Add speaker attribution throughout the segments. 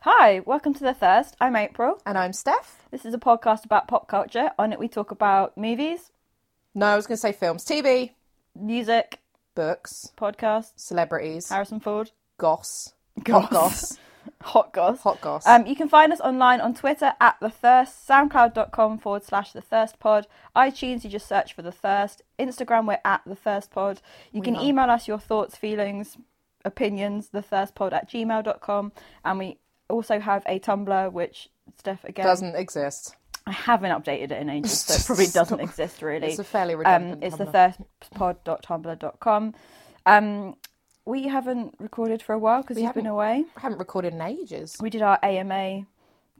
Speaker 1: Hello, welcome to The Thirst. I'm April.
Speaker 2: And I'm Steph.
Speaker 1: This is a podcast about pop culture. On it, we talk about movies,
Speaker 2: No, I was going to say films, TV,
Speaker 1: music,
Speaker 2: books,
Speaker 1: podcasts,
Speaker 2: celebrities,
Speaker 1: Harrison Ford,
Speaker 2: goss,
Speaker 1: Goss.
Speaker 2: hot goss,
Speaker 1: hot goss.
Speaker 2: hot goss.
Speaker 1: Um, you can find us online on Twitter at The Thirst, soundcloud.com forward slash The Thirst Pod, iTunes, you just search for The Thirst, Instagram, we're at The Thirst Pod. You can
Speaker 2: are.
Speaker 1: email us your thoughts, feelings, opinions, thethirstpod at gmail.com. And we also have a Tumblr, which Steph, again,
Speaker 2: Doesn't exist.
Speaker 1: I haven't updated it in ages, so it probably doesn't exist really.
Speaker 2: It's a fairly
Speaker 1: um,
Speaker 2: redundant
Speaker 1: it's the
Speaker 2: Tumblr.
Speaker 1: thirstpod.tumblr.com. Um, we haven't recorded for a while because you've been away.
Speaker 2: I haven't recorded in ages.
Speaker 1: We did our AMA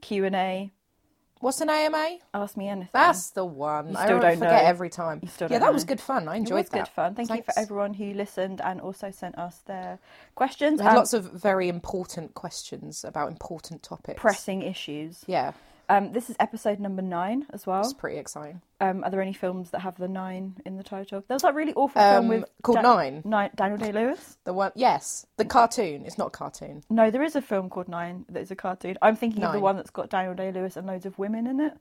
Speaker 1: Q and A.
Speaker 2: What's an AMA?
Speaker 1: Ask me anything.
Speaker 2: That's the one. I
Speaker 1: still
Speaker 2: re-
Speaker 1: don't
Speaker 2: forget
Speaker 1: know.
Speaker 2: every time.
Speaker 1: You still
Speaker 2: yeah,
Speaker 1: don't
Speaker 2: that
Speaker 1: know.
Speaker 2: was good fun. I
Speaker 1: It
Speaker 2: enjoyed
Speaker 1: was
Speaker 2: that.
Speaker 1: good fun. Thank you for
Speaker 2: Thanks.
Speaker 1: everyone who listened and also sent us their questions
Speaker 2: We had
Speaker 1: and
Speaker 2: lots of very important questions about important topics.
Speaker 1: pressing issues.
Speaker 2: Yeah,
Speaker 1: Um, this is episode number nine as well.
Speaker 2: it's pretty exciting.
Speaker 1: Um, are there any films that have the nine in the title? There was that really awful film
Speaker 2: Um,
Speaker 1: with
Speaker 2: called Nine?
Speaker 1: Nine Daniel Day Lewis.
Speaker 2: The one, yes, the cartoon. It's not a cartoon.
Speaker 1: No, there is a film called Nine that is a cartoon. I'm thinking of the
Speaker 2: Nine.
Speaker 1: one that's got Daniel Day Lewis and loads of women in it.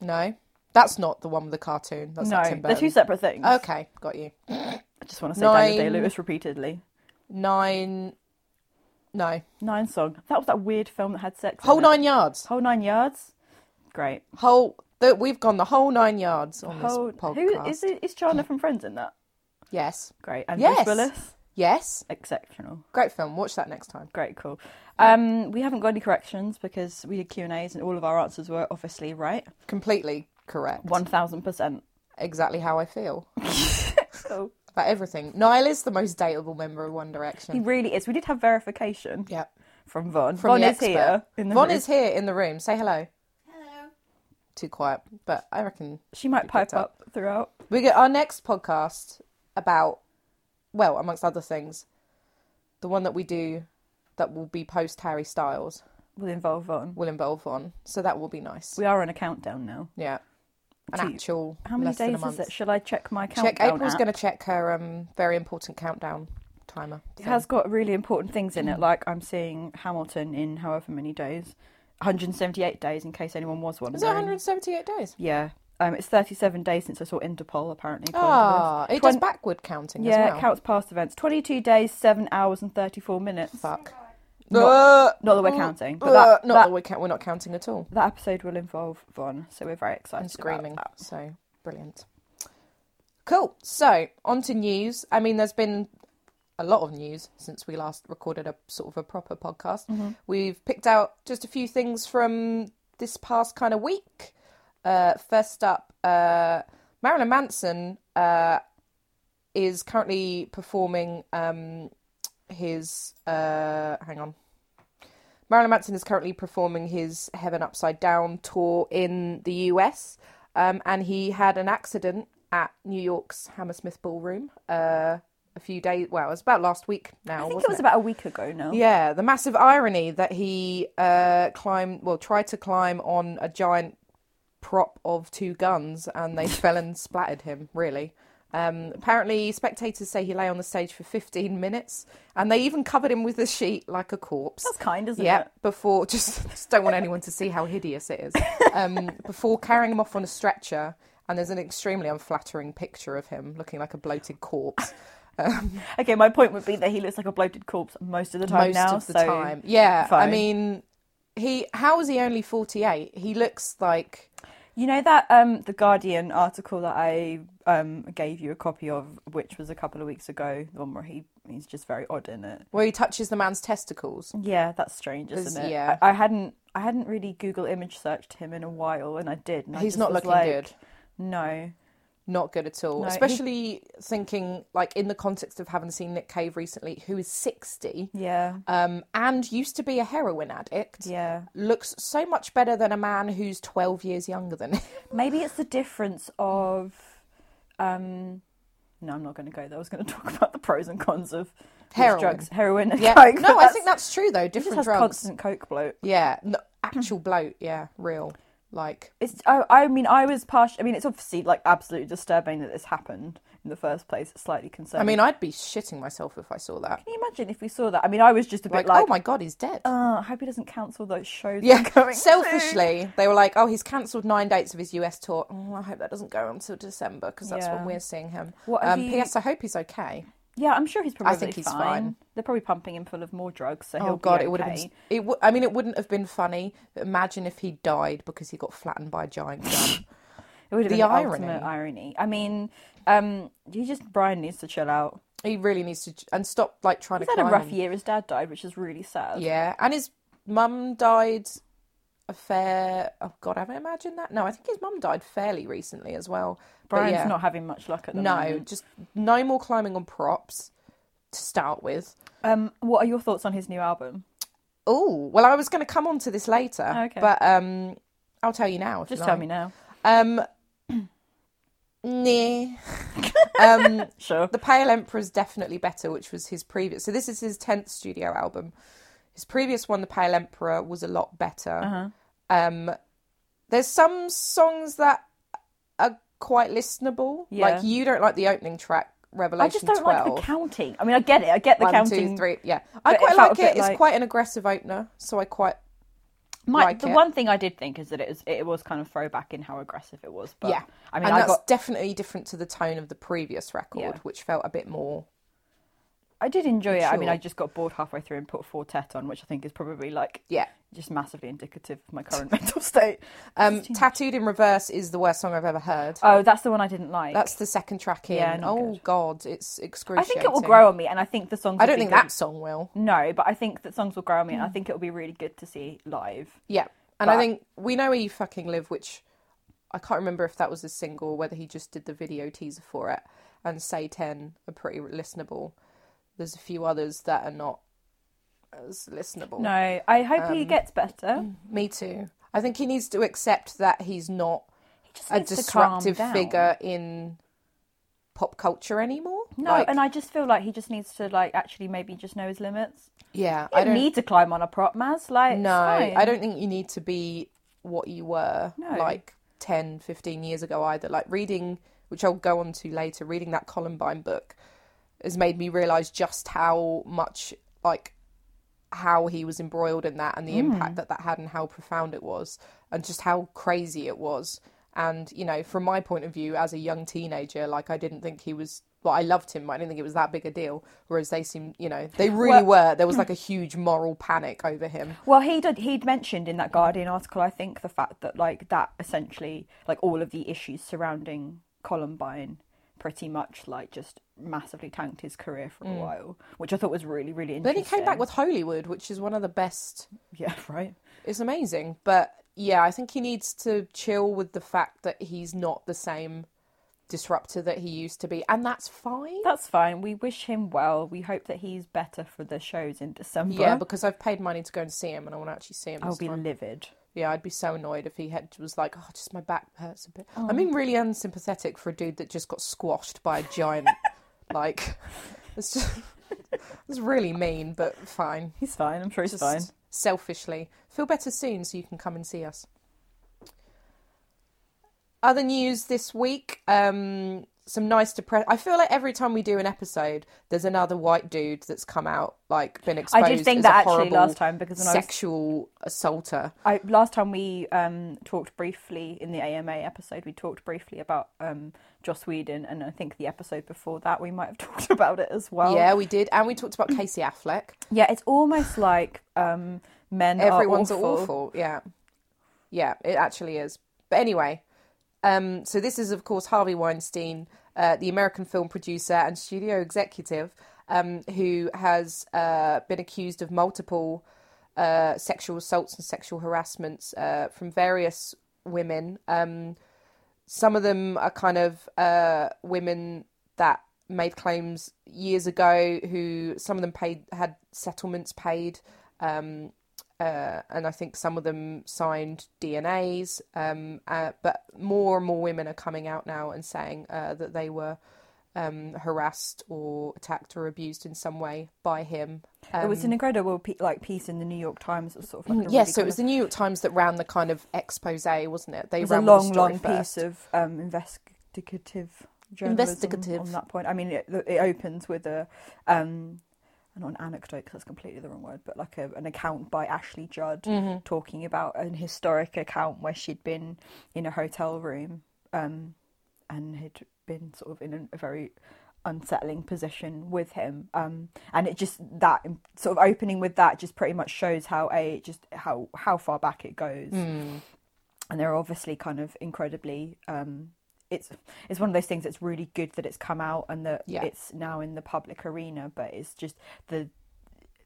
Speaker 2: No, that's not the one with the cartoon. That's not
Speaker 1: no,
Speaker 2: Tim
Speaker 1: they're two
Speaker 2: Burton.
Speaker 1: separate things.
Speaker 2: Okay, got you.
Speaker 1: I just want to say Daniel
Speaker 2: Nine.
Speaker 1: Day Lewis repeatedly.
Speaker 2: Nine. No,
Speaker 1: Nine song. That was that weird film that had sex.
Speaker 2: whole
Speaker 1: in it.
Speaker 2: nine yards.
Speaker 1: Whole nine yards. Great.
Speaker 2: Whole. The, we've gone the whole nine yards on
Speaker 1: Whole.
Speaker 2: this podcast.
Speaker 1: Who is it? Is Chandler from Friends in that?
Speaker 2: Yes.
Speaker 1: Great. And
Speaker 2: Yes.
Speaker 1: Bruce Willis.
Speaker 2: Yes.
Speaker 1: Exceptional.
Speaker 2: Great film. Watch that next time.
Speaker 1: Great. Cool. Um, we haven't got any corrections because we did Q and A's and all of our answers were obviously right.
Speaker 2: Completely correct.
Speaker 1: One thousand percent.
Speaker 2: Exactly how I feel
Speaker 1: So
Speaker 2: about everything. Niall is the most dateable member of One
Speaker 1: he
Speaker 2: Direction.
Speaker 1: really is. We did have verification
Speaker 2: Yeah.
Speaker 1: from Von.
Speaker 2: From
Speaker 1: Von
Speaker 2: the
Speaker 1: is
Speaker 2: expert.
Speaker 1: here. In the
Speaker 2: Von
Speaker 1: room.
Speaker 2: is here in the room. Say hello. Hello. Too quiet, but I reckon
Speaker 1: She might pipe
Speaker 2: picked
Speaker 1: up. throughout.
Speaker 2: We get our next podcast about, well, amongst other things, the one that we do that will be post Harry Styles
Speaker 1: Will involve Von.
Speaker 2: will involve Von, so that will be nice.
Speaker 1: We are on a countdown now.
Speaker 2: Yeah, an
Speaker 1: Gee,
Speaker 2: actual.
Speaker 1: How many
Speaker 2: less than a
Speaker 1: days is
Speaker 2: month.
Speaker 1: it? Shall I check my countdown?
Speaker 2: Check. April's
Speaker 1: app?
Speaker 2: going to check her um very important countdown timer.
Speaker 1: It has got really important things in it, like I'm seeing Hamilton in however many days, 178 days, in case anyone was wondering.
Speaker 2: Is it 178 days?
Speaker 1: Yeah. Um, it's 37 days since I saw Interpol, apparently. according to
Speaker 2: Ah,
Speaker 1: this.
Speaker 2: it does
Speaker 1: Twen-
Speaker 2: backward counting
Speaker 1: Yeah,
Speaker 2: as well.
Speaker 1: it counts past events. 22 days, 7 hours, and 34 minutes.
Speaker 2: Fuck.
Speaker 1: Not- not that we're counting, but
Speaker 2: Uh,
Speaker 1: that-
Speaker 2: not
Speaker 1: that-
Speaker 2: we're, count- we're not counting at all.
Speaker 1: That episode will involve Von, so we're very excited.
Speaker 2: and
Speaker 1: about
Speaker 2: screaming.
Speaker 1: that.
Speaker 2: So brilliant. Cool. So on to news. I mean, there's been a lot of news since we last recorded a sort of a proper podcast. We've picked out just a few things from this past kind of week. Uh, first up, uh, Marilyn Manson uh, is currently performing um, his. Uh, hang on. Marilyn Manson is currently performing his Heaven Upside Down tour in the US, um, and he had an accident at New York's Hammersmith Ballroom uh, a few days. Well, it was about last week
Speaker 1: I
Speaker 2: now.
Speaker 1: think it
Speaker 2: Oh, wasn't
Speaker 1: was about a week ago now.
Speaker 2: yeah, the massive irony that he uh, climbed, well, tried to climb on a giant prop of two guns and they fell and splattered him, really. Um, apparently, spectators say he lay on the stage for 15 minutes and they even covered him with a sheet like a corpse.
Speaker 1: That's kind, isn't
Speaker 2: yeah,
Speaker 1: it?
Speaker 2: before, just, just don't want anyone to see how hideous it is. Um, before carrying him off on a stretcher, and there's an extremely unflattering picture of him looking like a bloated corpse
Speaker 1: Okay, my point would be that he looks like a bloated corpse most of the time
Speaker 2: most
Speaker 1: now.
Speaker 2: of the
Speaker 1: so
Speaker 2: time. Yeah,
Speaker 1: fine.
Speaker 2: I mean, he how is he only forty eight? He looks like
Speaker 1: You know that um the Guardian article that I um gave you a copy of, which was a couple of weeks ago, the one where he he's just very odd in it.
Speaker 2: where he touches the man's testicles.
Speaker 1: Yeah, that's strange,
Speaker 2: Is-
Speaker 1: isn't it?
Speaker 2: yeah.
Speaker 1: I, I hadn't I hadn't really Google image searched him in a while, and I did. And I
Speaker 2: He's
Speaker 1: just
Speaker 2: not
Speaker 1: was
Speaker 2: looking
Speaker 1: like,
Speaker 2: good.
Speaker 1: No,
Speaker 2: Not good at all.
Speaker 1: No, he-
Speaker 2: Especially thinking like in the context of having seen Nick Cave recently, who is sixty,
Speaker 1: yeah,
Speaker 2: um, and used to be a heroin addict.
Speaker 1: yeah.
Speaker 2: Looks so much better than a man who's twelve years younger than him.
Speaker 1: Maybe it's the difference of um. No, I'm not going to go there. I was going to talk about the pros and cons of these
Speaker 2: Heroin.
Speaker 1: drugs, heroin, and
Speaker 2: Yeah.
Speaker 1: coke. but
Speaker 2: no, I
Speaker 1: that's-
Speaker 2: think that's true though.
Speaker 1: he just
Speaker 2: Different
Speaker 1: has
Speaker 2: drugs.
Speaker 1: constant coke bloat.
Speaker 2: Yeah. No, actual bloat. Yeah. Real. Like,
Speaker 1: It's. I. I mean, I was partial. I mean, it's obviously like absolutely disturbing that this happened in the first place. It's slightly concerning.
Speaker 2: I mean, I'd be shitting myself if I saw that.
Speaker 1: can you imagine if we saw that? I mean, I was just a bit
Speaker 2: Like,
Speaker 1: like,
Speaker 2: oh my god, he's dead.
Speaker 1: "Oh, I hope he doesn't cancel those shows.
Speaker 2: yeah,
Speaker 1: I'm going to."
Speaker 2: selfishly, they were like, oh, he's cancelled nine dates of his US tour. Oh, I hope that doesn't go until December because that's
Speaker 1: Yeah.
Speaker 2: when we're seeing him.
Speaker 1: What have
Speaker 2: um,
Speaker 1: you-
Speaker 2: P.S. I hope he's okay.
Speaker 1: Yeah, I'm sure he's probably.
Speaker 2: think he's
Speaker 1: fine.
Speaker 2: fine.
Speaker 1: They're probably pumping him full of more drugs. So he'll
Speaker 2: Oh god,
Speaker 1: be
Speaker 2: it would have
Speaker 1: okay.
Speaker 2: been. It w- I mean, it wouldn't have been funny. But imagine if he died because he got flattened by a giant gun.
Speaker 1: It would have been
Speaker 2: The
Speaker 1: the
Speaker 2: irony.
Speaker 1: ultimate irony. I mean, um, he just Brian needs to chill out.
Speaker 2: he really needs to j- and stop like trying
Speaker 1: He's
Speaker 2: to.
Speaker 1: had a
Speaker 2: climb
Speaker 1: rough
Speaker 2: on-
Speaker 1: year. His dad died, which is really sad.
Speaker 2: Yeah, and his mum died a fair. Oh God, have I imagined that? No, I think his mum died fairly recently as well. But
Speaker 1: Brian's
Speaker 2: yeah,
Speaker 1: not having much luck at the
Speaker 2: No,
Speaker 1: moment.
Speaker 2: just no more climbing on props to start with.
Speaker 1: Um, what are your thoughts on his new album?
Speaker 2: Oh well, I was going to come on to this later,
Speaker 1: Oh, Okay.
Speaker 2: but um, I'll tell you now. if you
Speaker 1: Just tell
Speaker 2: like.
Speaker 1: me now.
Speaker 2: Um, nah. um,
Speaker 1: Sure.
Speaker 2: The Pale Emperor's definitely better, which was his previous. So this is his tenth studio album. His previous one, The Pale Emperor, was a lot better.
Speaker 1: Uh-huh.
Speaker 2: Um, there's some songs that are quite listenable.
Speaker 1: Yeah.
Speaker 2: Like you don't like the opening track, Revelation
Speaker 1: I just don't
Speaker 2: Twelve.
Speaker 1: like the counting. I mean, I get it. I get the
Speaker 2: One,
Speaker 1: counting.
Speaker 2: two, three. Yeah, I
Speaker 1: But it
Speaker 2: quite
Speaker 1: felt a
Speaker 2: like
Speaker 1: bit
Speaker 2: it. It's
Speaker 1: like-
Speaker 2: quite an aggressive opener, so I quite
Speaker 1: My,
Speaker 2: like
Speaker 1: the
Speaker 2: it.
Speaker 1: one thing I did think is that it was it was kind of throwback in how aggressive it was. But
Speaker 2: yeah.
Speaker 1: I mean,
Speaker 2: and
Speaker 1: I
Speaker 2: that's
Speaker 1: got
Speaker 2: definitely different to the tone of the previous record,
Speaker 1: Yeah.
Speaker 2: which felt a bit more.
Speaker 1: I did enjoy it. I mean,
Speaker 2: Sure.
Speaker 1: I just got bored halfway through and put Fortet on, which I think is probably like
Speaker 2: Yeah.
Speaker 1: just massively indicative of my current mental state.
Speaker 2: Um, Tattooed in Reverse is the worst song I've ever heard.
Speaker 1: Oh, that's the one I didn't like.
Speaker 2: That's the second track in.
Speaker 1: Yeah, not
Speaker 2: oh
Speaker 1: good.
Speaker 2: God, it's
Speaker 1: I
Speaker 2: excruciating.
Speaker 1: think it will grow on me, and I think the songs.
Speaker 2: I
Speaker 1: will
Speaker 2: don't
Speaker 1: be
Speaker 2: think
Speaker 1: good.
Speaker 2: that Mm. song will.
Speaker 1: No, but I think that songs will grow on me, and I think it will be really good to see live.
Speaker 2: Yeah, and I
Speaker 1: But-
Speaker 2: think we know where you fucking live, which I can't remember if that was a single or whether he just did the video teaser for it. And Say Ten are pretty listenable. There's a few others that are not as listenable.
Speaker 1: No, I hope
Speaker 2: Um,
Speaker 1: he gets better.
Speaker 2: Me too. I think he needs to accept that he's not
Speaker 1: He just
Speaker 2: a
Speaker 1: needs to calm
Speaker 2: disruptive
Speaker 1: down.
Speaker 2: figure in pop culture anymore.
Speaker 1: No,
Speaker 2: Like,
Speaker 1: and I just feel like he just needs to like actually maybe just know his limits.
Speaker 2: yeah,
Speaker 1: You
Speaker 2: I don't
Speaker 1: need to climb on a prop, Maz. Like, it's
Speaker 2: No,
Speaker 1: fine.
Speaker 2: I don't think you need to be what you were like 10, 15 years ago either. Like reading, which I'll go on to later, reading that Columbine book has made me realize just how much like how he was embroiled in that and the
Speaker 1: Mm.
Speaker 2: impact that that had and how profound it was and just how crazy it was and you know from my point of view as a young teenager like i didn't think he was well i loved him but i didn't think it was that big a deal whereas they seemed you know they really were
Speaker 1: hmm.
Speaker 2: there was like a huge moral panic over him
Speaker 1: Well, he did. He'd mentioned in that Guardian article, I think, the fact that like that essentially, like all of the issues surrounding Columbine, pretty much like just massively tanked his career for a while, which I thought was really, really
Speaker 2: Mm. Then
Speaker 1: interesting.
Speaker 2: he came back with Hollywood, which is one of the best.
Speaker 1: yeah, right.
Speaker 2: It's amazing, but yeah, I think he needs to chill with the fact that he's not the same disruptor that he used to be, and that's fine.
Speaker 1: That's fine. We wish him well. We hope that he's better for the shows in December.
Speaker 2: Yeah, because I've paid money to go and see him, and I want to actually see him.
Speaker 1: I'll
Speaker 2: This
Speaker 1: be
Speaker 2: time.
Speaker 1: livid.
Speaker 2: Yeah, I'd be so annoyed if he had was like, "Oh, just my back hurts a bit."
Speaker 1: Oh.
Speaker 2: I mean, really unsympathetic for a dude that just got squashed by a giant. like, it's just it's really mean, but fine.
Speaker 1: He's fine. I'm sure he's
Speaker 2: Just
Speaker 1: fine.
Speaker 2: selfishly. Feel better soon so you can come and see us. Other news this week, um, some nice depress. I feel like every time we do an episode, there's another white dude that's come out, like been exposed.
Speaker 1: I did think
Speaker 2: as
Speaker 1: that
Speaker 2: a
Speaker 1: actually
Speaker 2: horrible
Speaker 1: last time because when I was
Speaker 2: sexual assaulter.
Speaker 1: I last time we um, talked briefly in the AMA episode, we talked briefly about um, Joss Whedon, and I think the episode before that we might have talked about it as well.
Speaker 2: yeah, we did, and we talked about Casey Affleck.
Speaker 1: yeah. It's almost like um, men
Speaker 2: Everyone's
Speaker 1: are awful.
Speaker 2: Yeah, yeah, it actually is. But anyway, um, so this is of course Harvey Weinstein, uh, the American film producer and studio executive, um, who has uh, been accused of multiple uh, sexual assaults and sexual harassments uh, from various women. Um, some of them are kind of uh, women that made claims years ago who some of them paid had settlements paid um, uh, and I think some of them signed DNAs. Um, uh, but more and more women are coming out now and saying uh, that they were um, harassed or attacked or abused in some way by him. Um,
Speaker 1: it was an incredible pe- like piece in the New York Times. It was sort of like a
Speaker 2: yeah,
Speaker 1: really
Speaker 2: so Mm, it
Speaker 1: kind
Speaker 2: was
Speaker 1: of-
Speaker 2: the New York Times that ran the kind of expose, wasn't it? They
Speaker 1: it was a
Speaker 2: ran with the
Speaker 1: long,
Speaker 2: story
Speaker 1: long
Speaker 2: first.
Speaker 1: piece of um, investigative journalism
Speaker 2: Investigative.
Speaker 1: on that point. I mean, it, it opens with a um, not an anecdote 'cause that's completely the wrong word, but like a, an account by Ashley Judd talking about an historic account where she'd been in a hotel room um, and had been sort of in a, a very unsettling position with him um and it just that um, sort of opening with that just pretty much shows how a just how how far back it goes
Speaker 2: Mm.
Speaker 1: and they're obviously kind of incredibly um it's it's one of those things that's really good that it's come out and that
Speaker 2: Yeah.
Speaker 1: it's now in the public arena but it's just the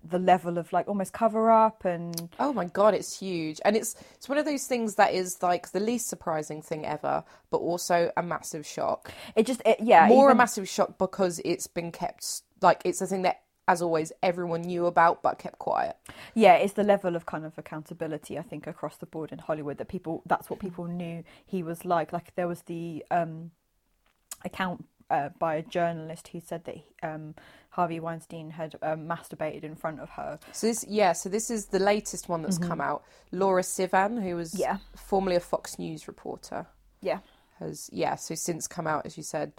Speaker 1: the level of like almost cover up and
Speaker 2: Oh my god, it's huge, and it's it's one of those things that is like the least surprising thing ever, but also a massive shock.
Speaker 1: it just it, yeah
Speaker 2: More a
Speaker 1: even-
Speaker 2: massive shock because it's been kept like it's a thing that, as always, everyone knew about but kept quiet.
Speaker 1: yeah it's the level of kind of accountability i think across the board in hollywood that people that's what people knew he was like like there was the um account uh, by a journalist who said that he, um, Harvey Weinstein had um, masturbated in front of her.
Speaker 2: So this, yeah, so this is the latest one that's come out. Laura Sivan, who was
Speaker 1: Mm-hmm. Yeah.
Speaker 2: formerly a Fox News reporter,
Speaker 1: Yeah,
Speaker 2: has yeah, so since come out as you said,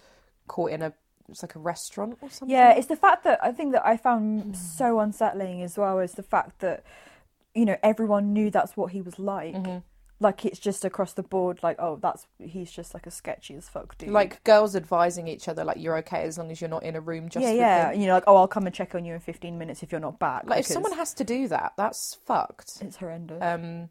Speaker 2: caught in a it's like a restaurant or something.
Speaker 1: Yeah, it's the fact that I think that I found so unsettling as well is the fact that you know everyone knew that's what he was like. Like it's just across the board, like oh, that's he's just like a sketchy as fuck dude.
Speaker 2: Like girls advising each other, like you're okay as long as you're not in a room just
Speaker 1: yeah,
Speaker 2: with
Speaker 1: yeah,
Speaker 2: him.
Speaker 1: and you're like oh, I'll come and check on you in fifteen minutes if you're not back.
Speaker 2: Like if
Speaker 1: because
Speaker 2: someone has to do that, that's fucked.
Speaker 1: it's horrendous.
Speaker 2: Um,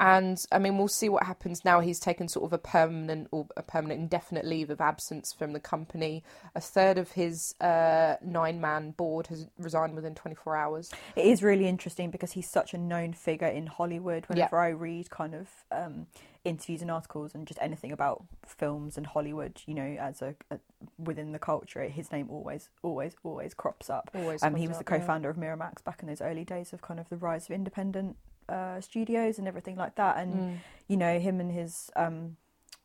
Speaker 2: and I mean, we'll see what happens now. He's taken sort of a permanent or a permanent indefinite leave of absence from the company. A third of his uh, nine-man board has resigned within 24 hours.
Speaker 1: it is really interesting because he's such a known figure in Hollywood.
Speaker 2: Yeah.
Speaker 1: Whenever I read kind of um, interviews and articles and just anything about films and Hollywood, you know, as a, a within the culture, his name always, always, always crops up.
Speaker 2: Always
Speaker 1: um, he
Speaker 2: comes
Speaker 1: was
Speaker 2: up,
Speaker 1: the
Speaker 2: yeah.
Speaker 1: co-founder of Miramax back in those early days of kind of the rise of independent uh, studios and everything like that. And
Speaker 2: Mm.
Speaker 1: you know, him and his um,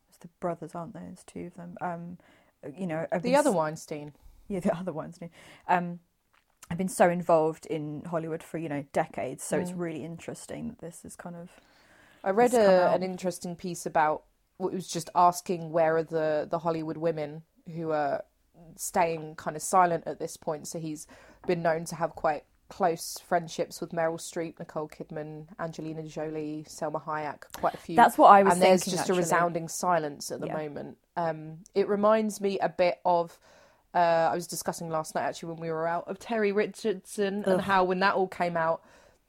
Speaker 1: it's the brothers, aren't there? There's two of them. Um, you know, have
Speaker 2: The
Speaker 1: been
Speaker 2: other Weinstein.
Speaker 1: yeah, the other ones. knew. Um, I've been so involved in Hollywood for you know decades, so
Speaker 2: Mm.
Speaker 1: it's really interesting that this is kind of
Speaker 2: I
Speaker 1: It's
Speaker 2: read
Speaker 1: come
Speaker 2: a,
Speaker 1: out.
Speaker 2: an interesting piece about well, it was just asking where are the the Hollywood women who are staying kind of silent at this point. So he's been known to have quite close friendships with Meryl Streep, Nicole Kidman, Angelina Jolie, Selma Hayek, quite a few.
Speaker 1: that's what I was.
Speaker 2: and there's
Speaker 1: thinking,
Speaker 2: just
Speaker 1: actually.
Speaker 2: a resounding silence at the
Speaker 1: Yeah.
Speaker 2: moment. Um, it reminds me a bit of. Uh, I was discussing last night actually when we were out of Terry Richardson and how when that all came out,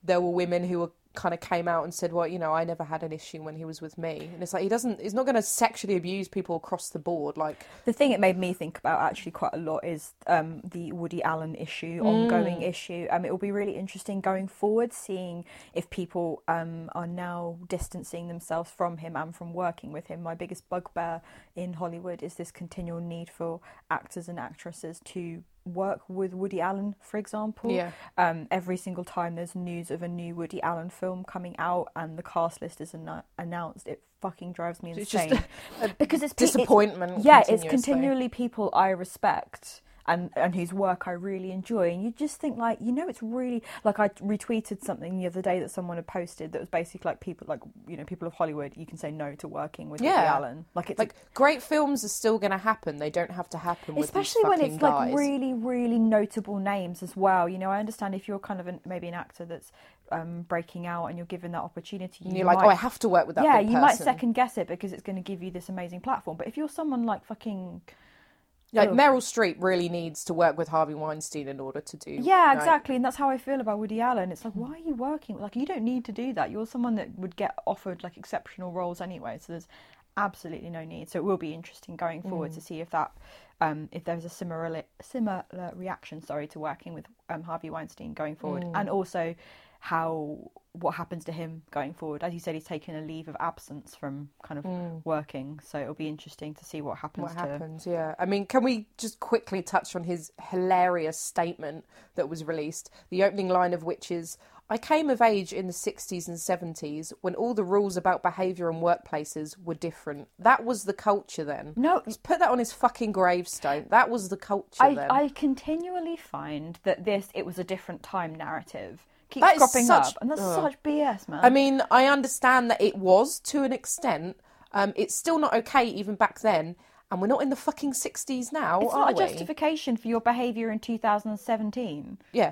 Speaker 2: there were women who were kind of came out and said, "Well, you know, I never had an issue when he was with me," and it's like he doesn't. He's not going to sexually abuse people across the board. Like,
Speaker 1: The thing it made me think about actually quite a lot is um, the Woody Allen issue,
Speaker 2: Mm.
Speaker 1: ongoing issue. Um, it will be really interesting going forward, seeing if people um, are now distancing themselves from him and from working with him. My biggest bugbear in Hollywood is this continual need for actors and actresses to work with Woody Allen, for example.
Speaker 2: Yeah.
Speaker 1: Um, every single time there's news of a new Woody Allen film coming out and the cast list is anno- announced, it fucking drives me
Speaker 2: It's just
Speaker 1: insane. because it's pe- it's-
Speaker 2: disappointment
Speaker 1: yeah, it's
Speaker 2: continuously.
Speaker 1: continually people I respect and and whose work I really enjoy, and you just think like, you know, it's really like I retweeted something the other day that someone had posted that was basically like people like you know people of Hollywood, you can say no to working with Woody
Speaker 2: Yeah.
Speaker 1: Allen, like it's
Speaker 2: like great films are still going to happen. They don't have to happen with
Speaker 1: especially
Speaker 2: these
Speaker 1: when
Speaker 2: fucking
Speaker 1: it's
Speaker 2: guys.
Speaker 1: like really really notable names as well you know i understand if you're kind of an, maybe an actor that's um, breaking out and you're given that opportunity
Speaker 2: and you're
Speaker 1: you
Speaker 2: like,
Speaker 1: might-
Speaker 2: oh, I have to work with that.
Speaker 1: yeah
Speaker 2: big
Speaker 1: you might
Speaker 2: person."
Speaker 1: second guess it because it's going to give you this amazing platform but if you're someone like fucking
Speaker 2: Like
Speaker 1: Ugh.
Speaker 2: Meryl Streep really needs to work with Harvey Weinstein in order to do.
Speaker 1: yeah
Speaker 2: like-
Speaker 1: exactly and that's how i feel about woody allen it's like why are you working like you don't need to do that you're someone that would get offered like exceptional roles anyway so there's absolutely no need so it will be interesting going forward to see if that um if there's a similar similar reaction sorry to working with um, harvey weinstein going forward and also how what happens to him going forward as you said he's taken a leave of absence from kind of working so it'll be interesting to see what happens
Speaker 2: What
Speaker 1: to
Speaker 2: happens? Yeah. I mean, can we just quickly touch on his hilarious statement that was released? The opening line of which is, I came of age in the 60s and 70s when all the rules about behaviour and workplaces were different. That was the culture then.
Speaker 1: No,
Speaker 2: Just put that on his fucking gravestone. That was the culture
Speaker 1: I,
Speaker 2: then.
Speaker 1: I continually find that this it was a different time narrative keeps
Speaker 2: That is
Speaker 1: cropping
Speaker 2: such-
Speaker 1: up, and that's
Speaker 2: ugh.
Speaker 1: such BS, man.
Speaker 2: I mean, I understand that it was to an extent. Um, it's still not okay even back then, and we're not in the fucking 60s now,
Speaker 1: it's
Speaker 2: are
Speaker 1: not a
Speaker 2: we?
Speaker 1: justification for your behaviour in 2017.
Speaker 2: yeah.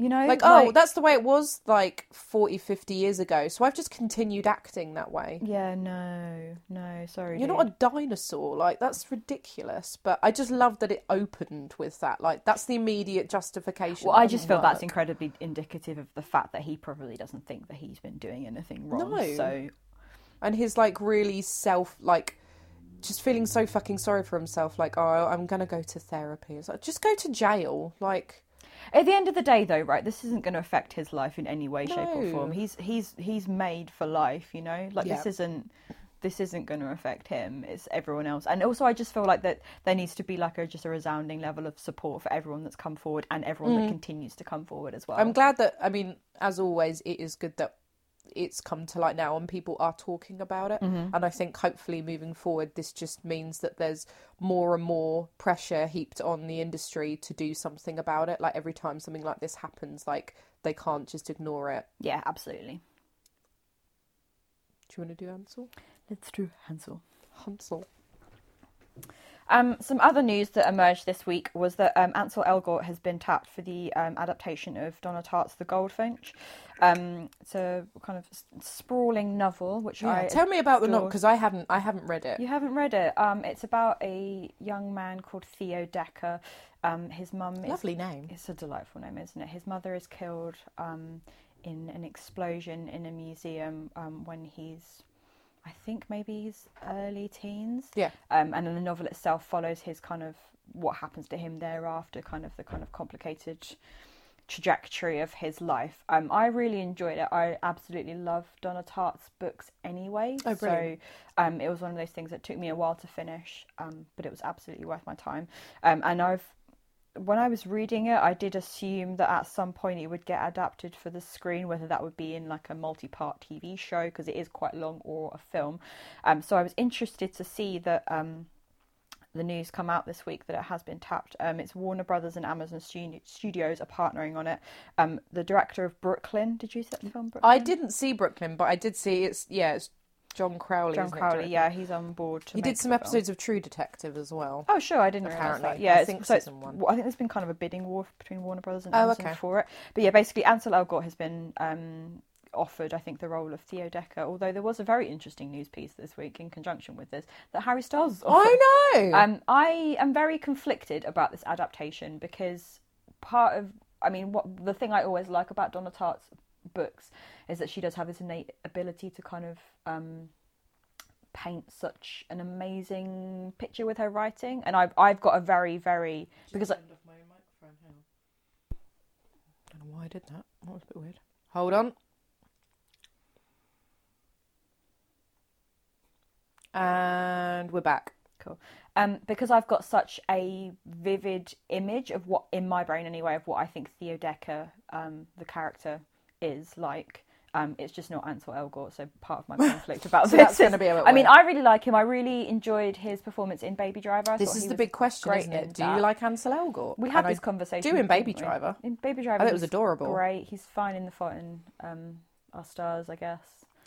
Speaker 1: You know,
Speaker 2: Like, oh, that's the way it was like 40, 50 years ago. So I've just continued acting that way.
Speaker 1: yeah, no, no, sorry,
Speaker 2: You're not a dinosaur. Like, that's ridiculous. But I just love that it opened with that. Like, that's the immediate justification.
Speaker 1: Well, I
Speaker 2: that
Speaker 1: just feel
Speaker 2: doesn't
Speaker 1: that's
Speaker 2: work.
Speaker 1: incredibly indicative of the fact that he probably doesn't think that he's been doing anything wrong.
Speaker 2: No.
Speaker 1: So
Speaker 2: And his, like, really self, like, just feeling so fucking sorry for himself. Like, oh, I'm going to go to therapy. It's like, just go to jail. Like,
Speaker 1: at the end of the day, though, right, this isn't going to affect his life in any way, shape, or
Speaker 2: No.
Speaker 1: form. He's he's he's made for life. You know, like this
Speaker 2: Yeah.
Speaker 1: isn't this isn't going to affect him. It's everyone else. And also, I just feel like that there needs to be like a just a resounding level of support for everyone that's come forward and everyone that continues to come forward as well.
Speaker 2: Mm. I'm glad that I mean, as always, it is good that it's come to light now and people are talking about it.
Speaker 1: Mm-hmm.
Speaker 2: And I think hopefully moving forward, this just means that there's more and more pressure heaped on the industry to do something about it. Like every time something like this happens, like they can't just ignore it.
Speaker 1: yeah, absolutely.
Speaker 2: Do you want to do Hansel?
Speaker 1: Let's do Hansel.
Speaker 2: Hansel.
Speaker 1: Um, some other news that emerged this week was that um, Ansel Elgort has been tapped for the um, adaptation of Donna Tartt's *The Goldfinch*. Um, it's a kind of s- sprawling novel, which I
Speaker 2: Tell me about the
Speaker 1: adore.
Speaker 2: novel because I haven't. I haven't read it.
Speaker 1: You haven't read it. Um, it's about a young man called Theo Decker. Um, his mum is
Speaker 2: Lovely name.
Speaker 1: it's a delightful name, isn't it? His mother is killed um, in an explosion in a museum um, when he's, I think, maybe his early teens.
Speaker 2: Yeah.
Speaker 1: Um, and then the novel itself follows his kind of what happens to him thereafter, kind of the kind of complicated trajectory of his life. Um, I really enjoyed it. I absolutely love Donna Tartt's books anyway.
Speaker 2: Oh,
Speaker 1: so
Speaker 2: brilliant.
Speaker 1: um, it was one of those things that took me a while to finish, um, but it was absolutely worth my time. Um, and I've when I was reading it, I did assume that at some point it would get adapted for the screen, whether that would be in like a multi-part TV show because it is quite long or a film. Um, so I was interested to see that um, the news come out this week that it has been tapped. Um, it's Warner Brothers and Amazon Stu- Studios are partnering on it. Um, the director of Brooklyn, did you see that film? Brooklyn?
Speaker 2: I didn't see Brooklyn, but I did see it's. Yeah, it's John Crowley.
Speaker 1: John
Speaker 2: isn't it,
Speaker 1: Crowley,
Speaker 2: director?
Speaker 1: yeah, he's on board. To
Speaker 2: He
Speaker 1: make
Speaker 2: did some
Speaker 1: the film.
Speaker 2: episodes of True Detective as well.
Speaker 1: Oh, sure, I didn't realize that.
Speaker 2: Apparently.
Speaker 1: Yeah,
Speaker 2: I
Speaker 1: it's-
Speaker 2: think
Speaker 1: so it's-
Speaker 2: season one.
Speaker 1: well, I think there's been kind of a bidding war between Warner Brothers and
Speaker 2: Oh,
Speaker 1: Amazon
Speaker 2: okay.
Speaker 1: for it. But yeah, basically, Ansel Elgort has been um, offered, I think, the role of Theo Decker. Although there was a very interesting news piece this week in conjunction with this that Harry Styles is
Speaker 2: Oh,
Speaker 1: offered.
Speaker 2: I know.
Speaker 1: Um, I am very conflicted about this adaptation because part of, I mean, what the thing I always like about Donna Tartt's books is that she does have this innate ability to kind of um, paint such an amazing picture with her writing, and I've I've got a very very because I,
Speaker 2: don't know why I did that. That was a bit weird. Hold on. And we're back.
Speaker 1: cool um because I've got such a vivid image of what in my brain anyway of what I think Theo Decker um the character is like. Um, it's just not Ansel Elgort, so part of my conflict about
Speaker 2: So
Speaker 1: this
Speaker 2: that's
Speaker 1: is-
Speaker 2: gonna be a bit
Speaker 1: I mean,
Speaker 2: weird.
Speaker 1: I really like him. I really enjoyed his performance in Baby Driver. I
Speaker 2: This
Speaker 1: thought
Speaker 2: is
Speaker 1: he
Speaker 2: the
Speaker 1: was
Speaker 2: big question,
Speaker 1: great
Speaker 2: isn't
Speaker 1: in
Speaker 2: it? Do
Speaker 1: that.
Speaker 2: you like Ansel Elgort?
Speaker 1: We had
Speaker 2: And
Speaker 1: this conversation
Speaker 2: doing Baby
Speaker 1: didn't we?
Speaker 2: Driver.
Speaker 1: In Baby Driver,
Speaker 2: I thought it
Speaker 1: was
Speaker 2: was adorable.
Speaker 1: Great. He's finding the foot in um, our stars, I guess.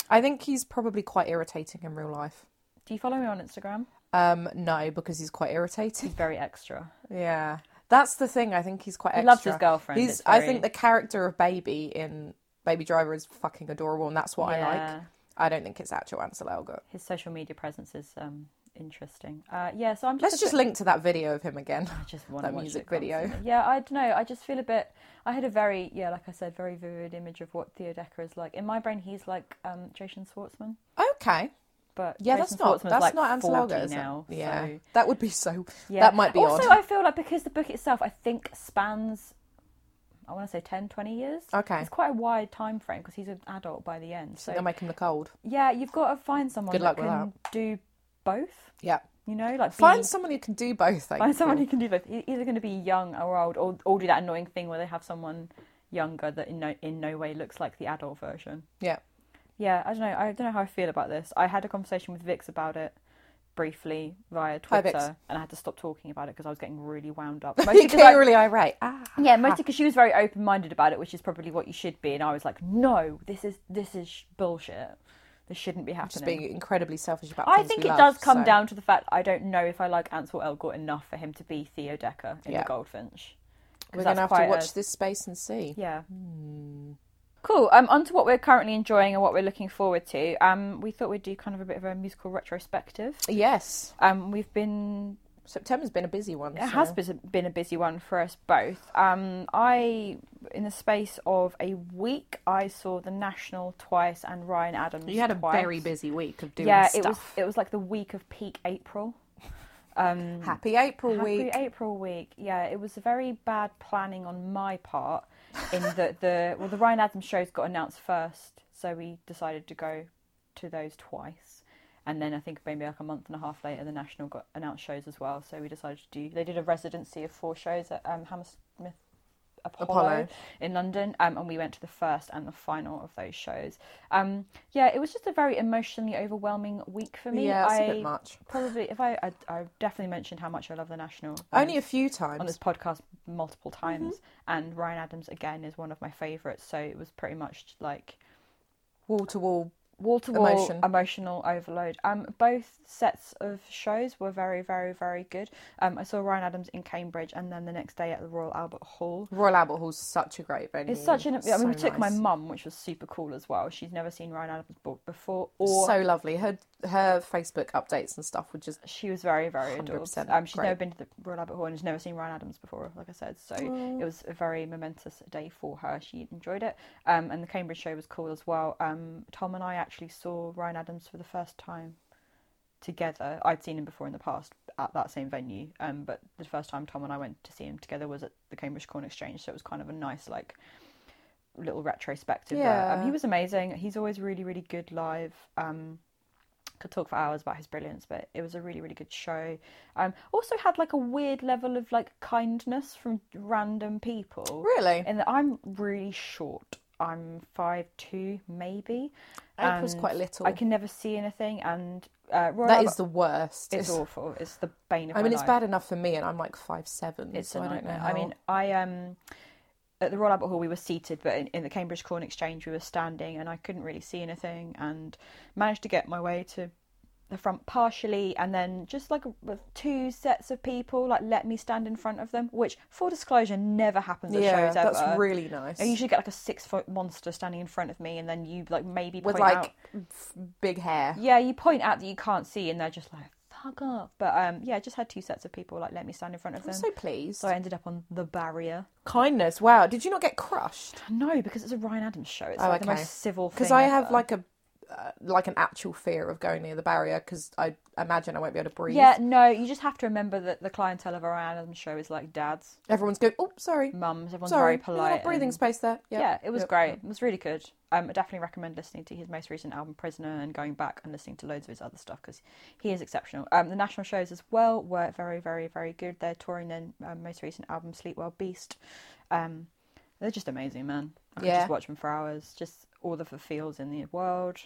Speaker 2: I, I think he's probably quite irritating in real life.
Speaker 1: Do you follow me on Instagram?
Speaker 2: Um, no, because he's quite
Speaker 1: He's
Speaker 2: irritating.
Speaker 1: very extra.
Speaker 2: yeah, that's the thing. I think he's quite.
Speaker 1: He
Speaker 2: Extra.
Speaker 1: loves his girlfriend.
Speaker 2: He's.
Speaker 1: It's
Speaker 2: I
Speaker 1: very-
Speaker 2: think the character of Baby in Baby Driver is fucking adorable, and that's what I like.
Speaker 1: Yeah.
Speaker 2: I don't think it's actual Ansel Elgort.
Speaker 1: His social media presence is um, interesting. Uh, yeah, so I'm just
Speaker 2: Let's
Speaker 1: a
Speaker 2: just
Speaker 1: bit-
Speaker 2: link to that video of him again.
Speaker 1: I just want
Speaker 2: that
Speaker 1: to watch
Speaker 2: music
Speaker 1: it
Speaker 2: video.
Speaker 1: constantly. Yeah, I don't know. I just feel a bit. I had a very yeah, like I said, very vivid image of what Theo Decker is like. In my brain, he's like um, Jason Schwartzman,
Speaker 2: Okay.
Speaker 1: but
Speaker 2: Yeah,
Speaker 1: Jason
Speaker 2: that's not
Speaker 1: Schwartzman's
Speaker 2: that's
Speaker 1: like
Speaker 2: not Ansel
Speaker 1: 40
Speaker 2: Elgort is it?
Speaker 1: now.
Speaker 2: Yeah,
Speaker 1: so-
Speaker 2: that would be so.
Speaker 1: Yeah.
Speaker 2: That might be
Speaker 1: also,
Speaker 2: odd.
Speaker 1: I feel like because the book itself, I think, spans, I want to say 10, 20 years.
Speaker 2: Okay.
Speaker 1: It's quite a wide time frame because he's an adult by the end.
Speaker 2: They'll
Speaker 1: So,
Speaker 2: make him look old.
Speaker 1: yeah, you've got to find someone
Speaker 2: Good
Speaker 1: that
Speaker 2: luck with
Speaker 1: can do both,
Speaker 2: Yeah.
Speaker 1: you know? like be-
Speaker 2: Find someone who can do both. Thank
Speaker 1: find someone
Speaker 2: you.
Speaker 1: who can do both. E- Either going to be young or old or, or do that annoying thing where they have someone younger that in no in no way looks like the adult version.
Speaker 2: Yeah.
Speaker 1: Yeah, I don't know. I don't know how I feel about this. I had a conversation with Vix about it briefly via
Speaker 2: Hi, Vix.
Speaker 1: Twitter, and I had to stop talking about it because I was getting really wound up.
Speaker 2: Mostly
Speaker 1: Mostly 'cause I-
Speaker 2: really irate. Ah.
Speaker 1: yeah, mostly because she was very open minded about it, which is probably what you should be. And I was like, no, this is this is sh- bullshit. This shouldn't be happening.
Speaker 2: Just being incredibly selfish about
Speaker 1: I
Speaker 2: things
Speaker 1: think
Speaker 2: we
Speaker 1: it
Speaker 2: love,
Speaker 1: does come
Speaker 2: so-
Speaker 1: down to the fact I don't know if I like Ansel Elgort enough for him to be Theo Decker in
Speaker 2: Yeah.
Speaker 1: the Goldfinch. 'Cause
Speaker 2: We're
Speaker 1: that's
Speaker 2: going to have
Speaker 1: quite
Speaker 2: to
Speaker 1: a-
Speaker 2: watch this space and see.
Speaker 1: Yeah. Cool. Um, on to what we're currently enjoying and what we're looking forward to. Um, we thought we'd do kind of a bit of a musical retrospective.
Speaker 2: Yes.
Speaker 1: Um, we've been
Speaker 2: September's been a busy one.
Speaker 1: it has been been a busy one for us both. Um, I in the space of a week, I saw the National twice and Ryan Adams.
Speaker 2: You had a
Speaker 1: twice.
Speaker 2: very busy week of doing
Speaker 1: yeah. It was
Speaker 2: stuff.
Speaker 1: it was like the week of peak April. Um,
Speaker 2: Happy April
Speaker 1: Happy
Speaker 2: week.
Speaker 1: April week. Yeah, it was a very bad planning on my part in that the well the Ryan Adams shows got announced first, so we decided to go to those twice. And then I think maybe like a month and a half later, the National got announced shows as well. So we decided to do. They did a residency of four shows at um, Hammersmith Apollo,
Speaker 2: Apollo.
Speaker 1: in London, um, and we went to the first and the final of those shows. Um, yeah, it was just a very emotionally overwhelming week for me.
Speaker 2: yeah, it's
Speaker 1: I,
Speaker 2: a bit much.
Speaker 1: Probably, if I, I, I definitely mentioned how much I love the National on
Speaker 2: Only a few
Speaker 1: on
Speaker 2: times.
Speaker 1: this podcast multiple
Speaker 2: Mm-hmm.
Speaker 1: times, and Ryan Adams again is one of my favourites. So it was pretty much like
Speaker 2: Wall to wall.
Speaker 1: wall to wall
Speaker 2: Emotion.
Speaker 1: emotional overload. Um, both sets of shows were very, very, very good. Um, I saw Ryan Adams in Cambridge, and then the next day at the Royal Albert Hall.
Speaker 2: Royal Albert Hall's such a great venue.
Speaker 1: It's such an. I mean, we took my
Speaker 2: nice.
Speaker 1: mum, which was super cool as well. She's never seen Ryan Adams b- before, or
Speaker 2: so lovely. Her her Facebook updates and stuff would just
Speaker 1: she was very, very
Speaker 2: 100%
Speaker 1: adorable. Um, she's
Speaker 2: great.
Speaker 1: never been to the Royal Albert Hall and she's never seen Ryan Adams before, like I said. So it was a very momentous day for her. She enjoyed it. Um, and the Cambridge show was cool as well. Um, Tom and I actually saw Ryan Adams for the first time together. I'd seen him before in the past at that same venue, um, but the first time Tom and I went to see him together was at the Cambridge Corn Exchange. So it was kind of a nice, like, little retrospective there.
Speaker 2: Yeah.
Speaker 1: Um, he was amazing. He's always really, really good live. Um, could talk for hours about his brilliance, but it was a really, really good show. Um, also had like a weird level of like kindness from random people.
Speaker 2: really.
Speaker 1: And I'm really short. I'm five two, maybe.
Speaker 2: April's
Speaker 1: and
Speaker 2: quite little.
Speaker 1: I can never see anything, and uh, Royal
Speaker 2: That
Speaker 1: Albert-
Speaker 2: is the worst.
Speaker 1: it's awful. It's the bane of
Speaker 2: I
Speaker 1: my
Speaker 2: mean, it's
Speaker 1: life.
Speaker 2: bad enough for me, and I'm like five seven.
Speaker 1: It's
Speaker 2: so
Speaker 1: a
Speaker 2: I don't know.
Speaker 1: nightmare.
Speaker 2: How...
Speaker 1: I mean, I um, at the Royal Albert Hall we were seated, but in, in the Cambridge Corn Exchange we were standing, and I couldn't really see anything, and managed to get my way to the front partially, and then just like with two sets of people like let me stand in front of them, which full disclosure never happens at
Speaker 2: yeah,
Speaker 1: shows ever.
Speaker 2: that's really nice.
Speaker 1: I usually get like a six foot monster standing in front of me, and then you like maybe
Speaker 2: With
Speaker 1: point out-
Speaker 2: like f- big hair.
Speaker 1: yeah, you point out that you can't see, and they're just like fuck up. But um, yeah, I just had two sets of people like let me stand in front of
Speaker 2: I'm
Speaker 1: them.
Speaker 2: so pleased.
Speaker 1: So I ended up on the barrier.
Speaker 2: Kindness. Wow. Did you not get crushed?
Speaker 1: No, because it's a Ryan Adams show. It's
Speaker 2: Oh,
Speaker 1: like the
Speaker 2: okay.
Speaker 1: most civil thing.
Speaker 2: Because I have
Speaker 1: ever.
Speaker 2: like a uh, like an actual fear of going near the barrier because I imagine I won't be able to breathe.
Speaker 1: yeah, no. You just have to remember that the clientele of a Ryan Adams show is like dads,
Speaker 2: Everyone's going. Oh, sorry.
Speaker 1: mums. Everyone's
Speaker 2: sorry.
Speaker 1: very polite.
Speaker 2: There's not breathing
Speaker 1: and-
Speaker 2: space there. Yep.
Speaker 1: Yeah, it was
Speaker 2: Yep.
Speaker 1: great. It was really good. Um, I definitely recommend listening to his most recent album, Prisoner, and going back and listening to loads of his other stuff because he is exceptional. Um, the national shows as well were very, very, very good. They're touring their um, most recent album, Sleep Well Beast. Um, they're just amazing, man. I could
Speaker 2: Yeah.
Speaker 1: just watch them for hours. Just all of the feels in the world.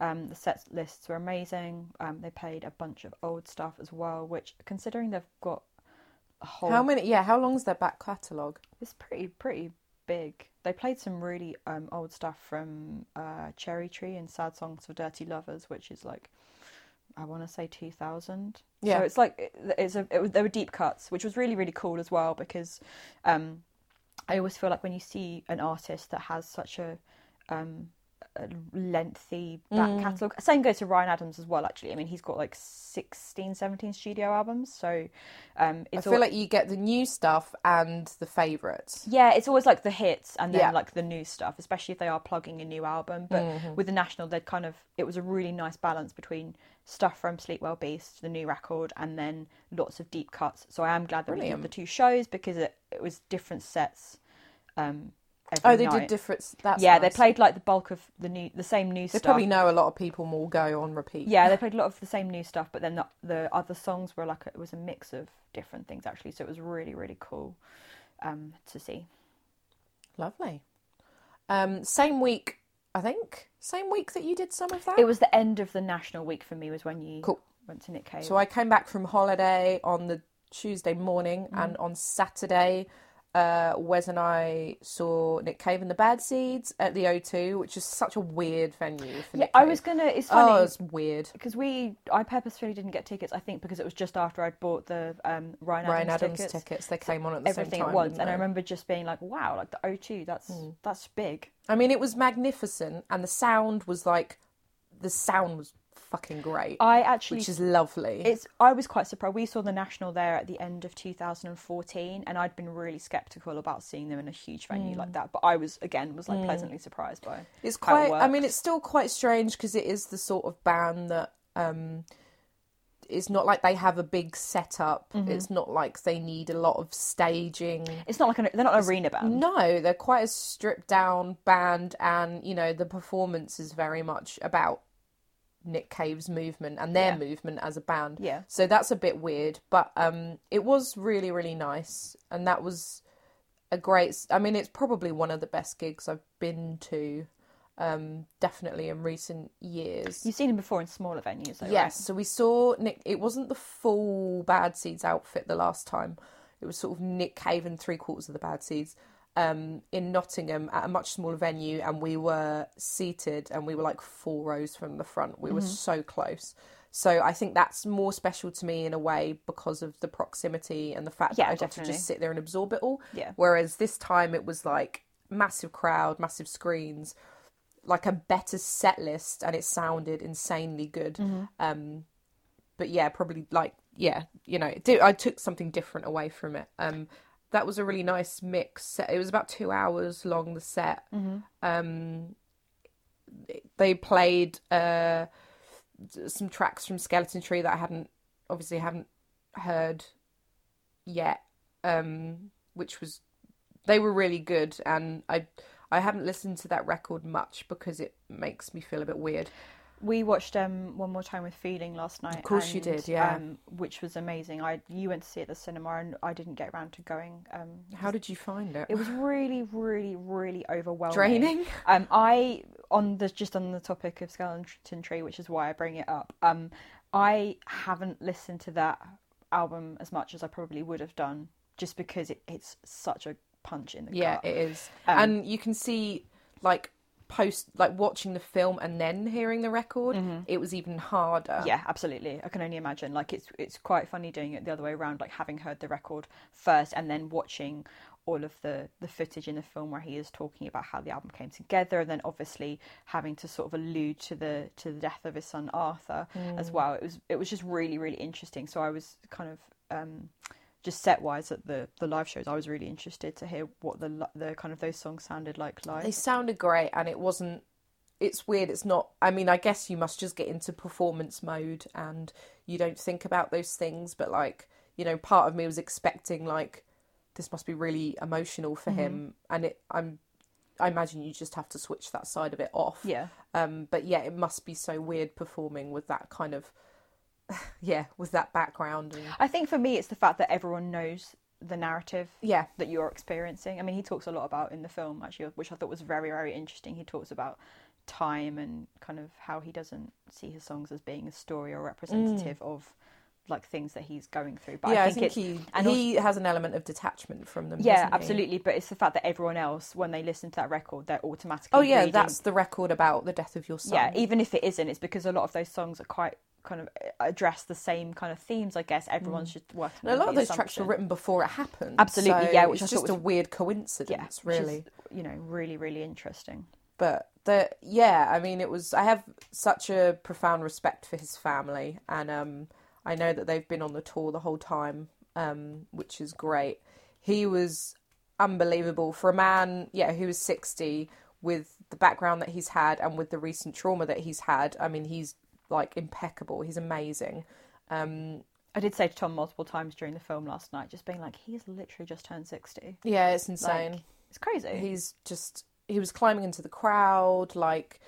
Speaker 1: Um, the set lists were amazing. Um, they played a bunch of old stuff as well, which considering they've got a whole
Speaker 2: How many? Yeah. How long's their back catalogue?
Speaker 1: it's pretty pretty big. They played some really um, old stuff from uh, Cherry Tree and Sad Songs for Dirty Lovers, which is like I want to say two thousand.
Speaker 2: Yeah.
Speaker 1: So it's like it- it's a it was, there were deep cuts, which was really really cool as well because um, I always feel like when you see an artist that has such a um, a lengthy back
Speaker 2: Mm.
Speaker 1: catalogue. Same goes to Ryan Adams as well, actually. I mean, he's got like 16, 17 studio albums. So um,
Speaker 2: I
Speaker 1: it's all,
Speaker 2: feel like you get the new stuff and the favourites.
Speaker 1: yeah, it's always like the hits and then
Speaker 2: Yeah.
Speaker 1: like the new stuff, especially if they are plugging a new album. But
Speaker 2: Mm-hmm.
Speaker 1: with the National, they'd kind of it was a really nice balance between stuff from Sleep Well Beast, the new record, and then lots of deep cuts. So I am glad that we
Speaker 2: Brilliant.
Speaker 1: did the two shows because it, it was different sets. Um, every
Speaker 2: Oh, they
Speaker 1: night.
Speaker 2: did different. That's
Speaker 1: Yeah,
Speaker 2: nice.
Speaker 1: they played like the bulk of the new the same new
Speaker 2: They
Speaker 1: stuff.
Speaker 2: probably know a lot of people will go on repeat.
Speaker 1: Yeah, they played a lot of the same new stuff, but then the, the other songs were like a, it was a mix of different things actually. So it was really really cool um, to see.
Speaker 2: Lovely. Um, same week, I think. Same week that you did some of that.
Speaker 1: It was the end of the national week for me was when you
Speaker 2: Cool.
Speaker 1: went to Nick Cave.
Speaker 2: So I came back from holiday on the Tuesday morning,
Speaker 1: Mm-hmm.
Speaker 2: and on Saturday, uh, Wes and I saw Nick Cave and the Bad Seeds at the O2, which is such a weird venue. For
Speaker 1: yeah,
Speaker 2: Nick
Speaker 1: I
Speaker 2: Cave.
Speaker 1: was gonna. It's
Speaker 2: Oh,
Speaker 1: funny
Speaker 2: it's weird.
Speaker 1: because we I purposefully didn't get tickets. I think because it was just after I'd bought the um, Ryan, Adams,
Speaker 2: Ryan Adams
Speaker 1: tickets,
Speaker 2: tickets. They came on at the
Speaker 1: everything
Speaker 2: same time.
Speaker 1: at once,
Speaker 2: didn't
Speaker 1: and I
Speaker 2: they? Hmm.
Speaker 1: remember just being like, "Wow, like the O2, that's that's big."
Speaker 2: I mean, it was magnificent, and the sound was like, the sound was fucking great,
Speaker 1: I actually
Speaker 2: which is lovely.
Speaker 1: It's. I was quite surprised. We saw the National there at the end of 2014, and I'd been really skeptical about seeing them in a huge venue
Speaker 2: Hmm.
Speaker 1: like that. But I was again was like pleasantly surprised by.
Speaker 2: it's
Speaker 1: how it
Speaker 2: quite. I mean,
Speaker 1: worked.
Speaker 2: it's still quite strange because it is the sort of band that um, it's not like they have a big setup. It's not like they need a lot of staging.
Speaker 1: It's not like an, they're not an arena band.
Speaker 2: No, they're quite a stripped down band, and you know the performance is very much about Nick Cave's movement and their
Speaker 1: Yeah.
Speaker 2: movement as a band.
Speaker 1: Yeah.
Speaker 2: So that's a bit weird, but um, it was really really nice, and that was a great. I mean, it's probably one of the best gigs I've been to, um, definitely in recent years.
Speaker 1: You've seen them before in smaller venues, though. right?
Speaker 2: Yes, so we saw Nick. It wasn't the full Bad Seeds outfit the last time. It was sort of Nick Cave and three quarters of the Bad Seeds um, in Nottingham at a much smaller venue, and we were seated and we were like four rows from the front. We were
Speaker 1: Mm-hmm.
Speaker 2: so close. So I think that's more special to me in a way because of the proximity and the fact
Speaker 1: Yeah,
Speaker 2: that I got to
Speaker 1: definitely.
Speaker 2: just sit there and absorb it all.
Speaker 1: Yeah.
Speaker 2: Whereas this time it was like massive crowd, massive screens, like a better set list and it sounded insanely good um but yeah probably like yeah you know it did, i took something different away from it um that was a really nice mix it was about two hours long the set um they played uh some tracks from skeleton tree that i hadn't obviously haven't heard yet um which was they were really good and i i haven't listened to that record much because it makes me feel a bit weird
Speaker 1: We watched um, one more time with Feeling last night. Of
Speaker 2: course you did, yeah.
Speaker 1: Um, which was amazing. I you went to see it at the cinema, and I didn't get around to going. Um,
Speaker 2: how did you find it
Speaker 1: it was really, really, really overwhelming.
Speaker 2: draining
Speaker 1: Um, I on the just on the topic of Skeleton Tree, which is why I bring it up. Um, I haven't listened to that album as much as I probably would have done, just because it, it's such a punch in the
Speaker 2: yeah
Speaker 1: gut.
Speaker 2: it is and you can see like post like watching the film and then hearing the record it was even harder
Speaker 1: Yeah, absolutely. I can only imagine. Like it's it's quite funny doing it the other way around, like having heard the record first and then watching all of the the footage in the film where he is talking about how the album came together and then obviously having to sort of allude to the to the death of his son Arthur as well. It was it was just really really interesting. So I was kind of um just set wise at the the live shows I was really interested to hear what the li- the kind of those songs sounded like live.
Speaker 2: they sounded great and it wasn't it's weird it's not i mean i guess you must just get into performance mode and you don't think about those things but like you know part of me was expecting like this must be really emotional for him
Speaker 1: Mm-hmm.
Speaker 2: and it i'm i imagine you just have to switch that side of it off
Speaker 1: yeah.
Speaker 2: um but yeah it must be so weird performing with that kind of yeah with that background and
Speaker 1: I think for me it's the fact that everyone knows the narrative
Speaker 2: yeah
Speaker 1: that you're experiencing. I mean, he talks a lot about in the film actually, which I thought was very, very interesting. He talks about time and kind of how he doesn't see his songs as being a story or representative of like things that he's going through. But
Speaker 2: Mm. yeah
Speaker 1: I think, it's
Speaker 2: he
Speaker 1: and
Speaker 2: he has an element of detachment from them
Speaker 1: yeah,
Speaker 2: doesn't he?
Speaker 1: absolutely. But it's the fact that everyone else, when they listen to that record, they're automatically
Speaker 2: oh yeah
Speaker 1: reading-
Speaker 2: that's the record about the death of your son
Speaker 1: yeah. Even if it isn't, it's because a lot of those songs are quite kind of uh, address the same kind of themes. I guess everyone's just working.
Speaker 2: Mm. And a
Speaker 1: under
Speaker 2: lot of
Speaker 1: the
Speaker 2: those tracks were
Speaker 1: assumption.
Speaker 2: written before it happened.
Speaker 1: Absolutely,
Speaker 2: so
Speaker 1: yeah, which
Speaker 2: it's
Speaker 1: I thought
Speaker 2: just
Speaker 1: was-
Speaker 2: a weird coincidence,
Speaker 1: which is,
Speaker 2: really.
Speaker 1: you know, really, really interesting.
Speaker 2: But the yeah, I mean, it was. I have such a profound respect for his family, and um, I know that they've been on the tour the whole time, um, which is great. He was unbelievable for a man, yeah, who was sixty with the background that he's had and with the recent trauma that he's had. I mean, he's like impeccable. He's amazing.
Speaker 1: I did say to Tom multiple times during the film last night, just being like, he's literally just turned 60.
Speaker 2: Yeah, it's insane.
Speaker 1: Like, it's crazy.
Speaker 2: he's just he was climbing into the crowd like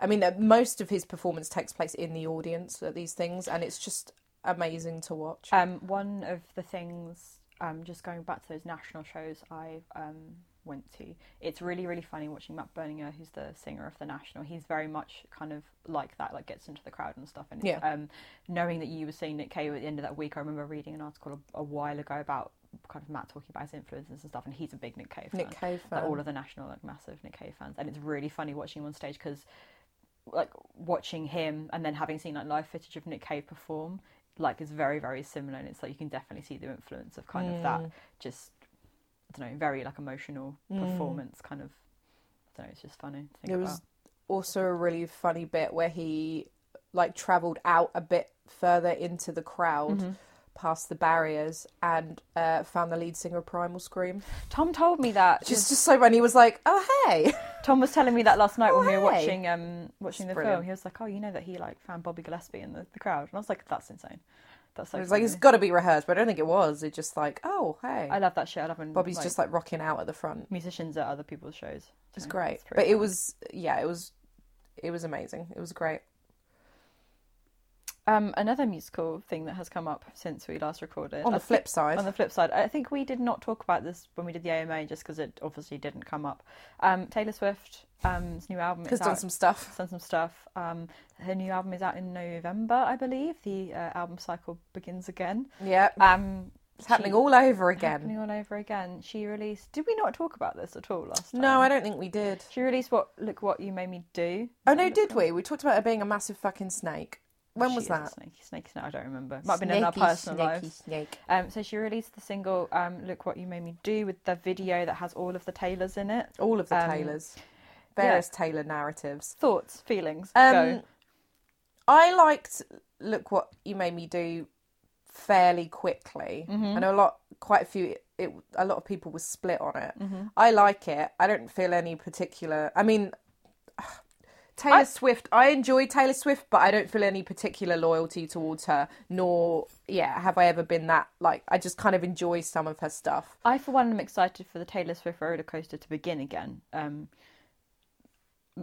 Speaker 2: i mean uh, most of his performance takes place in the audience at these things and it's just amazing to watch
Speaker 1: um, one of the things, um, just going back to those national shows, I um, went to. It's really, really funny watching Matt Berninger, who's the singer of The National. He's very much kind of like that, like gets into the crowd and stuff. And it's,
Speaker 2: Yeah.
Speaker 1: um, knowing that you were seeing Nick Cave at the end of that week, I remember reading an article a, a while ago about kind of Matt talking about his influences and stuff, and he's a big Nick Cave fan.
Speaker 2: Nick Cave fan.
Speaker 1: Like all of the national, like massive Nick Cave fans, and it's really funny watching him on stage because, like, watching him and then having seen like live footage of Nick Cave perform, like, is very very similar, and it's like you can definitely see the influence of kind of that just, I don't know, very like emotional performance kind of. I don't know, it's just funny to think
Speaker 2: There was also a really funny bit where he like traveled out a bit further into the crowd,
Speaker 1: Mm-hmm.
Speaker 2: past the barriers, and uh, found the lead singer of Primal Scream.
Speaker 1: about. Tom told me that.
Speaker 2: Just just so when he was like, "Oh hey,
Speaker 1: Tom was telling me that last night when we were
Speaker 2: Oh, hey.
Speaker 1: watching um watching the
Speaker 2: It's brilliant.
Speaker 1: film. He was like, "Oh, you know that he like found Bobby Gillespie in the, the crowd," and I was like, "That's insane." That's so
Speaker 2: it was like
Speaker 1: funny.
Speaker 2: it's got to be rehearsed," but I don't think it was. It just like, "Oh hey."
Speaker 1: I love that shit. I love when
Speaker 2: Bobby's
Speaker 1: like,
Speaker 2: just like rocking out at the front.
Speaker 1: musicians at other people's shows.
Speaker 2: It's
Speaker 1: So
Speaker 2: great,
Speaker 1: it's
Speaker 2: but
Speaker 1: pretty
Speaker 2: it
Speaker 1: fun.
Speaker 2: was yeah, it was it was amazing. It was great.
Speaker 1: um, another musical thing that has come up since we last recorded.
Speaker 2: On
Speaker 1: I
Speaker 2: the flip
Speaker 1: thi-
Speaker 2: side,
Speaker 1: on the flip side, I think we did not talk about this when we did the AMA just because it obviously didn't come up. Um, Taylor Swift's um, new album
Speaker 2: has
Speaker 1: is
Speaker 2: done
Speaker 1: out.
Speaker 2: some stuff.
Speaker 1: she's done some stuff. Um, her new album is out in November, I believe. The uh, album cycle begins again.
Speaker 2: Yeah,
Speaker 1: Um,
Speaker 2: it's happening
Speaker 1: she-
Speaker 2: all over again.
Speaker 1: happening all over again. She released. Did we not talk about this at all last time?
Speaker 2: No, I don't think we did.
Speaker 1: She released what? Look what you made me do.
Speaker 2: Oh no, did we? We talked about her being a massive fucking snake. When was
Speaker 1: She is a
Speaker 2: that?
Speaker 1: Snakey, snakey, snake. I don't remember. Might have been in our personal lives.
Speaker 2: snake.
Speaker 1: Um, so she released the single um, "Look What You Made Me Do" with the video that has all of the Taylors in it.
Speaker 2: All of the
Speaker 1: Um,
Speaker 2: Taylors, various Taylor narratives.
Speaker 1: Thoughts, feelings.
Speaker 2: Um,
Speaker 1: go.
Speaker 2: I liked "Look What You Made Me Do" fairly quickly. I know a lot, quite a few. It a lot of people were split on it. I like it. I don't feel any particular. I mean, Taylor Swift. I enjoy Taylor Swift, but I don't feel any particular loyalty towards her. Nor, yeah, have I ever been that. Like, I just kind of enjoy some of her stuff.
Speaker 1: I, for one, am excited for the Taylor Swift roller coaster to begin again. Um,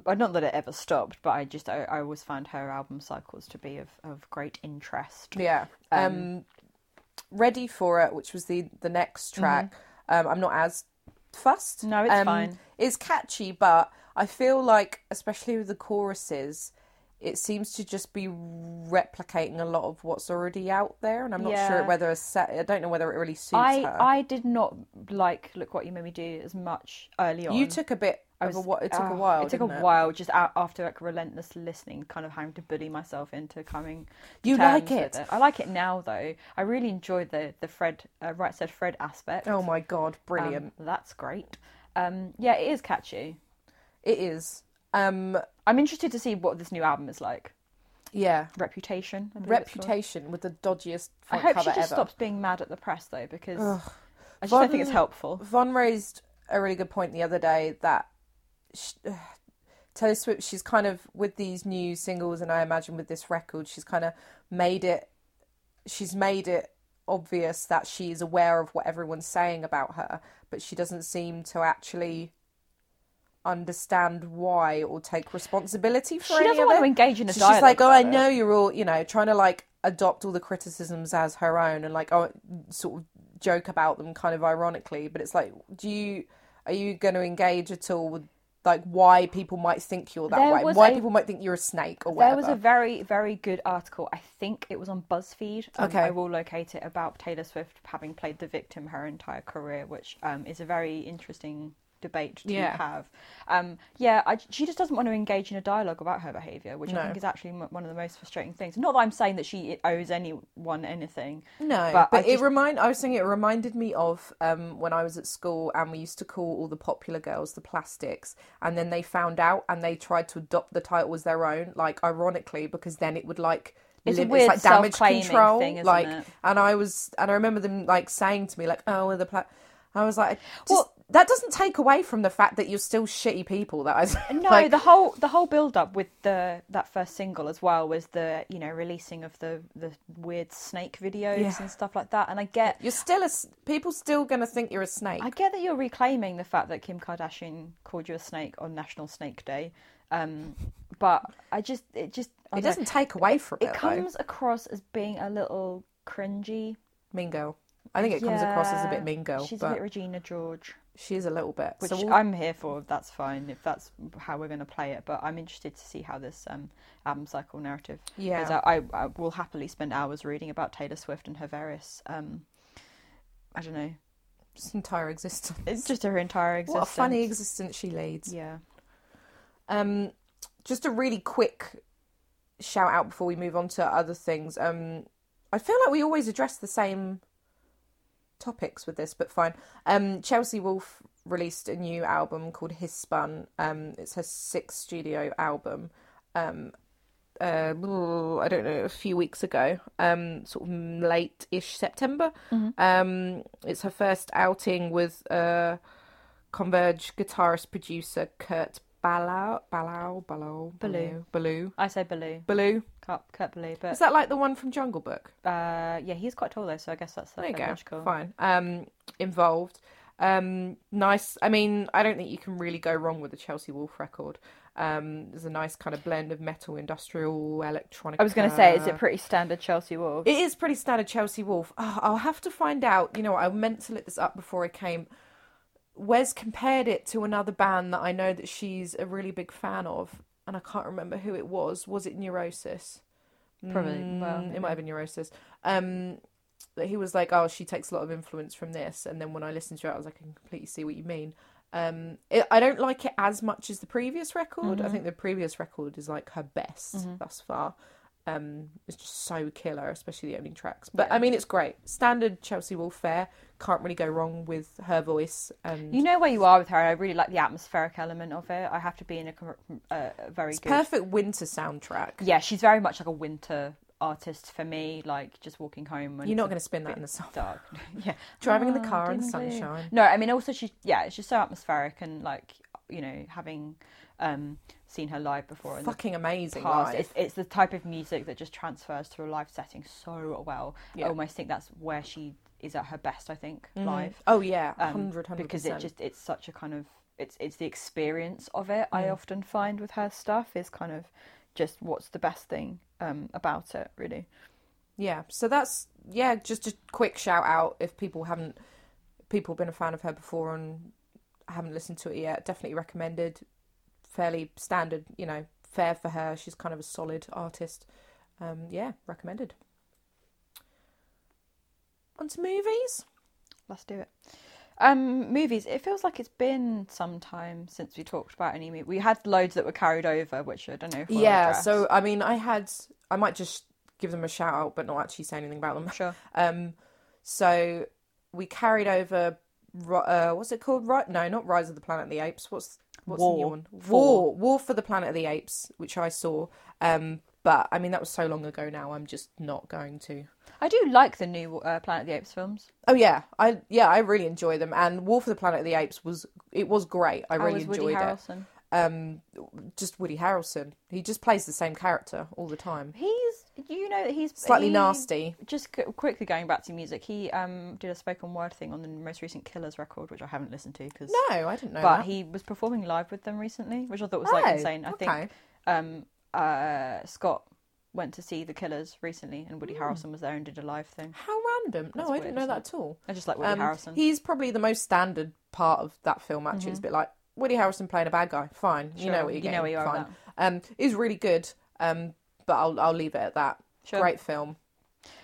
Speaker 1: uh, not that it ever stopped, but I just I, I always found her album cycles to be of, of great interest.
Speaker 2: Yeah. Um, ready for it, which was the the next track. Um, I'm not as fussed.
Speaker 1: Mhm. No, it's
Speaker 2: Um,
Speaker 1: fine.
Speaker 2: It's catchy, but I feel like, especially with the choruses, it seems to just be replicating a lot of what's already out there, and I'm not sure
Speaker 1: Yeah.
Speaker 2: whether a set. I don't know whether it really suits
Speaker 1: I
Speaker 2: her.
Speaker 1: I did not like "Look What You Made Me Do" as much early on.
Speaker 2: you took a bit.
Speaker 1: I
Speaker 2: of a
Speaker 1: was-
Speaker 2: whi- it took a
Speaker 1: oh,
Speaker 2: while.
Speaker 1: It took
Speaker 2: didn't
Speaker 1: a while, just out after like relentless listening, kind of having to bully myself into coming. to
Speaker 2: You like
Speaker 1: terms with
Speaker 2: it?
Speaker 1: I like it now though. I really enjoy the the Fred uh, right said Fred aspect.
Speaker 2: Oh my god,
Speaker 1: Um,
Speaker 2: brilliant!
Speaker 1: that's great. Um, yeah, it is catchy.
Speaker 2: it is. Um,
Speaker 1: I'm interested to see what this new album is like.
Speaker 2: yeah.
Speaker 1: Reputation. I believe it's called.
Speaker 2: Reputation with the dodgiest
Speaker 1: I
Speaker 2: front
Speaker 1: hope she
Speaker 2: cover
Speaker 1: just
Speaker 2: ever.
Speaker 1: stops being mad at the press though, because I just don't think it's
Speaker 2: Von-
Speaker 1: helpful.
Speaker 2: Von raised a really good point the other day that sh uh, Taylor Swift, she's kind of with these new singles, and I imagine with this record, she's kind of made it. She's made it obvious that she is aware of what everyone's saying about her, but she doesn't seem to actually understand why or take responsibility for
Speaker 1: She
Speaker 2: any
Speaker 1: doesn't
Speaker 2: of
Speaker 1: want
Speaker 2: it.
Speaker 1: to engage in a
Speaker 2: So
Speaker 1: dialogue.
Speaker 2: she's like, oh,
Speaker 1: about
Speaker 2: I
Speaker 1: it.
Speaker 2: know you're all, you know, trying to like adopt all the criticisms as her own and like, oh, sort of joke about them kind of ironically. But it's like, do you, are you going to engage at all with like why people might think you're that
Speaker 1: There
Speaker 2: way?
Speaker 1: was
Speaker 2: Why
Speaker 1: a-
Speaker 2: people might think you're a snake or
Speaker 1: There
Speaker 2: whatever?
Speaker 1: was a very, very good article. I think it was on BuzzFeed. Um,
Speaker 2: Okay.
Speaker 1: I will locate it about Taylor Swift having played the victim her entire career, which um, is a very interesting debate to
Speaker 2: Yeah.
Speaker 1: have. Um, yeah, I, she just doesn't want to engage in a dialogue about her behaviour, which I think is actually m- one of the most frustrating things. Not that I'm saying that she owes anyone anything.
Speaker 2: No, but,
Speaker 1: But I
Speaker 2: it
Speaker 1: just-
Speaker 2: remind I was thinking it reminded me of um, when I was at school and we used to call all the popular girls the plastics, and then they found out and they tried to adopt the title as their own, like ironically, because then it would like
Speaker 1: It's a
Speaker 2: lim-
Speaker 1: weird
Speaker 2: like damage
Speaker 1: self-claiming
Speaker 2: control,
Speaker 1: thing, isn't
Speaker 2: like,
Speaker 1: it?
Speaker 2: and I was and I remember them like saying to me like, oh, well, the pla-. I was like, just-
Speaker 1: Well-
Speaker 2: that doesn't take away from the fact that you're still shitty people. That I
Speaker 1: No,
Speaker 2: like,
Speaker 1: the whole the whole build up with the that first single as well was the you know releasing of the the weird snake videos
Speaker 2: Yeah.
Speaker 1: and stuff like that. And I get
Speaker 2: you're still a s- people still gonna think you're a snake.
Speaker 1: I get that you're reclaiming the fact that Kim Kardashian called you a snake on National Snake Day, um, but I just it just I
Speaker 2: it
Speaker 1: don't know.
Speaker 2: doesn't take away from it.
Speaker 1: it
Speaker 2: though.
Speaker 1: comes across as being a little cringy.
Speaker 2: Mean Girl. I think it comes across as a
Speaker 1: Yeah.
Speaker 2: bit Mean Girl,
Speaker 1: She's a
Speaker 2: but
Speaker 1: bit Regina George.
Speaker 2: She is a little bit.
Speaker 1: which
Speaker 2: so we'll-
Speaker 1: I'm here for. That's fine if that's how we're going to play it. But I'm interested to see how this um, album cycle narrative. goes
Speaker 2: yeah,
Speaker 1: out. I, I will happily spend hours reading about Taylor Swift and her various. Um, I don't know.
Speaker 2: just entire existence.
Speaker 1: It's just her entire existence.
Speaker 2: What a funny existence she leads.
Speaker 1: Yeah.
Speaker 2: Um, just a really quick shout out before we move on to other things. Um, I feel like we always address the same topics with this, but fine. Um, Chelsea Wolf released a new album called His Spun. Um, it's her sixth studio album. Um, uh, ooh, I don't know, a few weeks ago, um, sort of late ish September. Um, it's her first outing with uh, Converge guitarist producer Kurt Balou. Balou? Balou?
Speaker 1: Ballou.
Speaker 2: Balou.
Speaker 1: I say Baloo.
Speaker 2: Balou.
Speaker 1: Can't, can't believe, but
Speaker 2: Is that like the one from Jungle Book?
Speaker 1: uh, yeah, he's quite tall though, so I guess that's
Speaker 2: There you go.
Speaker 1: logical.
Speaker 2: Fine. Um, involved. Um, nice. I mean, I don't think you can really go wrong with the Chelsea Wolf record. Um, there's a nice kind of blend of metal, industrial, electronic.
Speaker 1: I was going to say,
Speaker 2: Uh,
Speaker 1: is it pretty standard Chelsea Wolves?
Speaker 2: It is pretty standard Chelsea Wolf. Oh, I'll have to find out. You know, what, I meant to look this up before I came. Wes compared it to another band that I know that she's a really big fan of, and I can't remember who it was. Was it Neurosis?
Speaker 1: Probably. well,
Speaker 2: Mm, it might have been Neurosis. Um, that he was like, oh, she takes a lot of influence from this, and then when I listened to it, I was like, I can completely see what you mean. Um, it, I don't like it as much as the previous record.
Speaker 1: Mm-hmm.
Speaker 2: I think the previous record is like her best thus far. Um, it's just so killer, especially the opening tracks. But I mean, it's great. Standard Chelsea Wolf fare. Can't really go wrong with her voice. And
Speaker 1: You know where you are with her. and I really like the atmospheric element of it. I have to be in a, com- a a very good.
Speaker 2: perfect winter soundtrack.
Speaker 1: Yeah, she's very much like a winter artist for me. Like just walking home when
Speaker 2: You're
Speaker 1: it's
Speaker 2: not
Speaker 1: a
Speaker 2: going to spin that in the summer.
Speaker 1: bit dark. yeah,
Speaker 2: Driving in the
Speaker 1: Ah,
Speaker 2: car in the
Speaker 1: ding, ding.
Speaker 2: sunshine.
Speaker 1: No, I mean also she. Yeah, it's just so atmospheric and like you know having um seen her live before. in the
Speaker 2: Fucking amazing.
Speaker 1: past.
Speaker 2: live.
Speaker 1: It's, it's the type of music that just transfers to a live setting so well.
Speaker 2: Yeah.
Speaker 1: I almost think that's where she is at her best. I think live
Speaker 2: Oh yeah,
Speaker 1: um,
Speaker 2: hundred hundred
Speaker 1: because
Speaker 2: percent.
Speaker 1: it just it's such a kind of it's it's the experience of it.
Speaker 2: Mm.
Speaker 1: I often find with her stuff is kind of just what's the best thing um, about it really.
Speaker 2: yeah. So that's yeah. Just a quick shout out if people haven't people been a fan of her before and haven't listened to it yet. Definitely recommended. Fairly standard, you know, fair for her. She's kind of a solid artist. Um, yeah, recommended. On to movies.
Speaker 1: Let's do it. Um, movies. It feels like it's been some time since we talked about any movie. We had loads that were carried over, which I don't know. if we'll
Speaker 2: yeah.
Speaker 1: address.
Speaker 2: So I mean, I had I might just give them a shout out, but not actually say anything about them.
Speaker 1: sure.
Speaker 2: Um, so we carried over. Ri- Uh, what's it called? Right? No, not Rise of the Planet of the Apes. What's what's the new
Speaker 1: War.
Speaker 2: one? War,
Speaker 1: War.
Speaker 2: War for the Planet of the Apes, which I saw. Um, but I mean that was so long ago now. I'm just not going to.
Speaker 1: I do like the new uh, Planet of the Apes films.
Speaker 2: Oh yeah, I yeah I really enjoy them. And War for the Planet of the Apes was it was great. I
Speaker 1: How
Speaker 2: really
Speaker 1: was
Speaker 2: enjoyed
Speaker 1: Woody
Speaker 2: it.
Speaker 1: Harrelson.
Speaker 2: Um, just Woody Harrelson. He just plays the same character all the time.
Speaker 1: He's, you know, that he's
Speaker 2: Slightly
Speaker 1: he-
Speaker 2: nasty.
Speaker 1: Just c- quickly going back to music, he um did a spoken word thing on the most recent Killers record, which I haven't listened to because.
Speaker 2: No, I didn't know
Speaker 1: But
Speaker 2: that.
Speaker 1: he was performing live with them recently, which I thought was like
Speaker 2: Oh,
Speaker 1: insane. I
Speaker 2: okay.
Speaker 1: think um uh Scott went to see the Killers recently, and
Speaker 2: Hmm.
Speaker 1: Woody Harrelson was there and did a live thing.
Speaker 2: How random. No,
Speaker 1: That's
Speaker 2: I
Speaker 1: weird,
Speaker 2: didn't know
Speaker 1: isn't
Speaker 2: that at all.
Speaker 1: I just like Woody
Speaker 2: Um,
Speaker 1: Harrelson. Mm-hmm.
Speaker 2: He's probably the most standard part of that film. Actually, it's a bit like Woody Harrelson playing a bad guy. Fine, you know
Speaker 1: Sure,
Speaker 2: what you're
Speaker 1: you
Speaker 2: getting.
Speaker 1: know where you are
Speaker 2: Fine. Um, is really good. Um, but I'll I'll leave it at that.
Speaker 1: Sure.
Speaker 2: Great film.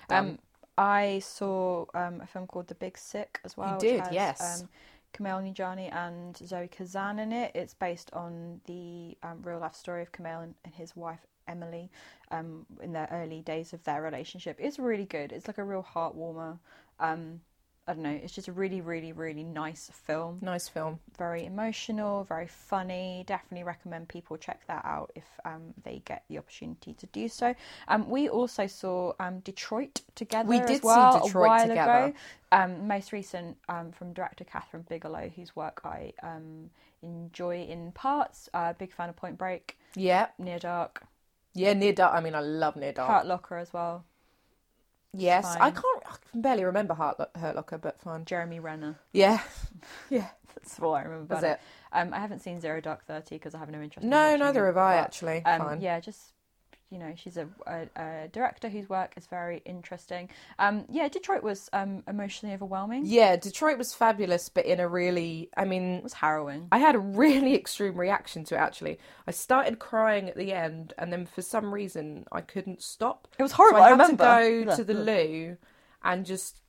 Speaker 1: Um, I saw um, a film called The Big Sick as well. which
Speaker 2: did,
Speaker 1: has,
Speaker 2: yes.
Speaker 1: Um, Kumail Nanjiani and Zoe Kazan in it. It's based on the um, real life story of Kumail and, and his wife Emily um, in their early days of their relationship. It's really good. It's like a real heart warmer. Um, I don't know. It's just a really, really, really nice film.
Speaker 2: Nice film.
Speaker 1: Very emotional, very funny. Definitely recommend people check that out if um, they get the opportunity to do so. Um, we also saw um, Detroit together.
Speaker 2: We
Speaker 1: as
Speaker 2: did see
Speaker 1: well
Speaker 2: Detroit
Speaker 1: a while
Speaker 2: together.
Speaker 1: Ago. Um, most recent um, from director Catherine Bigelow, whose work I um, enjoy in parts. Uh, big fan of Point Break,
Speaker 2: Yeah,
Speaker 1: Near Dark,
Speaker 2: yeah. Near Dark. I mean, I love Near Dark.
Speaker 1: Heart Locker as well.
Speaker 2: yes,
Speaker 1: fine.
Speaker 2: I can't. I can barely remember Heart Lo- Hurt Locker, but fine.
Speaker 1: Jeremy Renner.
Speaker 2: Yeah, yeah.
Speaker 1: That's all I remember.
Speaker 2: That's
Speaker 1: about
Speaker 2: it.
Speaker 1: Um, I haven't seen Zero Dark Thirty because I have no interest. in
Speaker 2: No,
Speaker 1: watching
Speaker 2: neither
Speaker 1: it,
Speaker 2: have I.
Speaker 1: but-
Speaker 2: Actually,
Speaker 1: Um,
Speaker 2: fine.
Speaker 1: Yeah, just you know, she's a, a, a director whose work is very interesting. Um, yeah, Detroit was um, emotionally overwhelming.
Speaker 2: Yeah, Detroit was fabulous, but in a really, I mean,
Speaker 1: It was harrowing.
Speaker 2: I had a really extreme reaction to it actually. I started crying at the end, and then for some reason I couldn't stop.
Speaker 1: It was horrible.
Speaker 2: So I
Speaker 1: I,
Speaker 2: had
Speaker 1: remember.
Speaker 2: to go
Speaker 1: Ugh.
Speaker 2: to the loo and just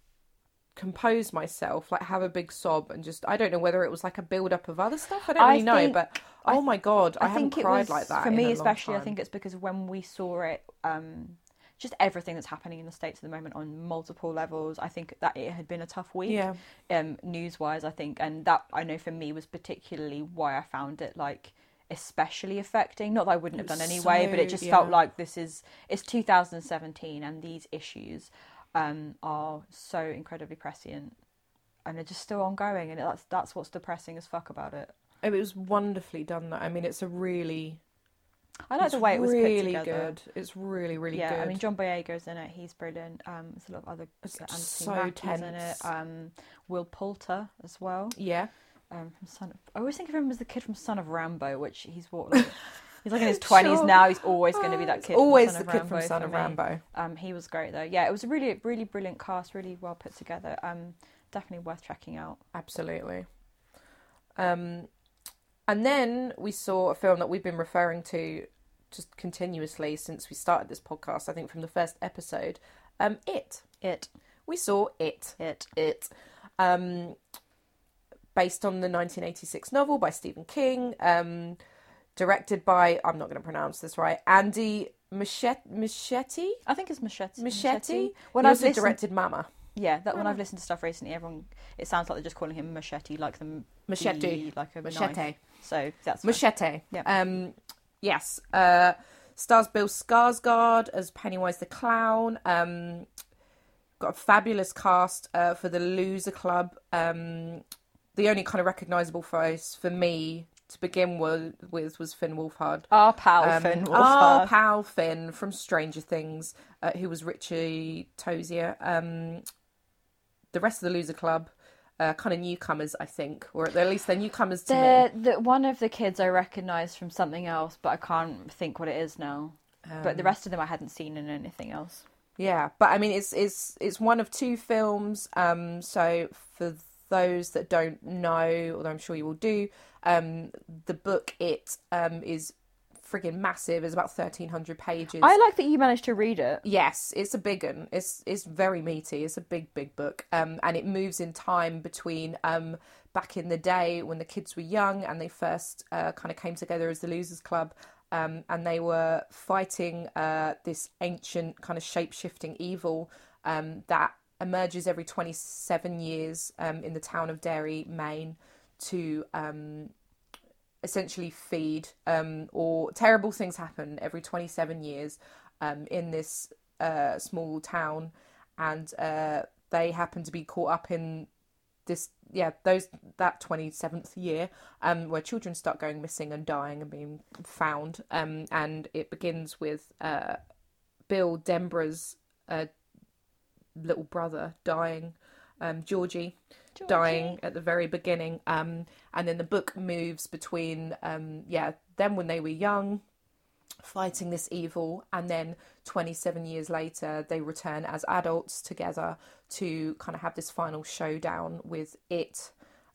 Speaker 2: compose myself, like have a big sob, and just I don't know whether it was like a build up of other stuff. I don't
Speaker 1: I
Speaker 2: really know,
Speaker 1: think-
Speaker 2: but oh my god, I,
Speaker 1: I
Speaker 2: haven't
Speaker 1: think it
Speaker 2: cried
Speaker 1: was
Speaker 2: like that
Speaker 1: for
Speaker 2: in a
Speaker 1: me,
Speaker 2: long
Speaker 1: especially. I
Speaker 2: time.
Speaker 1: think it's because when we saw it, um, just everything that's happening in the states at the moment on multiple levels. I think that it had been a tough week,
Speaker 2: Yeah.
Speaker 1: um, news wise. I think, and that I know for me was particularly why I found it like especially affecting. Not that I wouldn't have done
Speaker 2: was
Speaker 1: anyway, but it
Speaker 2: so-
Speaker 1: just
Speaker 2: yeah.
Speaker 1: felt like this is it's 2017, and these issues um, are so incredibly prescient. And they're just still ongoing, and that's that's what's depressing as fuck about it.
Speaker 2: Oh, it was wonderfully done. Though I mean, it's a really
Speaker 1: I like
Speaker 2: it's
Speaker 1: the way it was
Speaker 2: really
Speaker 1: put together.
Speaker 2: good. It's really really
Speaker 1: yeah,
Speaker 2: good.
Speaker 1: I mean John Boyega's in it. He's brilliant. Um, there's a lot of other
Speaker 2: It's
Speaker 1: Anthony
Speaker 2: just so
Speaker 1: Mackie's in it.
Speaker 2: tense.
Speaker 1: Um, Will Poulter as well.
Speaker 2: yeah,
Speaker 1: Um, from Son of I always think of him as the kid from Son of Rambo, which he's what like, he's like in his twenties
Speaker 2: Sure.
Speaker 1: now. He's always going to be that
Speaker 2: Ah, It's
Speaker 1: kid.
Speaker 2: always
Speaker 1: from Son of Rambo
Speaker 2: the kid from Son
Speaker 1: for
Speaker 2: of
Speaker 1: me.
Speaker 2: Rambo.
Speaker 1: Um, he was great though. Yeah, it was a really really brilliant cast. Really well put together. Um, definitely worth checking out.
Speaker 2: Absolutely. Um, and then we saw a film that we've been referring to just continuously since we started this podcast. I think from the first episode, um, it
Speaker 1: It
Speaker 2: we saw it
Speaker 1: it
Speaker 2: it, um, based on the 1986 novel by Stephen King, um, directed by I'm not going to pronounce this right, Andy Machete. Machete.
Speaker 1: I think it's machete.
Speaker 2: Machete.
Speaker 1: When
Speaker 2: he
Speaker 1: I've
Speaker 2: also
Speaker 1: listened,
Speaker 2: directed Mama.
Speaker 1: yeah, that
Speaker 2: Oh.
Speaker 1: when I've listened to stuff recently, everyone it sounds like they're just calling him machete, like the m-
Speaker 2: Machete.
Speaker 1: the- like a
Speaker 2: Machete.
Speaker 1: machete. So that's fine.
Speaker 2: Machete.
Speaker 1: Yeah.
Speaker 2: Um, yes. Uh, stars Bill Skarsgård as Pennywise the Clown. Um, got a fabulous cast uh, for the Loser Club. Um, the only kind of recognisable face for me to begin with, with was Finn Wolfhard.
Speaker 1: Our pal
Speaker 2: Um,
Speaker 1: Finn
Speaker 2: Our
Speaker 1: Wolfhard.
Speaker 2: pal Finn from Stranger Things, uh, who was Richie Tozier. Um, the rest of the Loser Club, uh, kind of newcomers, I think, or at least they're newcomers to me.
Speaker 1: The, the one of the kids I recognised from something else, but I can't think what it is now. but the rest of them I hadn't seen in anything else.
Speaker 2: Yeah, but I mean, it's it's it's one of two films. Um, so for those that don't know, although I'm sure you will do, um, the book it um is friggin' massive. It's about thirteen hundred pages.
Speaker 1: I like that you managed to read it.
Speaker 2: Yes, it's a big one. It's it's very meaty. It's a big big book. Um, and it moves in time between um back in the day when the kids were young and they first uh, kind of came together as the Losers Club. Um, and they were fighting uh, this ancient kind of shape shifting evil um, that emerges every 27 years um, in the town of Derry, Maine, to um, essentially feed um, or terrible things happen every 27 years um, in this uh, small town and uh, they happen to be caught up in this yeah those that 27th year um where children start going missing and dying and being found um and it begins with uh bill denborough's uh little brother dying um georgie, dying at the very beginning um and then the book moves between um yeah them when they were young fighting this evil and then 27 years later they return as adults together to kind of have this final showdown with it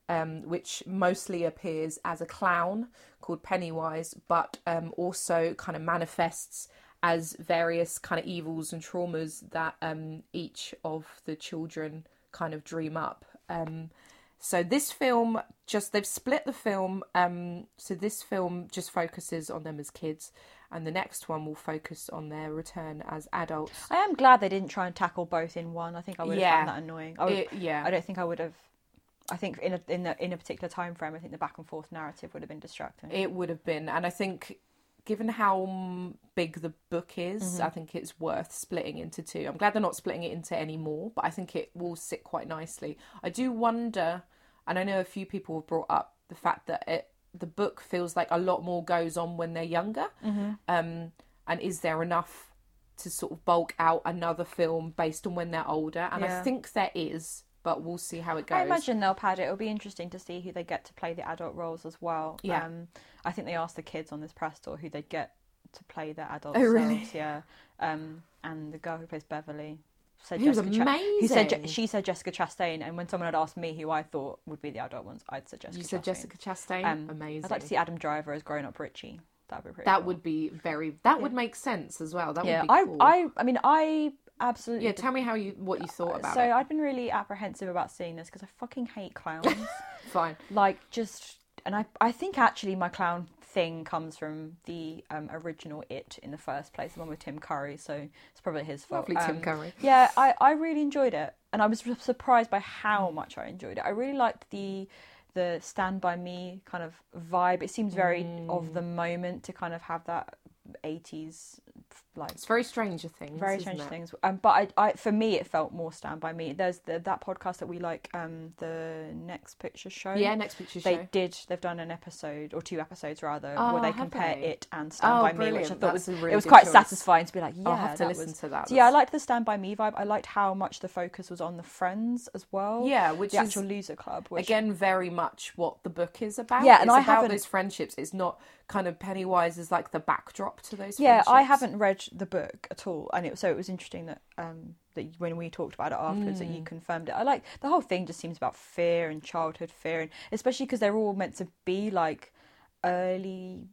Speaker 2: um, which mostly appears as a clown called pennywise but um, also kind of manifests as various kind of evils and traumas that um, each of the children kind of dream up um, so this film just they've split the film. Um, so this film just focuses on them as kids, and the next one will focus on their return as adults.
Speaker 1: I am glad they didn't try and tackle both in one. I think I would have
Speaker 2: Yeah.
Speaker 1: found that annoying. I, would,
Speaker 2: It- yeah.
Speaker 1: I don't think I would have. I think in a in, the, in a particular time frame, I think the back and forth narrative would have been distracting.
Speaker 2: It would have been, and I think, given how mm, big the book is,
Speaker 1: Mm-hmm.
Speaker 2: I think it's worth splitting into two. I'm glad they're not splitting it into any more, but I think it will sit quite nicely. I do wonder, and I know a few people have brought up the fact that it, the book feels like a lot more goes on when they're younger,
Speaker 1: Mm-hmm.
Speaker 2: um, and is there enough to sort of bulk out another film based on when they're older? And I
Speaker 1: Yeah.
Speaker 2: think there is, but we'll see how it goes.
Speaker 1: I imagine they'll pad it. It'll be interesting to see who they get to play the adult roles as well.
Speaker 2: Yeah.
Speaker 1: Um, I think they asked the kids on this press tour who they'd get to play their adult
Speaker 2: Oh, really?
Speaker 1: selves. Yeah. Um, and the girl who plays Beverly said
Speaker 2: He was
Speaker 1: Jessica. Cha- who said Je-
Speaker 2: amazing.
Speaker 1: she said Jessica Chastain, and when someone had asked me who I thought would be the adult ones, I'd suggest.
Speaker 2: you said Jessica Chastain.
Speaker 1: Um,
Speaker 2: amazing.
Speaker 1: I'd like to see Adam Driver as grown up Richie. That'd be pretty.
Speaker 2: that
Speaker 1: cool.
Speaker 2: would be very. That would make sense as well. That
Speaker 1: Yeah.
Speaker 2: would be
Speaker 1: I.
Speaker 2: cool.
Speaker 1: I. I mean, I absolutely.
Speaker 2: yeah, tell me how you what you thought about
Speaker 1: Uh, so
Speaker 2: it.
Speaker 1: I'd been really apprehensive about seeing this because I fucking hate clowns.
Speaker 2: Fine.
Speaker 1: like just and I, I think actually my clown thing comes from the um, original it in the first place the one with tim curry so it's probably his fault
Speaker 2: Lovely Tim
Speaker 1: Um,
Speaker 2: Curry.
Speaker 1: yeah I, I really enjoyed it and i was r- surprised by how much i enjoyed it i really liked the the stand by me kind of vibe it seems very of
Speaker 2: Mm.
Speaker 1: the moment to kind of have that 80s like
Speaker 2: It's very Stranger Things.
Speaker 1: very
Speaker 2: isn't
Speaker 1: strange
Speaker 2: it?
Speaker 1: things um, but I, I for me it felt more stand by me there's the, that podcast that we like um the next picture show
Speaker 2: Yeah, next picture
Speaker 1: they
Speaker 2: show.
Speaker 1: did they've done an episode or two episodes rather
Speaker 2: Oh,
Speaker 1: where they
Speaker 2: have
Speaker 1: compare
Speaker 2: they?
Speaker 1: it and stand
Speaker 2: Oh,
Speaker 1: by me which i
Speaker 2: brilliant.
Speaker 1: thought
Speaker 2: That's
Speaker 1: was
Speaker 2: a really
Speaker 1: it was
Speaker 2: good
Speaker 1: quite
Speaker 2: choice.
Speaker 1: satisfying to be like yeah
Speaker 2: I'll have to
Speaker 1: that
Speaker 2: listen
Speaker 1: was-
Speaker 2: to that.
Speaker 1: So, yeah i
Speaker 2: That's-
Speaker 1: liked the stand by me vibe i liked how much the focus was on the friends as well
Speaker 2: Yeah, which
Speaker 1: the
Speaker 2: is-
Speaker 1: actual loser club which
Speaker 2: Again, very much what the book is about.
Speaker 1: Yeah, and
Speaker 2: it's
Speaker 1: I
Speaker 2: about
Speaker 1: haven't-
Speaker 2: those friendships. It's not kind of Pennywise is like the backdrop to those.
Speaker 1: yeah i
Speaker 2: friendships.
Speaker 1: haven't read the book at all and it so it was interesting that um that you- when we talked about it afterwards
Speaker 2: Mm.
Speaker 1: that you confirmed it i like the whole thing just seems about fear and childhood fear and especially because they're all meant to be like early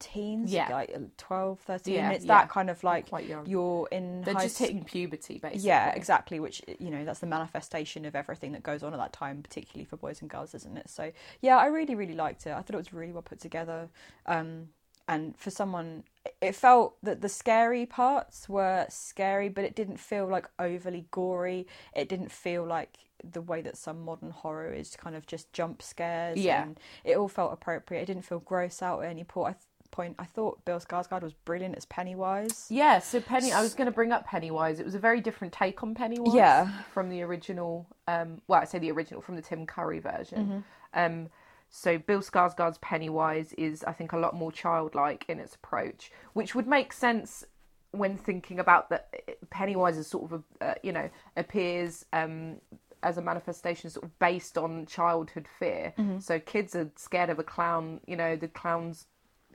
Speaker 1: teens
Speaker 2: Yeah.
Speaker 1: like 12 13
Speaker 2: Yeah,
Speaker 1: and it's
Speaker 2: yeah.
Speaker 1: that kind of like
Speaker 2: quite young.
Speaker 1: you're in
Speaker 2: They're
Speaker 1: high
Speaker 2: just
Speaker 1: s-
Speaker 2: hitting puberty, basically.
Speaker 1: yeah exactly which eh, you know that's the manifestation of everything that goes on at that time particularly for boys and girls isn't it so yeah i really really liked it i thought it was really well put together um and for someone it felt that the scary parts were scary but it didn't feel like overly gory it didn't feel like the way that some modern horror is kind of just jump scares
Speaker 2: Yeah.
Speaker 1: and it all felt appropriate it didn't feel gross out at any po- I th- point i thought bill skarsgård was brilliant as pennywise
Speaker 2: Yeah, so Penny, I was going to bring up Pennywise. It was a very different take on Pennywise
Speaker 1: Yeah.
Speaker 2: from the original. Um, well, I say the original from the Tim Curry version. Um, so Bill Skarsgård's Pennywise is, I think, a lot more childlike in its approach, which would make sense when thinking about that. eh, Pennywise is sort of, a, uh, you know, appears um, as a manifestation sort of based on childhood fear. So kids are scared of a clown. You know, the clowns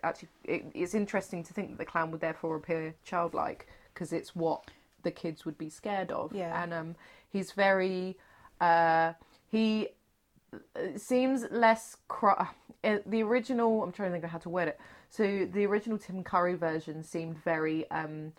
Speaker 2: actually it, it's interesting to think that the clown would therefore appear childlike because it's what the kids would be scared of
Speaker 1: Yeah.
Speaker 2: and um he's very uh he uh, seems less cr- uh, the original i'm trying to think of how to word it so the original tim curry version seemed very um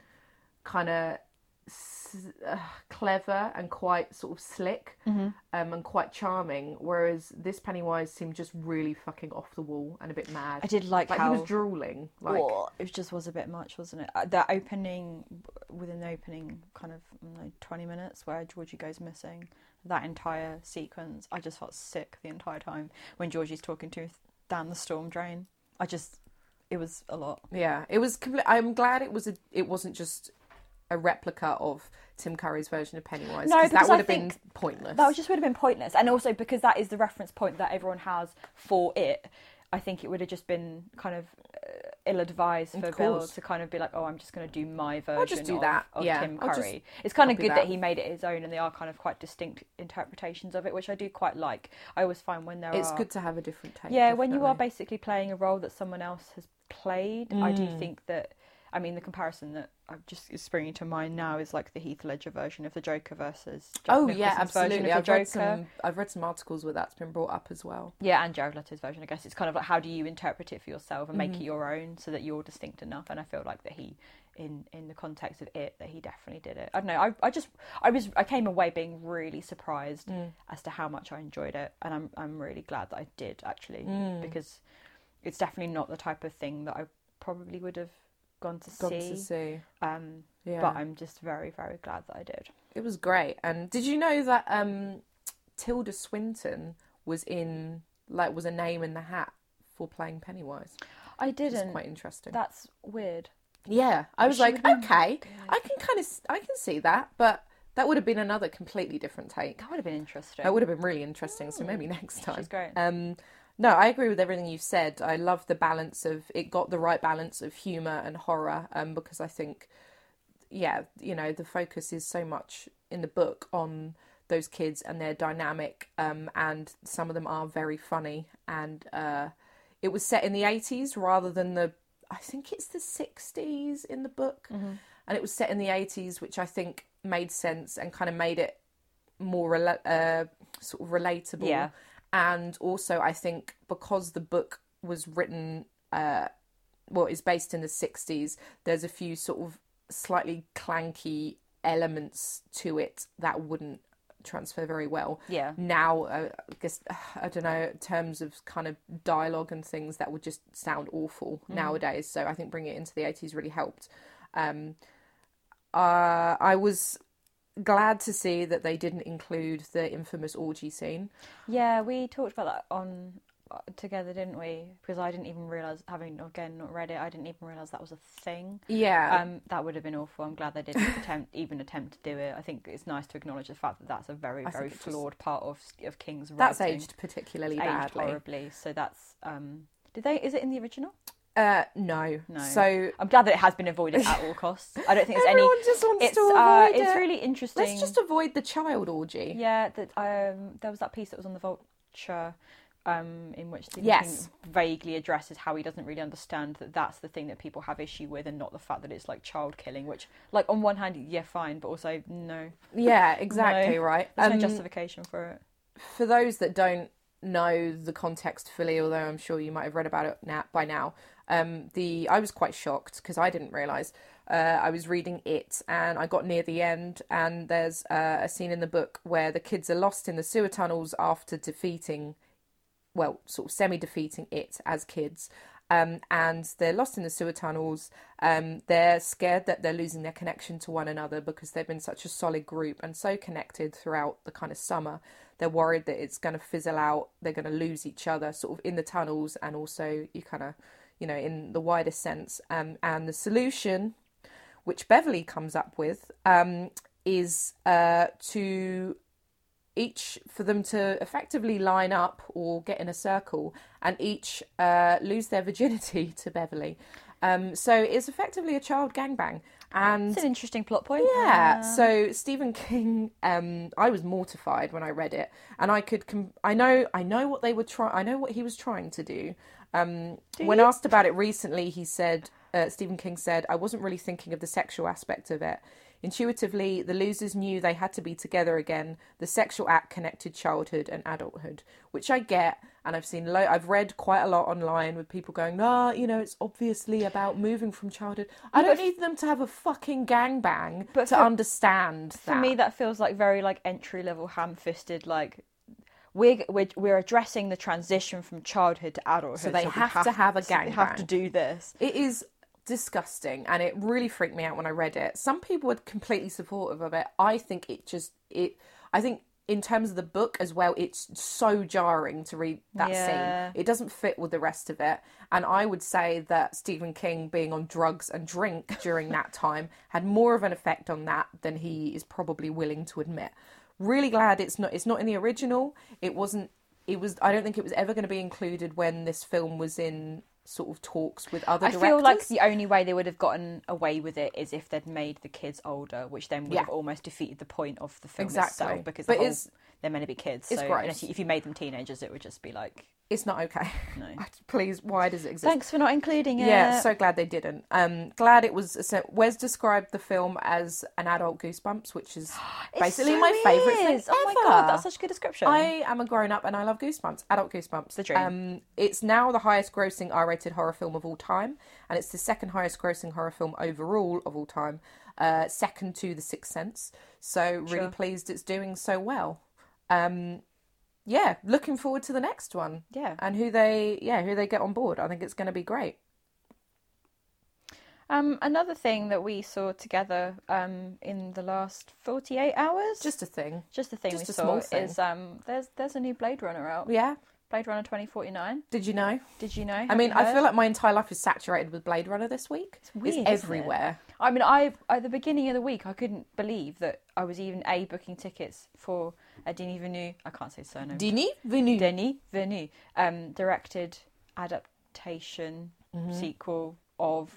Speaker 2: kind of s- uh, clever and quite sort of slick
Speaker 1: Mm-hmm.
Speaker 2: um, and quite charming whereas this pennywise seemed just really fucking off the wall and a bit mad
Speaker 1: i did like,
Speaker 2: like
Speaker 1: how
Speaker 2: he was drooling like
Speaker 1: Oh, it just was a bit much, wasn't it? Uh, That opening, within the opening kind of I don't know, 20 minutes where Georgie goes missing, that entire sequence, I just felt sick the entire time when Georgie's talking to him down the storm drain. I just, it was a lot.
Speaker 2: yeah it was compl- i'm glad it was a it wasn't just a replica of tim curry's version of pennywise
Speaker 1: No,
Speaker 2: 'cause that
Speaker 1: because I
Speaker 2: would have been
Speaker 1: think
Speaker 2: pointless
Speaker 1: That was just would have been pointless. And also because that is the reference point that everyone has for it, I think it would have just been kind of uh, ill advised for Bill
Speaker 2: course.
Speaker 1: to kind of be like, oh, I'm just going to do my version
Speaker 2: I'll just do
Speaker 1: of,
Speaker 2: that.
Speaker 1: of
Speaker 2: Yeah,
Speaker 1: Tim
Speaker 2: I'll just
Speaker 1: Curry. It's kind of
Speaker 2: copy
Speaker 1: good that.
Speaker 2: that.
Speaker 1: he made it his own and they are kind of quite distinct interpretations of it, which I do quite like. I always find when there
Speaker 2: it's
Speaker 1: are.
Speaker 2: good to have a different take
Speaker 1: Ah. Yeah, when you are
Speaker 2: definitely.
Speaker 1: basically playing a role that someone else has played, I do
Speaker 2: Mm.
Speaker 1: think that. I mean, the comparison that I just is springing to mind now is like the Heath Ledger version of the Joker versus Jack
Speaker 2: oh
Speaker 1: Nicholson's
Speaker 2: yeah
Speaker 1: version
Speaker 2: absolutely
Speaker 1: of the
Speaker 2: i've read
Speaker 1: Joker.
Speaker 2: some i've read some articles where that's been brought up as well
Speaker 1: Yeah, and Jared Leto's version, I guess. It's kind of like how do you interpret it for yourself and
Speaker 2: Mm-hmm.
Speaker 1: make it your own so that you're distinct enough. And I feel like that he, in in the context of it, that he definitely did it. I don't know. I, I just I was I came away being really surprised
Speaker 2: Mm.
Speaker 1: as to how much I enjoyed it, and I'm I'm really glad that I did actually
Speaker 2: Mm.
Speaker 1: because it's definitely not the type of thing that I probably would have gone to
Speaker 2: gone
Speaker 1: see.
Speaker 2: to see
Speaker 1: Um,
Speaker 2: yeah
Speaker 1: But I'm just very very glad that I did.
Speaker 2: it was great and did you know that um tilda swinton was in like was a name in the hat for playing pennywise
Speaker 1: I
Speaker 2: which is
Speaker 1: didn't.
Speaker 2: quite interesting
Speaker 1: That's weird.
Speaker 2: Yeah, I was
Speaker 1: she
Speaker 2: like,
Speaker 1: would've
Speaker 2: okay, I can kind of, I can see that, but that would have been another completely different take.
Speaker 1: That would have been interesting.
Speaker 2: That would have been really interesting. So maybe next time.
Speaker 1: She's great.
Speaker 2: Um, no, I agree with everything you've said. I love the balance of it got the right balance of humor and horror. Um, because I think, yeah, you know, the focus is so much in the book on those kids and their dynamic. Um, and some of them are very funny. And uh, it was set in the eighties rather than the I think it's the 60s in the book, and it was set in the 80s, which I think made sense and kind of made it more rela- uh, sort of relatable.
Speaker 1: Yeah.
Speaker 2: And also, I think because the book was written, uh, well, is based in the 60s, there's a few sort of slightly clanky elements to it that wouldn't transfer very well
Speaker 1: Yeah.
Speaker 2: now uh, I guess I don't know in terms of kind of dialogue and things that would just sound awful
Speaker 1: Mm.
Speaker 2: nowadays. So I think bringing it into the eighties really helped. Um, uh, I was glad to see that they didn't include the infamous orgy scene.
Speaker 1: Yeah, we talked about that on uh, together, didn't we? Because I didn't even realize, having again not read it, I didn't even realize that was a thing.
Speaker 2: Yeah,
Speaker 1: Um, that would have been awful. I'm glad they didn't attempt, even attempt to do it. I think it's nice to acknowledge the fact that that's a very,
Speaker 2: I
Speaker 1: very
Speaker 2: think it's just-
Speaker 1: flawed part of of King's writing.
Speaker 2: that's aged particularly
Speaker 1: It's aged
Speaker 2: badly.
Speaker 1: horribly. So that's um, did they? Is it in the original?
Speaker 2: Uh, no.
Speaker 1: No.
Speaker 2: So
Speaker 1: I'm glad that it has been avoided at all costs. I don't think it's
Speaker 2: everyone
Speaker 1: any.
Speaker 2: just wants
Speaker 1: It's
Speaker 2: to avoid
Speaker 1: uh,
Speaker 2: it.
Speaker 1: it's really interesting.
Speaker 2: Let's just avoid the child orgy.
Speaker 1: Yeah, that um, there was that piece that was on the Vulture, um, in which Stephen
Speaker 2: Yes.
Speaker 1: King vaguely addresses how he doesn't really understand that that's the thing that people have issue with, and not the fact that it's like child killing. Which, like, on one hand, yeah, fine, but also no,
Speaker 2: Yeah, exactly right.
Speaker 1: there's no
Speaker 2: Um,
Speaker 1: justification for it.
Speaker 2: for those that don't know the context fully, although I'm sure you might have read about it now, by now, um, the I was quite shocked because I didn't realise. Uh, I was reading it and I got near the end, and there's uh, a scene in the book where the kids are lost in the sewer tunnels after defeating well, sort of semi defeating it as kids. Um, and they're lost in the sewer tunnels. Um, they're scared that they're losing their connection to one another because they've been such a solid group and so connected throughout the kind of summer. They're worried that it's going to fizzle out. They're going to lose each other, sort of in the tunnels and also you kind of, you know, in the wider sense. Um, and the solution, which Beverly comes up with, um, is uh, to each for them to effectively line up or get in a circle and each uh, lose their virginity to Beverly. Um, so it's effectively a child gangbang. And
Speaker 1: It's an interesting plot point.
Speaker 2: yeah, so Stephen King, um, I was mortified when I read it, and I could, com- I know, I know what they were trying, I know what he was trying to do. Um, when asked about it recently, he said, uh, Stephen King said, I wasn't really thinking of the sexual aspect of it. Intuitively, the losers knew they had to be together again. The sexual act connected childhood and adulthood, which I get, and I've seen, lo- I've read quite a lot online with people going, nah, you know, it's obviously about moving from childhood. I don't need them to have a fucking gangbang
Speaker 1: But
Speaker 2: to
Speaker 1: for-
Speaker 2: understand that.
Speaker 1: For me, that feels like very like entry level, ham fisted like. We're, we're, we're addressing the transition from childhood to adulthood.
Speaker 2: So they
Speaker 1: we
Speaker 2: have to have a
Speaker 1: so They have to
Speaker 2: gangbang.
Speaker 1: do this.
Speaker 2: It is disgusting and it really freaked me out when I read it. Some people were completely supportive of it. I think it just it I think in terms of the book as well, it's so jarring to read that
Speaker 1: Yeah.
Speaker 2: scene. It doesn't fit with the rest of it. And I would say that Stephen King being on drugs and drink during that time had more of an effect on that than he is probably willing to admit. Really glad it's not it's not in the original. It wasn't it was I don't think it was ever going to be included when this film was in sort of talks with other
Speaker 1: I
Speaker 2: directors.
Speaker 1: feel like the only way they would have gotten away with it is if they'd made the kids older, which then would
Speaker 2: Yeah.
Speaker 1: have almost defeated the point of the film
Speaker 2: Exactly.
Speaker 1: itself because
Speaker 2: But
Speaker 1: the whole,
Speaker 2: it's-
Speaker 1: they're meant to be kids.
Speaker 2: it's
Speaker 1: so
Speaker 2: gross.
Speaker 1: unless you, if you made them teenagers, it would just be like,
Speaker 2: it's not okay.
Speaker 1: No.
Speaker 2: Please, why does it exist?
Speaker 1: thanks for not including it.
Speaker 2: Yeah, so glad they didn't. Um, glad it was. So Wes described the film as an adult Goosebumps, which is
Speaker 1: It
Speaker 2: basically
Speaker 1: so
Speaker 2: my favorite thing
Speaker 1: is. Oh my
Speaker 2: ever.
Speaker 1: god, that's such a good description.
Speaker 2: I am a grown up and I love Goosebumps, adult Goosebumps.
Speaker 1: The dream.
Speaker 2: Um, it's now the highest grossing R rated horror film of all time, and it's the second highest grossing horror film overall of all time, uh, second to The Sixth Sense. So, really
Speaker 1: Sure.
Speaker 2: pleased it's doing so well. Um, yeah, looking forward to the next one.
Speaker 1: Yeah.
Speaker 2: And who they, yeah, who they get on board. I think it's going to be great.
Speaker 1: Um, another thing that we saw together um, in the last forty-eight hours,
Speaker 2: Just a thing.
Speaker 1: just the thing
Speaker 2: just
Speaker 1: we
Speaker 2: a
Speaker 1: saw
Speaker 2: small thing.
Speaker 1: is um, there's there's a new Blade Runner out,
Speaker 2: Yeah.
Speaker 1: Blade Runner twenty forty-nine.
Speaker 2: Did you know?
Speaker 1: Did you know?
Speaker 2: I mean, I feel like my entire life is saturated with Blade Runner this week. It's,
Speaker 1: weird, isn't it?
Speaker 2: everywhere.
Speaker 1: I mean, I at the beginning of the week, I couldn't believe that I was even a booking tickets for a Denis Villeneuve. I can't say his surname.
Speaker 2: Dini Venu.
Speaker 1: Denis Villeneuve um, directed adaptation
Speaker 2: Mm-hmm.
Speaker 1: sequel of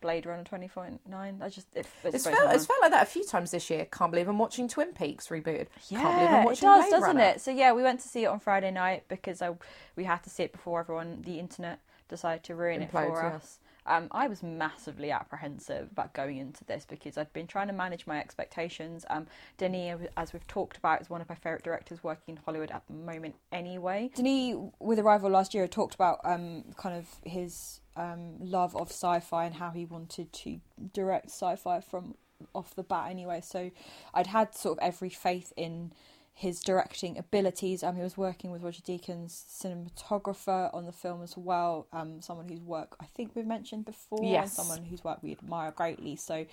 Speaker 1: Blade Runner twenty forty nine. I just it, it's,
Speaker 2: It's
Speaker 1: both
Speaker 2: felt,
Speaker 1: my
Speaker 2: it's
Speaker 1: mind.
Speaker 2: felt like that a few times this year. Can't believe I'm watching Twin Peaks rebooted. Can't believe I'm
Speaker 1: yeah, it
Speaker 2: watching
Speaker 1: does,
Speaker 2: Blade
Speaker 1: doesn't
Speaker 2: Runner.
Speaker 1: it? So yeah, we went to see it on Friday night because I, we had to see it before everyone. The internet decided to ruin it
Speaker 2: Implodes,
Speaker 1: for
Speaker 2: yeah.
Speaker 1: us. Um, I was massively apprehensive about going into this because I've been trying to manage my expectations. Um, Denis, as we've talked about, is one of my favourite directors working in Hollywood at the moment anyway. Denis, with Arrival last year, talked about um, kind of his um, love of sci fi and how he wanted to direct sci fi from off the bat anyway. So I'd had sort of every faith in his directing abilities. Um, he was working with Roger Deakins, cinematographer on the film as well. Um, someone whose work I think we've mentioned before. and
Speaker 2: Yes.
Speaker 1: someone whose work we admire greatly. So,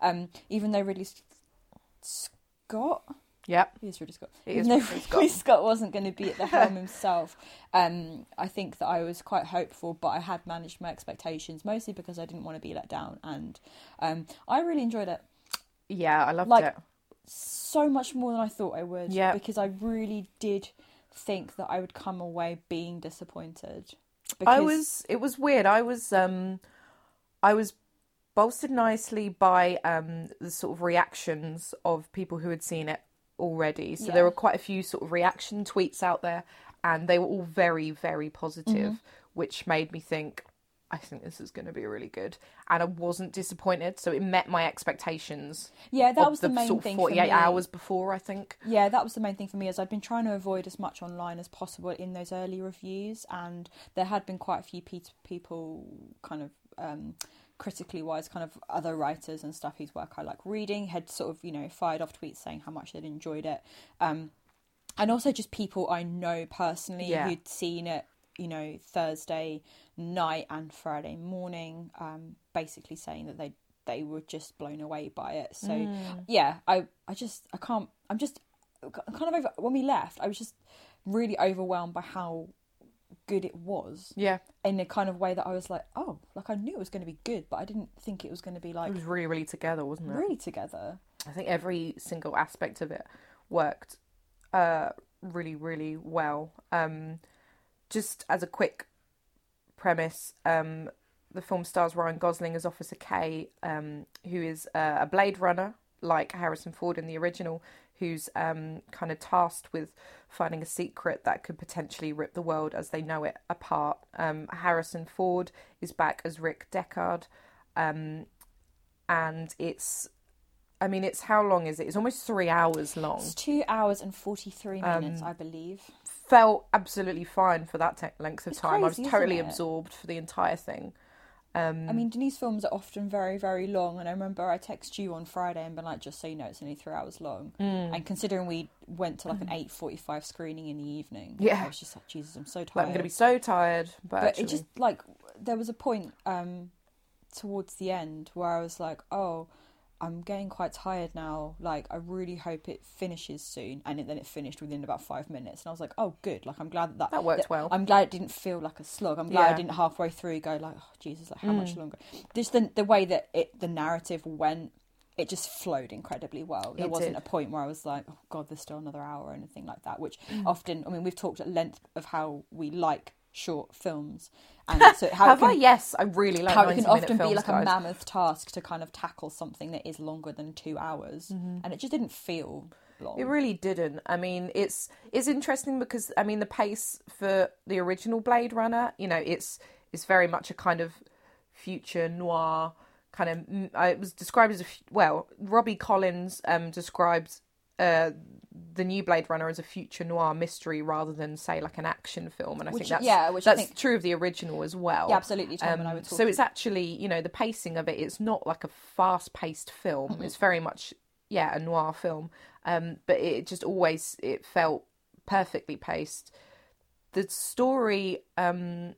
Speaker 1: um, even though Ridley S- Scott,
Speaker 2: Yep.
Speaker 1: it is Ridley Scott.
Speaker 2: It
Speaker 1: Even
Speaker 2: is
Speaker 1: though
Speaker 2: Ridley
Speaker 1: Ridley Scott. wasn't going to be at the helm himself, um, I think that I was quite hopeful, but I had managed my expectations mostly because I didn't want to be let down, and um, I really enjoyed it
Speaker 2: Yeah, I loved
Speaker 1: Like-
Speaker 2: it.
Speaker 1: so much more than I thought I would.
Speaker 2: Yeah.
Speaker 1: Because I really did think that I would come away being disappointed.
Speaker 2: I was. It was weird. I was. Um, I was bolstered nicely by um, the sort of reactions of people who had seen it already. So
Speaker 1: Yeah.
Speaker 2: there were quite a few sort of reaction tweets out there, and they were all very, very positive,
Speaker 1: Mm-hmm.
Speaker 2: which made me think. I think this is going to be really good, and I wasn't disappointed. So it met my expectations.
Speaker 1: Yeah, that
Speaker 2: of
Speaker 1: was the, main
Speaker 2: sort of
Speaker 1: thing. for
Speaker 2: Forty-eight
Speaker 1: me.
Speaker 2: hours before, I think.
Speaker 1: Yeah, that was the main thing for me is I'd been trying to avoid as much online as possible in those early reviews, and there had been quite a few pe- people kind of um, critically wise, kind of other writers and stuff whose work I like reading had sort of you know fired off tweets saying how much they'd enjoyed it, um, and also just people I know personally
Speaker 2: Yeah.
Speaker 1: who'd seen it. You know, Thursday night and Friday morning, um, basically saying that they they were just blown away by it. So yeah, I I just I can't. I'm just kind of over when we left. I was just really overwhelmed by how good it was
Speaker 2: Yeah,
Speaker 1: in a kind of way that I was like, oh, like I knew it was going to be good, but I didn't think it was going to be like
Speaker 2: it was really, really together, wasn't it?
Speaker 1: really together.
Speaker 2: I think every single aspect of it worked uh, really, really well. Um, just as a quick premise, um, the film stars Ryan Gosling as Officer K, um, who is uh, a Blade Runner, like Harrison Ford in the original, who's um, kind of tasked with finding a secret that could potentially rip the world as they know it apart. Um, Harrison Ford is back as Rick Deckard. Um, and it's I mean, it's how long is it? It's almost three hours long.
Speaker 1: It's two hours and forty three
Speaker 2: Um,
Speaker 1: minutes, I believe.
Speaker 2: Felt absolutely fine for that te- length of
Speaker 1: It's
Speaker 2: time.
Speaker 1: crazy,
Speaker 2: I was
Speaker 1: isn't
Speaker 2: totally
Speaker 1: it?
Speaker 2: absorbed for the entire thing. mm.
Speaker 1: I mean, Denise films are often very, very long, and I remember I text you on Friday and been like, just so you know, it's only three hours long.
Speaker 2: Mm.
Speaker 1: And considering we went to like an eight forty five screening in the evening,
Speaker 2: Yeah.
Speaker 1: I was just like, Jesus, I'm so tired.
Speaker 2: Like, I'm going to be so tired, but,
Speaker 1: but
Speaker 2: actually-
Speaker 1: it just like there was a point um towards the end where i was like oh i'm getting quite tired now like i really hope it finishes soon and it, then it finished within about five minutes and i was like oh good like i'm glad that that,
Speaker 2: That worked well.
Speaker 1: i'm glad it didn't feel like a slog i'm glad i
Speaker 2: Yeah. Mm.
Speaker 1: didn't halfway through go like oh jesus like how much longer just the, the way that it the narrative went it just flowed incredibly well. There
Speaker 2: It
Speaker 1: wasn't
Speaker 2: did.
Speaker 1: a point where I was like, "Oh God, there's still another hour" or anything like that. Which
Speaker 2: Mm.
Speaker 1: often, I mean, we've talked at length of how we like short films, and so how it
Speaker 2: have I?
Speaker 1: can,
Speaker 2: Yes, I really like
Speaker 1: how it
Speaker 2: 90
Speaker 1: can
Speaker 2: minute
Speaker 1: often
Speaker 2: films,
Speaker 1: be like
Speaker 2: guys.
Speaker 1: a mammoth task to kind of tackle something that is longer than two hours,
Speaker 2: Mm-hmm.
Speaker 1: and it just didn't feel long.
Speaker 2: It really didn't. I mean, it's it's interesting because I mean the pace for the original Blade Runner, you know, it's it's very much a kind of future noir kind of. mm, uh, It was described as a f- well. Robbie Collins um, describes uh, the new Blade Runner as a future noir mystery rather than say like an action film, and I
Speaker 1: Which-
Speaker 2: think that's
Speaker 1: yeah, which I
Speaker 2: that's
Speaker 1: think-
Speaker 2: true of the original as well.
Speaker 1: yeah, absolutely. Tom and I were
Speaker 2: Um,
Speaker 1: talking.
Speaker 2: so it's actually, you know, the pacing of it, it's not like a fast paced film. It's very much, yeah, a noir film. Um, but it just always, it felt perfectly paced. The story, um,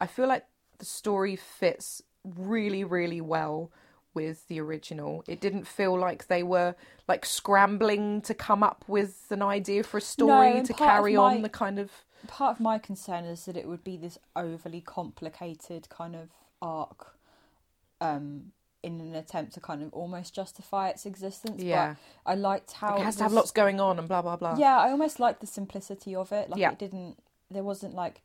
Speaker 2: I feel like the story fits really, really well with the original. It didn't feel like they were like scrambling to come up with an idea for a story
Speaker 1: and
Speaker 2: to
Speaker 1: part of
Speaker 2: carry on
Speaker 1: my-
Speaker 2: the kind of
Speaker 1: part of my concern is that it would be this overly complicated kind of arc um in an attempt to kind of almost justify its existence
Speaker 2: Yeah.
Speaker 1: but i liked how
Speaker 2: it has to have
Speaker 1: was-
Speaker 2: lots going on and blah blah blah.
Speaker 1: yeah i almost liked the simplicity of it like
Speaker 2: Ah. Yeah.
Speaker 1: it didn't there wasn't like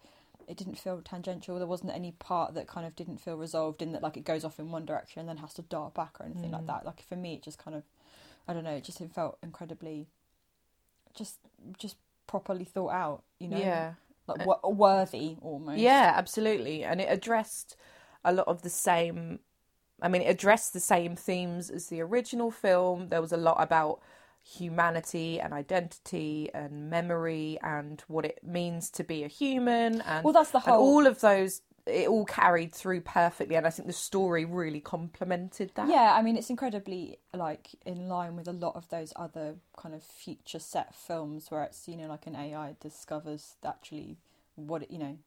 Speaker 1: it didn't feel tangential there wasn't any part that kind of didn't feel resolved in that like it goes off in one direction and then has to dart back or anything
Speaker 2: Mm.
Speaker 1: like that like for me it just kind of i don't know it just it felt incredibly just just properly thought out you know
Speaker 2: yeah. Uh,
Speaker 1: like wo- worthy almost
Speaker 2: Yeah, absolutely. And it addressed a lot of the same. I mean, it addressed the same themes as the original film. There was a lot about humanity and identity and memory and what it means to be a human and
Speaker 1: Well, that's the
Speaker 2: and
Speaker 1: whole-
Speaker 2: all of those it all carried through perfectly and i think the story really complemented that
Speaker 1: Yeah, I mean it's incredibly like in line with a lot of those other kind of future set films where it's you know like an AI discovers actually what it, you know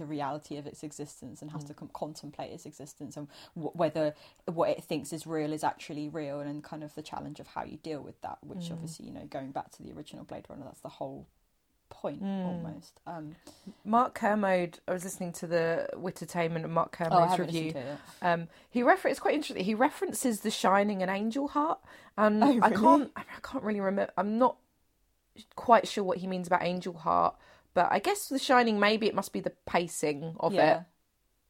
Speaker 1: the reality of its existence and has
Speaker 2: Mm.
Speaker 1: to com- contemplate its existence and w- whether what it thinks is real is actually real and kind of the challenge of how you deal with that which
Speaker 2: Mm.
Speaker 1: obviously you know going back to the original Blade Runner that's the whole point
Speaker 2: Mm.
Speaker 1: almost um
Speaker 2: mark kermode i was listening to the wittertainment and mark
Speaker 1: oh, I
Speaker 2: kermode's
Speaker 1: haven't
Speaker 2: review
Speaker 1: listened to it
Speaker 2: Um, he refer- it's quite interesting. He references The Shining and Angel Heart, and
Speaker 1: Oh,
Speaker 2: I
Speaker 1: really?
Speaker 2: can't I can't really remember. I'm not quite sure what he means about Angel Heart, but I guess The Shining maybe it must be the pacing of
Speaker 1: yeah
Speaker 2: it.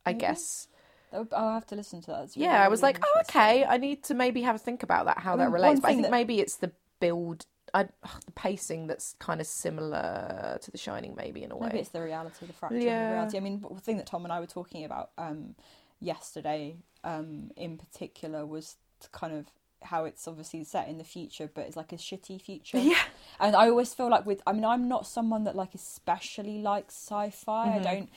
Speaker 2: I guess.
Speaker 1: That would- I'll have to listen to that It's
Speaker 2: Yeah,
Speaker 1: really,
Speaker 2: I was
Speaker 1: really
Speaker 2: like, oh,
Speaker 1: interesting.
Speaker 2: okay. I need to maybe have a think about that how
Speaker 1: I
Speaker 2: that
Speaker 1: mean,
Speaker 2: relates.
Speaker 1: one
Speaker 2: But I
Speaker 1: thing
Speaker 2: think
Speaker 1: that-
Speaker 2: maybe it's the build. I, ugh, the pacing that's kind of similar to The Shining, maybe in a way.
Speaker 1: Maybe it's the reality, the fracture of
Speaker 2: Yeah.
Speaker 1: the reality. I mean, the thing that Tom and I were talking about um, yesterday, um, in particular, was t- kind of how it's obviously set in the future, but it's like a shitty future.
Speaker 2: Yeah.
Speaker 1: And I always feel like with, I mean, I'm not someone that like especially likes sci-fi.
Speaker 2: Mm-hmm.
Speaker 1: I don't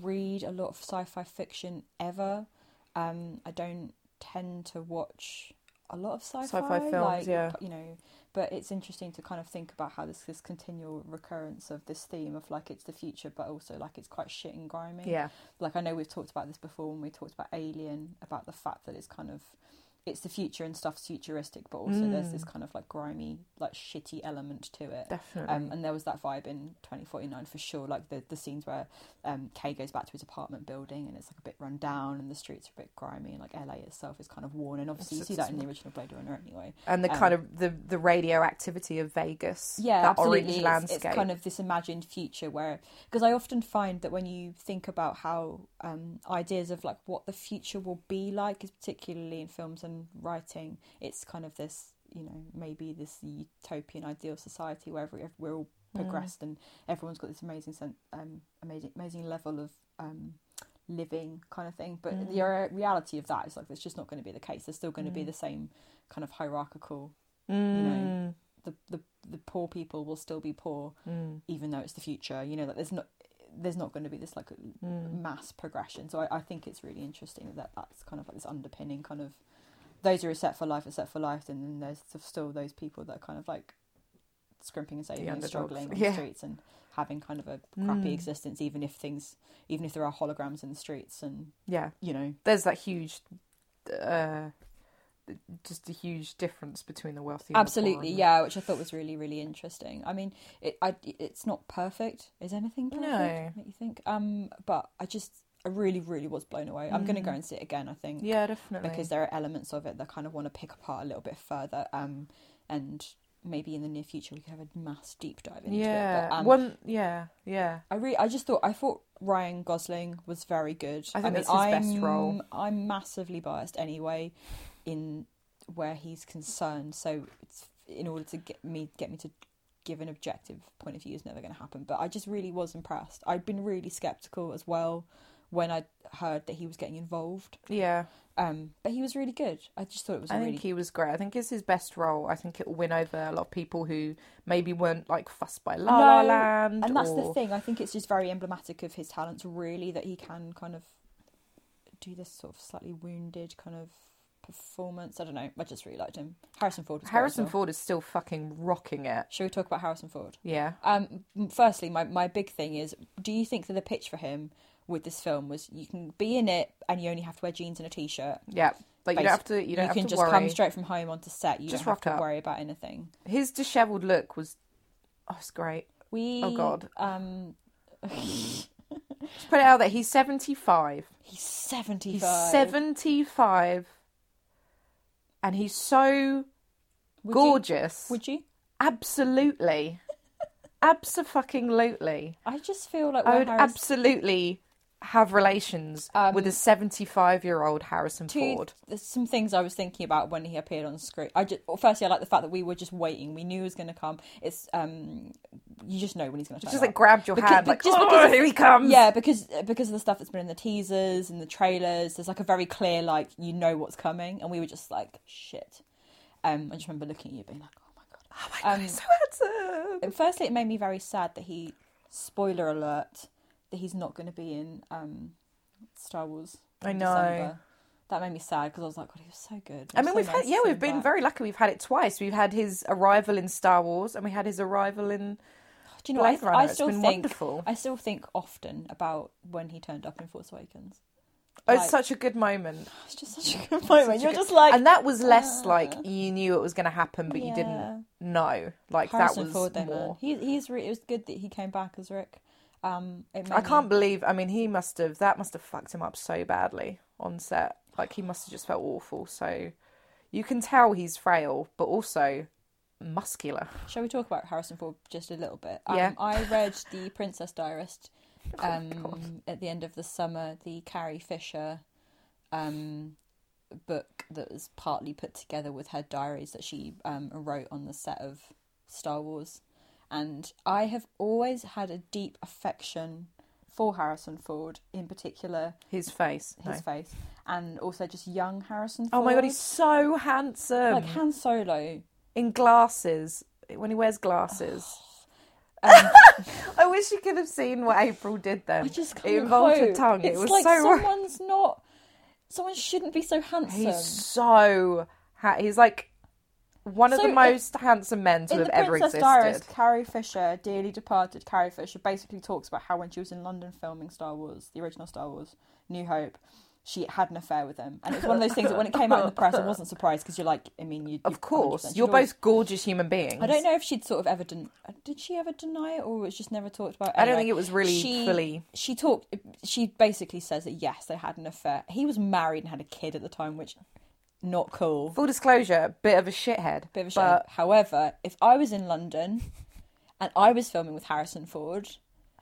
Speaker 1: read a lot of sci-fi fiction ever. Um, I don't tend to watch a lot of sci-fi,
Speaker 2: Sci-fi films,
Speaker 1: like,
Speaker 2: yeah.
Speaker 1: You know, but it's interesting to kind of think about how this this continual recurrence of this theme of like it's the future, but also like it's quite shit and grimy.
Speaker 2: Yeah.
Speaker 1: Like I know we've talked about this before when we talked about Alien about the fact that it's kind of it's the future and stuff's futuristic, but also there's
Speaker 2: Mm.
Speaker 1: this kind of like grimy, like shitty element to it.
Speaker 2: Definitely.
Speaker 1: Um, and there was that vibe in 2049 for sure. Like the, the scenes where um, Kay goes back to his apartment building and it's like a bit run down and the streets are a bit grimy and like LA itself is kind of worn. And obviously you
Speaker 2: It's-
Speaker 1: see
Speaker 2: it's-
Speaker 1: that in the original Blade Runner anyway.
Speaker 2: and the
Speaker 1: um,
Speaker 2: kind of the the radioactivity of Vegas.
Speaker 1: Yeah,
Speaker 2: that
Speaker 1: absolutely.
Speaker 2: orange
Speaker 1: It's-
Speaker 2: landscape.
Speaker 1: It's, kind of this imagined future where, because I often find that when you think about how um, ideas of like what the future will be like, is particularly in films and writing, it's kind of this, you know, maybe this utopian ideal society where every, we're all
Speaker 2: Mm.
Speaker 1: progressed and everyone's got this amazing, sen- um, amazing, amazing level of. Um, living kind of thing but the
Speaker 2: Mm.
Speaker 1: re- reality of that is like that's just not going to be the case there's still going to be the same kind of hierarchical you
Speaker 2: Mm.
Speaker 1: know the, the the poor people will still be poor
Speaker 2: Mm.
Speaker 1: even though it's the future you know that there's not there's not going to be this like
Speaker 2: Hmm.
Speaker 1: mass progression so I, I think it's really interesting that that's kind of like this underpinning kind of those who are set for life are set for life and then there's still those people that are kind of like scrimping and saving and
Speaker 2: underdogs.
Speaker 1: struggling on
Speaker 2: Yeah. Hmm.
Speaker 1: the streets and having kind of a crappy existence even if things even if there are holograms in the streets and
Speaker 2: yeah.
Speaker 1: you know
Speaker 2: There's that huge, uh, just a huge difference between the wealthy. and the poor,
Speaker 1: Absolutely,
Speaker 2: isn't it?
Speaker 1: yeah, which I thought was really, really interesting. I mean, it, I, it's not perfect. Is anything perfect?
Speaker 2: No.
Speaker 1: Make you think? Um, but I just, I really, really was blown away. I'm going to go and see it again. I think
Speaker 2: Mm. Yeah, definitely.
Speaker 1: because there are elements of it that I kind of want to pick apart a little bit further. Um, and maybe in the near future we could have a mass deep dive into
Speaker 2: yeah,
Speaker 1: it. But, um,
Speaker 2: one. Yeah, yeah.
Speaker 1: I re- I just thought I thought Ryan Gosling was very good.
Speaker 2: I think that's his best role.
Speaker 1: I'm massively biased anyway, in where he's concerned. So it's, in order to get me get me to give an objective point of view is never going to happen. But I just really was impressed. I'd been really skeptical as well when I heard that he was getting involved.
Speaker 2: Yeah,
Speaker 1: Um, but he was really good. I just thought it was a
Speaker 2: I
Speaker 1: really
Speaker 2: think he was great. I think it's his best role. I think it'll win over a lot of people who maybe weren't like fussed by La La
Speaker 1: No,
Speaker 2: Land.
Speaker 1: and that's the
Speaker 2: or-
Speaker 1: thing. I think it's just very emblematic of his talents, really, that he can kind of do this sort of slightly wounded kind of performance. I don't know. I just really liked him. Harrison Ford. Was great as
Speaker 2: Harrison
Speaker 1: well.
Speaker 2: Ford is still fucking rocking it.
Speaker 1: Shall we talk about Harrison Ford?
Speaker 2: Yeah.
Speaker 1: Um, firstly, my, my big thing is: Do you think that the pitch for him with this film was you can be in it and you only have to wear jeans and a t-shirt?
Speaker 2: Yeah. Like you don't have to. You don't have
Speaker 1: can
Speaker 2: to
Speaker 1: just
Speaker 2: worry.
Speaker 1: come straight from home onto set. You
Speaker 2: Just
Speaker 1: don't have
Speaker 2: rock
Speaker 1: to
Speaker 2: up.
Speaker 1: worry about anything.
Speaker 2: His dishevelled look was, oh, it's great.
Speaker 1: We
Speaker 2: Oh, God.
Speaker 1: um,
Speaker 2: Just put it out there. He's seventy-five.
Speaker 1: he's seventy
Speaker 2: He's
Speaker 1: five.
Speaker 2: seventy-five, and he's so gorgeous.
Speaker 1: Would you?
Speaker 2: Absolutely, absolutely.
Speaker 1: I just feel like
Speaker 2: I
Speaker 1: where
Speaker 2: would
Speaker 1: Harris- Um,
Speaker 2: absolutely have relations with a 75 year old Harrison
Speaker 1: Two,
Speaker 2: Ford.
Speaker 1: there's some things I was thinking about when he appeared on screen. I just, well, firstly, I like the fact that we were just waiting. We knew he was going to come. It's um, you just know when he's going to.
Speaker 2: Just like grabbed your hand, like,
Speaker 1: just
Speaker 2: "Oh,
Speaker 1: because of-
Speaker 2: here he comes.
Speaker 1: Yeah, because because of the stuff that's been in the teasers and the trailers, there's like a very clear like you know what's coming, and we were just like shit. Um, I just remember looking at you being like, oh my god.
Speaker 2: Oh my god,
Speaker 1: Um,
Speaker 2: he's so handsome.
Speaker 1: And firstly, it made me very sad that he, spoiler alert, that he's not going to be in um, Star Wars. in
Speaker 2: I know.
Speaker 1: December. That made me sad because I was like, God, he was so good. It
Speaker 2: I
Speaker 1: was
Speaker 2: mean,
Speaker 1: so
Speaker 2: we've
Speaker 1: nice
Speaker 2: had
Speaker 1: to
Speaker 2: yeah,
Speaker 1: see
Speaker 2: we've
Speaker 1: him
Speaker 2: been
Speaker 1: back.
Speaker 2: very lucky. We've had it twice. We've had his arrival in Star Wars, and we had his arrival in
Speaker 1: Do you know? I,
Speaker 2: Blade Runner.
Speaker 1: I
Speaker 2: It's
Speaker 1: still
Speaker 2: been
Speaker 1: think
Speaker 2: wonderful.
Speaker 1: I still think often about when he turned up in Force Awakens.
Speaker 2: oh, it's
Speaker 1: like-
Speaker 2: such a good moment.
Speaker 1: It's just such a good moment. You're
Speaker 2: good-
Speaker 1: just like uh,
Speaker 2: and that was less like you knew it was going to happen, but you
Speaker 1: Yeah.
Speaker 2: didn't know. Like
Speaker 1: Harrison
Speaker 2: that was
Speaker 1: Ford. uh, Though, man,
Speaker 2: more.
Speaker 1: he, he's re- it was good that he came back as Rick. Um, it made
Speaker 2: I can't
Speaker 1: Me,
Speaker 2: believe. I mean, he must have that must have fucked him up so badly on set. Like he must have just felt awful. So you can tell he's frail, but also muscular.
Speaker 1: shall we talk about Harrison Ford just a little bit?
Speaker 2: Yeah.
Speaker 1: Um, I read the Princess Diarist um, at the end of the summer. The Carrie Fisher um, book that was partly put together with her diaries that she um, wrote on the set of Star Wars. And I have always had a deep affection for Harrison Ford, in particular
Speaker 2: His face. no.
Speaker 1: his face, and also just young Harrison Ford.
Speaker 2: Oh my god, he's so handsome.
Speaker 1: like Han Solo.
Speaker 2: in glasses when he wears glasses. I wish you could have seen what April did then.
Speaker 1: Um, I just can't
Speaker 2: it involved her
Speaker 1: cope.
Speaker 2: tongue.
Speaker 1: It's
Speaker 2: it was
Speaker 1: like
Speaker 2: so.
Speaker 1: someone's not. Someone shouldn't be so handsome.
Speaker 2: He's so. Ha- he's like one of
Speaker 1: So,
Speaker 2: the
Speaker 1: uh,
Speaker 2: most handsome men to
Speaker 1: in
Speaker 2: have
Speaker 1: the
Speaker 2: ever
Speaker 1: Princess
Speaker 2: existed.
Speaker 1: Diaries, Carrie Fisher, dearly departed Carrie Fisher, basically talks about how when she was in London filming Star Wars, the original Star Wars, New Hope, she had an affair with him, and it's one of those things that when it came out in the press, I wasn't surprised because you're like, I mean, you.
Speaker 2: Of course, you're
Speaker 1: both.
Speaker 2: both gorgeous human beings.
Speaker 1: I don't know if she'd sort of ever den- uh, did she ever deny it or was just never talked about.
Speaker 2: I don't
Speaker 1: Anyway,
Speaker 2: think it was really
Speaker 1: she,
Speaker 2: fully-
Speaker 1: She talked. uh, She basically says that yes, they had an affair. He was married and had a kid at the time, which not cool.
Speaker 2: Full disclosure, a bit of a shithead.
Speaker 1: Bit of a shame.
Speaker 2: but
Speaker 1: However, if I was in London and I was filming with Harrison Ford,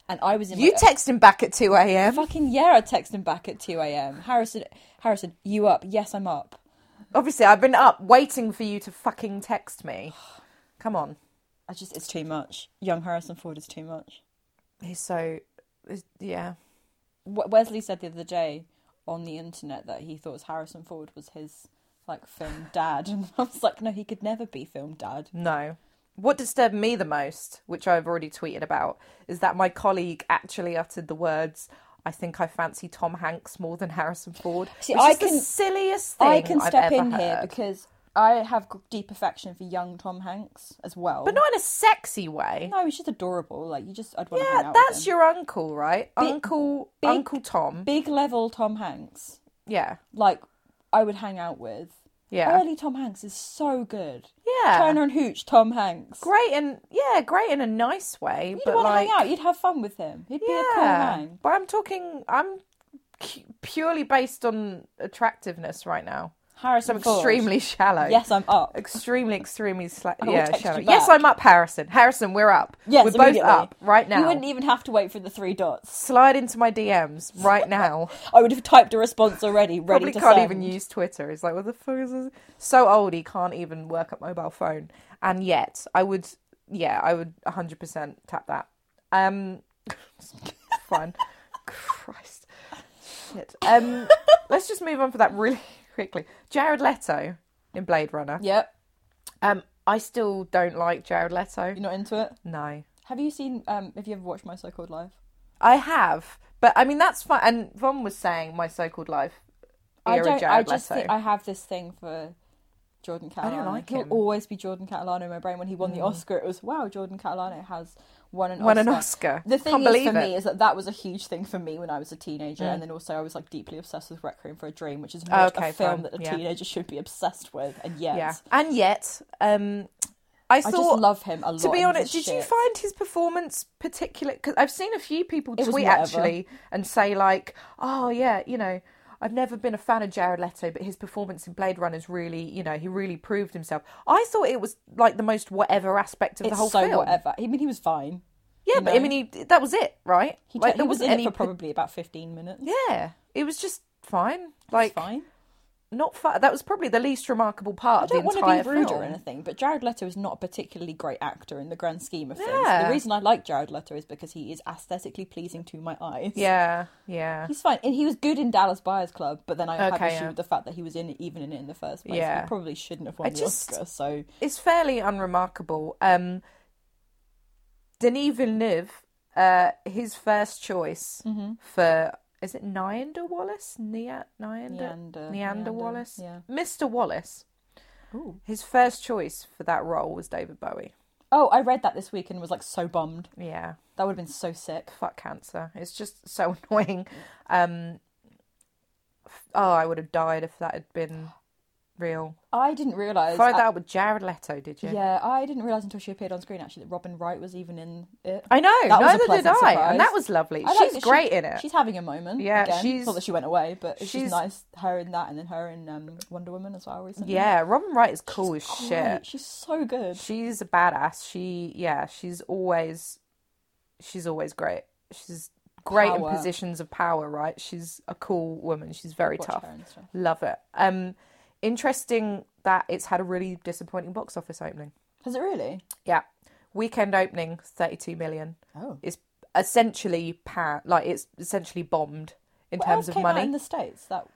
Speaker 1: and I was in
Speaker 2: You
Speaker 1: my-
Speaker 2: text him back at 2 a.m.
Speaker 1: fucking yeah, I text him back at two a.m. Harrison, Harrison, you up? Yes, I'm up.
Speaker 2: Obviously, I've been up waiting for you to fucking text me. Come on.
Speaker 1: I just it's too much. Young Harrison Ford is too much.
Speaker 2: He's so. Yeah.
Speaker 1: W- Wesley said the other day on the internet that he thought Harrison Ford was his like film dad, and I was like, no, he could never be film dad.
Speaker 2: No. What disturbed me the most, which I've already tweeted about, is that my colleague actually uttered the words, I think I fancy Tom Hanks more than Harrison Ford.
Speaker 1: See,
Speaker 2: which
Speaker 1: I
Speaker 2: is
Speaker 1: can-
Speaker 2: the silliest thing
Speaker 1: I can
Speaker 2: I've
Speaker 1: step
Speaker 2: ever
Speaker 1: in here
Speaker 2: heard.
Speaker 1: because I have g- deep affection for young Tom Hanks as well.
Speaker 2: But not in a sexy way.
Speaker 1: no, he's just adorable. Like you just, I'd want to hang
Speaker 2: yeah,
Speaker 1: out
Speaker 2: that's
Speaker 1: with him.
Speaker 2: your uncle, right? uncle
Speaker 1: big-
Speaker 2: Uncle Tom.
Speaker 1: big level Tom Hanks.
Speaker 2: yeah.
Speaker 1: Like I would hang out with.
Speaker 2: Yeah.
Speaker 1: Early Tom Hanks is so good.
Speaker 2: Yeah.
Speaker 1: Turner and Hooch, Tom Hanks.
Speaker 2: Great and yeah, great in a nice way,
Speaker 1: You'd
Speaker 2: but
Speaker 1: want
Speaker 2: like
Speaker 1: to hang out. You'd have fun with him. He'd be a cool
Speaker 2: yeah.
Speaker 1: hang.
Speaker 2: but I'm talking I'm cu- purely based on attractiveness right now. So
Speaker 1: Harrison
Speaker 2: I'm
Speaker 1: Ford.
Speaker 2: extremely shallow.
Speaker 1: Yes, I'm up.
Speaker 2: extremely, extremely slight.
Speaker 1: I will
Speaker 2: Yeah,
Speaker 1: text
Speaker 2: shallow.
Speaker 1: you
Speaker 2: Yes,
Speaker 1: back.
Speaker 2: I'm up, Harrison. Harrison, we're up.
Speaker 1: Yes,
Speaker 2: we're both
Speaker 1: immediately.
Speaker 2: up right
Speaker 1: You
Speaker 2: now.
Speaker 1: wouldn't even have to wait for the three dots.
Speaker 2: Slide into my DMs right now.
Speaker 1: I would have typed a response already, ready
Speaker 2: Probably
Speaker 1: to
Speaker 2: can't
Speaker 1: send.
Speaker 2: even use Twitter. He's like, what the fuck is this? So old, he can't even work up mobile phone. And yet, I would, yeah, I would 100% tap that. Um, fine. Christ. Shit. Um, let's just move on for that really quickly. Jared Leto in Blade Runner.
Speaker 1: Yep,
Speaker 2: Um, I still don't like Jared Leto.
Speaker 1: you're not into it.
Speaker 2: No.
Speaker 1: Have you seen? Um, have you ever watched My So-Called Life?
Speaker 2: I have, but I mean that's fine. And Von was saying my so-called life
Speaker 1: I
Speaker 2: era
Speaker 1: don't. I
Speaker 2: Jared
Speaker 1: just.
Speaker 2: Leto.
Speaker 1: Think, I have this thing for Jordan Catalano.
Speaker 2: like
Speaker 1: He'll
Speaker 2: him.
Speaker 1: always be Jordan Catalano in my brain. When he won the Oscar, it was wow. Jordan Catalano has won an
Speaker 2: Won an
Speaker 1: Oscar.
Speaker 2: Oscar.
Speaker 1: The thing
Speaker 2: Can't
Speaker 1: is
Speaker 2: believe
Speaker 1: for
Speaker 2: it.
Speaker 1: me is that that was a huge thing for me when I was a teenager, and then also I was like deeply obsessed with Requiem for a Dream, which is not
Speaker 2: okay,
Speaker 1: a film
Speaker 2: fine.
Speaker 1: that a
Speaker 2: Yeah.
Speaker 1: teenager should be obsessed with, and yet
Speaker 2: yeah, and yet, um, I
Speaker 1: I
Speaker 2: thought.
Speaker 1: just love him a lot.
Speaker 2: to be
Speaker 1: and
Speaker 2: honest, did
Speaker 1: his
Speaker 2: you
Speaker 1: shit.
Speaker 2: find his performance particular? Because I've seen a few people
Speaker 1: It was
Speaker 2: tweet
Speaker 1: whatever.
Speaker 2: actually and say like, "Oh yeah, you know, I've never been a fan of Jared Leto, but his performance in Blade Runner is really, you know, he really proved himself." I thought it was like the most whatever aspect of the
Speaker 1: It's
Speaker 2: whole
Speaker 1: so
Speaker 2: film.
Speaker 1: whatever. I mean, he was fine.
Speaker 2: Yeah,
Speaker 1: You
Speaker 2: but I
Speaker 1: know?
Speaker 2: mean, he, that was it, right?
Speaker 1: He,
Speaker 2: like
Speaker 1: t-
Speaker 2: there
Speaker 1: he was
Speaker 2: wasn't
Speaker 1: in
Speaker 2: any.
Speaker 1: it for probably about fifteen minutes.
Speaker 2: yeah, it was just fine. Like
Speaker 1: fine.
Speaker 2: not fun. That was probably the least remarkable part
Speaker 1: I
Speaker 2: of the
Speaker 1: don't want
Speaker 2: entire
Speaker 1: to be rude
Speaker 2: film.
Speaker 1: or anything, but Jared Leto is not a particularly great actor in the grand scheme of things.
Speaker 2: Yeah.
Speaker 1: The reason I like Jared Leto is because he is aesthetically pleasing to my eyes.
Speaker 2: Yeah, yeah,
Speaker 1: He's fine. And he was good in Dallas Buyers Club, but then I had
Speaker 2: Okay,
Speaker 1: issue
Speaker 2: yeah.
Speaker 1: with the fact that he was in it, even in it in the first place.
Speaker 2: Yeah.
Speaker 1: He probably shouldn't have
Speaker 2: I
Speaker 1: won the
Speaker 2: just-
Speaker 1: Oscar, so
Speaker 2: it's fairly unremarkable. Um, Denis Villeneuve, uh, his first choice
Speaker 1: Mm-hmm.
Speaker 2: for is it Neander Wallace? Nea- Neander
Speaker 1: Neander-
Speaker 2: Neander
Speaker 1: Neander,
Speaker 2: Wallace,
Speaker 1: yeah.
Speaker 2: Mr. Wallace.
Speaker 1: Ooh.
Speaker 2: His first choice for that role was David Bowie.
Speaker 1: Oh, I read that this week and was like so bummed.
Speaker 2: Yeah,
Speaker 1: That would have been so sick.
Speaker 2: fuck cancer. It's just so annoying. Um, f- oh, I would have died if that had been real.
Speaker 1: I didn't realise
Speaker 2: Followed that up with Jared Leto, did you?
Speaker 1: Yeah, I didn't realise until she appeared on screen actually that Robin Wright was even in it.
Speaker 2: I know.
Speaker 1: That was a
Speaker 2: neither did I,
Speaker 1: pleasant surprise.
Speaker 2: and that was lovely.
Speaker 1: I like
Speaker 2: she's
Speaker 1: that she-
Speaker 2: great in it.
Speaker 1: She's having a moment.
Speaker 2: Yeah,
Speaker 1: again.
Speaker 2: she's-
Speaker 1: Not that she went away, but it's
Speaker 2: she's-
Speaker 1: just nice. Her in that, and then her in um, Wonder Woman as well recently.
Speaker 2: Yeah, Robin Wright is cool as
Speaker 1: Great.
Speaker 2: shit.
Speaker 1: She's so good.
Speaker 2: She's a badass. She yeah, she's always she's always great. She's great
Speaker 1: Power.
Speaker 2: in positions of power, right? She's a cool woman. She's very
Speaker 1: Watch
Speaker 2: tough.
Speaker 1: her and stuff.
Speaker 2: Love it. Um interesting that it's had a really disappointing box office opening.
Speaker 1: Has it really?
Speaker 2: Yeah. Weekend opening 32 million.
Speaker 1: Oh.
Speaker 2: It's essentially pa- like it's essentially bombed in
Speaker 1: What
Speaker 2: terms
Speaker 1: else
Speaker 2: of
Speaker 1: came
Speaker 2: money.
Speaker 1: out in the states that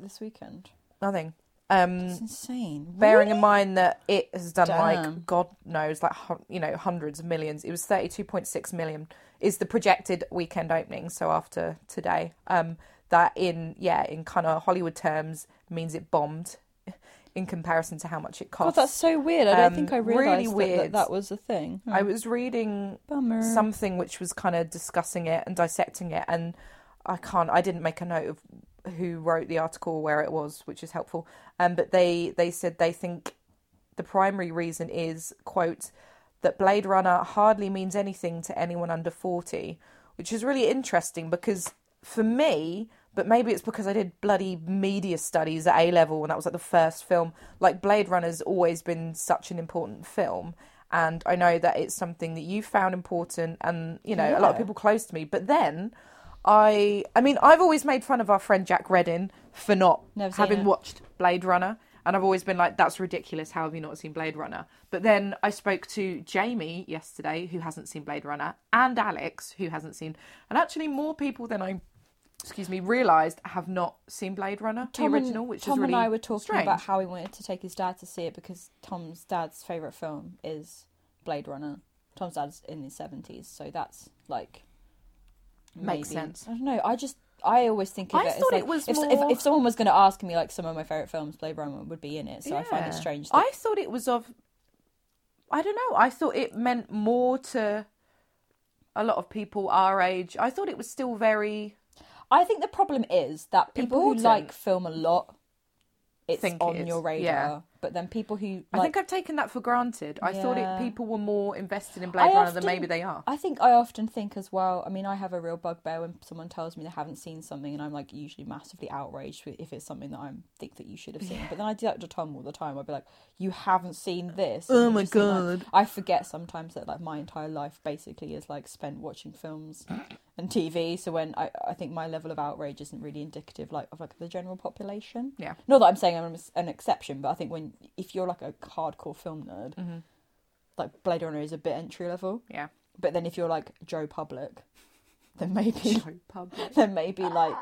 Speaker 1: this weekend.
Speaker 2: Nothing. Um
Speaker 1: It's insane.
Speaker 2: bearing in mind that it has done
Speaker 1: Damn.
Speaker 2: like god knows like hun- you know hundreds of millions it was 32.6 million is the projected weekend opening so after today um that in yeah in kind of hollywood terms means it bombed in comparison to how much it
Speaker 1: God,
Speaker 2: cost
Speaker 1: that's so weird. I don't
Speaker 2: Um,
Speaker 1: think I
Speaker 2: really
Speaker 1: realised that- that,
Speaker 2: weird.
Speaker 1: that was a thing.
Speaker 2: i was reading
Speaker 1: Bummer.
Speaker 2: something which was kind of discussing it and dissecting it and i can't i didn't make a note of who wrote the article or where it was which is helpful um, but they they said they think the primary reason is quote that blade runner hardly means anything to anyone under 40 which is really interesting because for me but maybe it's because i did bloody media studies at a level and that was like the first film like blade runner's always been such an important film and i know that it's something that you found important and you know a lot of
Speaker 1: Yeah.
Speaker 2: people close to me but then i i mean i've always made fun of our friend jack reddin for not
Speaker 1: Never seen
Speaker 2: having
Speaker 1: it.
Speaker 2: watched Blade Runner, and I've always been like, "That's ridiculous. How have you not seen Blade Runner?" But then I spoke to Jamie yesterday, who hasn't seen Blade Runner, and Alex, who hasn't seen, and actually more people than I, excuse me, realised have not seen Blade Runner,
Speaker 1: Tom
Speaker 2: the
Speaker 1: and-
Speaker 2: original, which
Speaker 1: Tom
Speaker 2: is really
Speaker 1: and I were talking
Speaker 2: strange.
Speaker 1: about how he wanted to take his dad to see it because Tom's dad's favorite film is Blade Runner. Tom's dad's in his seventies, so that's like
Speaker 2: Makes
Speaker 1: maybe-
Speaker 2: sense.
Speaker 1: I don't know. I just I always think of
Speaker 2: I
Speaker 1: it as
Speaker 2: thought
Speaker 1: like,
Speaker 2: it was
Speaker 1: if,
Speaker 2: more-
Speaker 1: if if someone was going to ask me like some of my favorite films, Blade Runner would be in it. So I find it
Speaker 2: Yeah.
Speaker 1: strange. That,
Speaker 2: I thought it was of. I don't know. I thought it meant more to a lot of people our age. I thought it was still very
Speaker 1: I think the problem is that people
Speaker 2: Important.
Speaker 1: who like film a lot, it's
Speaker 2: Think it
Speaker 1: on
Speaker 2: is,
Speaker 1: your radar.
Speaker 2: yeah.
Speaker 1: But then people who
Speaker 2: I
Speaker 1: like
Speaker 2: think I've taken that for granted. I thought
Speaker 1: Yeah.
Speaker 2: it, people were more invested in Blade
Speaker 1: I
Speaker 2: Runner than
Speaker 1: often-
Speaker 2: maybe they are.
Speaker 1: I think I often think as well. I mean, I have a real bugbear when someone tells me they haven't seen something, and I'm like usually massively outraged with- if it's something that I think that you should have seen. But then I do that to Tom all the time. I'd be like, "You haven't seen this." and
Speaker 2: Oh
Speaker 1: it
Speaker 2: my
Speaker 1: just seems like-
Speaker 2: God.
Speaker 1: I forget sometimes that like my entire life basically is like spent watching films and TV. So when I I think my level of outrage isn't really indicative like of like the general population.
Speaker 2: Yeah.
Speaker 1: Not that I'm saying I'm an exception, but I think when if you're like a hardcore film nerd,
Speaker 2: Mm-hmm.
Speaker 1: like Blade Runner is a bit entry level.
Speaker 2: Yeah.
Speaker 1: But then if you're like Joe Public, then maybe
Speaker 2: Public.
Speaker 1: then maybe like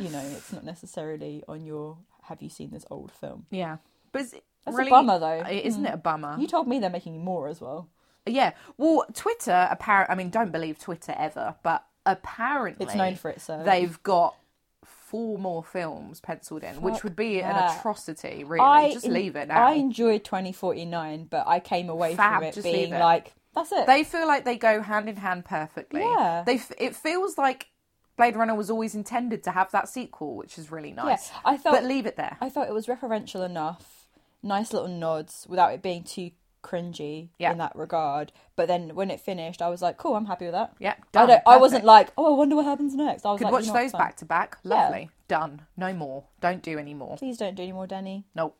Speaker 1: you know it's not necessarily on your. Have you seen this old film?
Speaker 2: Yeah. But is it
Speaker 1: That's
Speaker 2: really,
Speaker 1: a bummer though.
Speaker 2: uh, Isn't it a bummer?
Speaker 1: You told me they're making more as well.
Speaker 2: Yeah. Well, Twitter, apparent. I mean, don't believe Twitter ever, but apparently.
Speaker 1: It's known for its service.
Speaker 2: They've got four more films penciled in, which
Speaker 1: Fuck
Speaker 2: would be an
Speaker 1: that.
Speaker 2: atrocity, really. Just leave it now.
Speaker 1: I enjoyed 2049, but I came away
Speaker 2: Fab,
Speaker 1: from it
Speaker 2: just
Speaker 1: being
Speaker 2: leave it.
Speaker 1: like, that's it.
Speaker 2: They feel like they go hand in hand perfectly.
Speaker 1: Yeah.
Speaker 2: They f- it feels like Blade Runner was always intended to have that sequel, which is really nice.
Speaker 1: Yeah, I felt-
Speaker 2: But leave it there.
Speaker 1: I felt it was referential enough, nice little nods without it being too cringy
Speaker 2: Yeah.
Speaker 1: in that regard. But then when it finished, I was like, cool, I'm happy with that.
Speaker 2: Yeah,
Speaker 1: I
Speaker 2: done,
Speaker 1: don't. I wasn't
Speaker 2: perfect.
Speaker 1: like, oh, I wonder what happens next. I was
Speaker 2: Could
Speaker 1: like,
Speaker 2: watch
Speaker 1: you know what,
Speaker 2: those
Speaker 1: fine.
Speaker 2: back to back.
Speaker 1: Yeah.
Speaker 2: Lovely. Done. No more. Don't do any more.
Speaker 1: Please don't do any more, Denny.
Speaker 2: Nope.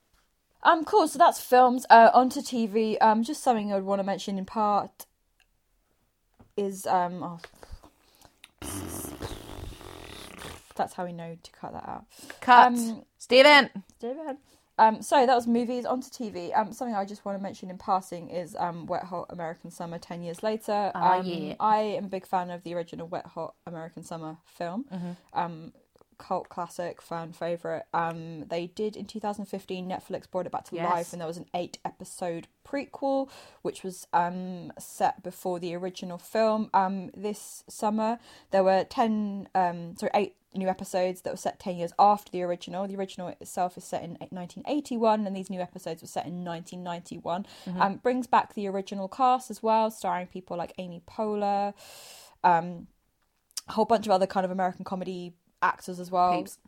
Speaker 1: Um, cool. So that's films. Uh, onto TV. Um, just something I'd want to mention in part. is um. Oh. That's how we know to cut that out.
Speaker 2: Cut.
Speaker 1: Um,
Speaker 2: Stephen.
Speaker 1: David. Um, so that was movies. Onto TV. Um, something I just want to mention in passing is um, Wet Hot American Summer. Ten years later.
Speaker 2: Ah,
Speaker 1: um,
Speaker 2: yeah.
Speaker 1: I am a big fan of the original Wet Hot American Summer film. Um, cult classic, fan favorite. Um, they did in 2015. Netflix brought it back to
Speaker 2: Yes.
Speaker 1: life, and there was an eight episode prequel, which was um, set before the original film. Um, this summer there were ten, um, sorry, eight new episodes that were set 10 years after the original the original itself is set in 1981 and these new episodes were set in 1991 um, brings back the original cast as well starring people like amy poehler um, a whole bunch of other kind of American comedy actors as well.
Speaker 2: Peeps.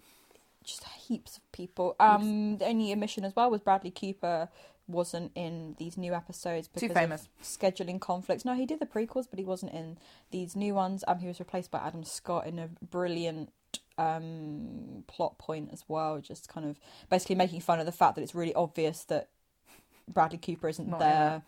Speaker 1: Just heaps of people. Um, The only omission as well was Bradley Cooper wasn't in these new episodes because of
Speaker 2: famous.
Speaker 1: scheduling conflicts. No, he did the prequels, but he wasn't in these new ones. Um, he was replaced by Adam Scott in a brilliant um plot point as well just kind of basically making fun of the fact that it's really obvious that Bradley Cooper isn't
Speaker 2: Not in
Speaker 1: there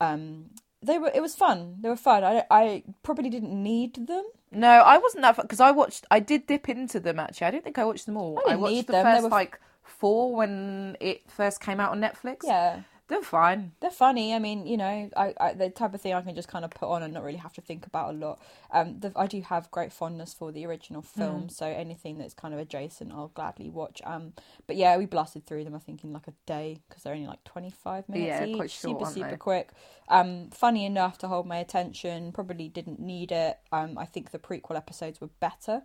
Speaker 1: um they were it was fun they were fun I, I probably didn't need them
Speaker 2: No, I wasn't that because I watched. I did dip into them actually. I don't think I watched them all.
Speaker 1: I didn't
Speaker 2: watched
Speaker 1: need
Speaker 2: the
Speaker 1: them, they
Speaker 2: first
Speaker 1: were f-
Speaker 2: like four when it first came out on Netflix.
Speaker 1: yeah
Speaker 2: they're fine.
Speaker 1: they're funny. I mean, you know, I, I the type of thing I can just kind of put on and not really have to think about a lot. Um, the, I do have great fondness for the original
Speaker 2: Mm.
Speaker 1: film, so anything that's kind of adjacent, I'll gladly watch. Um, but yeah, we blasted through them. I think in like a day because they're only like twenty five minutes
Speaker 2: Yeah,
Speaker 1: each.
Speaker 2: quite short,
Speaker 1: super
Speaker 2: aren't
Speaker 1: super
Speaker 2: they?
Speaker 1: quick. Um, funny enough to hold my attention. Probably didn't need it. Um, I think the prequel episodes were better.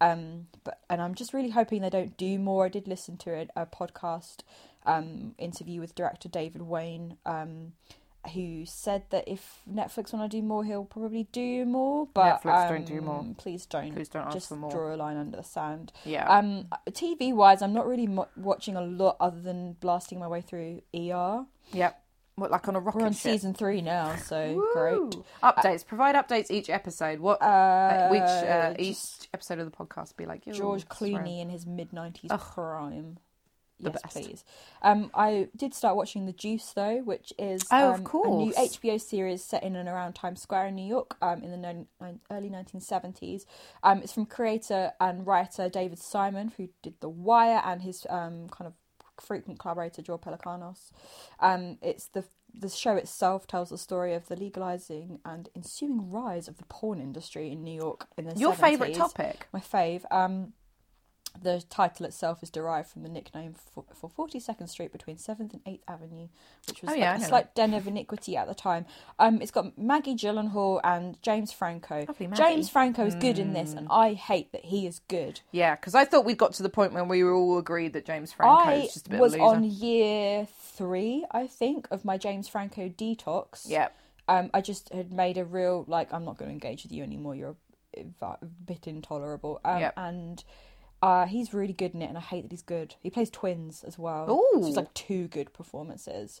Speaker 1: Um, but and I'm just really hoping they don't do more. I did listen to a, a podcast um, interview with director David Wayne, um, who said that if Netflix want to do more, he'll probably do more. But
Speaker 2: Netflix,
Speaker 1: um,
Speaker 2: don't do more.
Speaker 1: Please don't.
Speaker 2: Please don't ask
Speaker 1: Just
Speaker 2: for more.
Speaker 1: draw a line under the sand.
Speaker 2: Yeah,
Speaker 1: Um, TV wise, I'm not really mo- watching a lot other than blasting my way through ER.
Speaker 2: yep. What like on a rocket
Speaker 1: We're on
Speaker 2: ship.
Speaker 1: season three now, so
Speaker 2: Woo!
Speaker 1: great.
Speaker 2: Updates. provide updates each episode. What
Speaker 1: Uh,
Speaker 2: uh, which uh,
Speaker 1: just
Speaker 2: each episode of the podcast be like? "Yo,
Speaker 1: George
Speaker 2: that's right."
Speaker 1: Clooney in his mid 90s
Speaker 2: Ugh.
Speaker 1: prime.
Speaker 2: The
Speaker 1: yes,
Speaker 2: best.
Speaker 1: please. Um, I did start watching The Juice though, which is
Speaker 2: Oh,
Speaker 1: um,
Speaker 2: of
Speaker 1: a new
Speaker 2: course.
Speaker 1: HBO series set in and around Times Square in New York um, in the nin- nin- early 1970s. Um, it's from creator and writer David Simon, who did The Wire, and his um, kind of frequent collaborator Joe Pelicanos. Um, it's the the show itself tells the story of the legalizing and ensuing rise of the porn industry in New York in the
Speaker 2: Your favorite
Speaker 1: 70s
Speaker 2: topic?
Speaker 1: my fave. Um, the title itself is derived from the nickname for, for 42nd Street between 7th and 8th Avenue, which was
Speaker 2: Oh, yeah, I
Speaker 1: like
Speaker 2: know
Speaker 1: a slight den of iniquity at the time. Um, it's got Maggie Gyllenhaal and James Franco.
Speaker 2: Lovely Maggie. Mm.
Speaker 1: James Franco is good in this, and I hate that he is good.
Speaker 2: Yeah, because I thought we'd got to the point when we were all agreed that James Franco
Speaker 1: I
Speaker 2: is just a bit
Speaker 1: was
Speaker 2: of a loser.
Speaker 1: on year three, I think, of my James Franco detox.
Speaker 2: Yeah,
Speaker 1: um, I just had made a real like I'm not going to engage with you anymore. You're a va- bit intolerable. Um,
Speaker 2: Yep.
Speaker 1: And uh, he's really good in it, and I hate that he's good. He plays twins as well.
Speaker 2: Ooh.
Speaker 1: so it's like two good performances.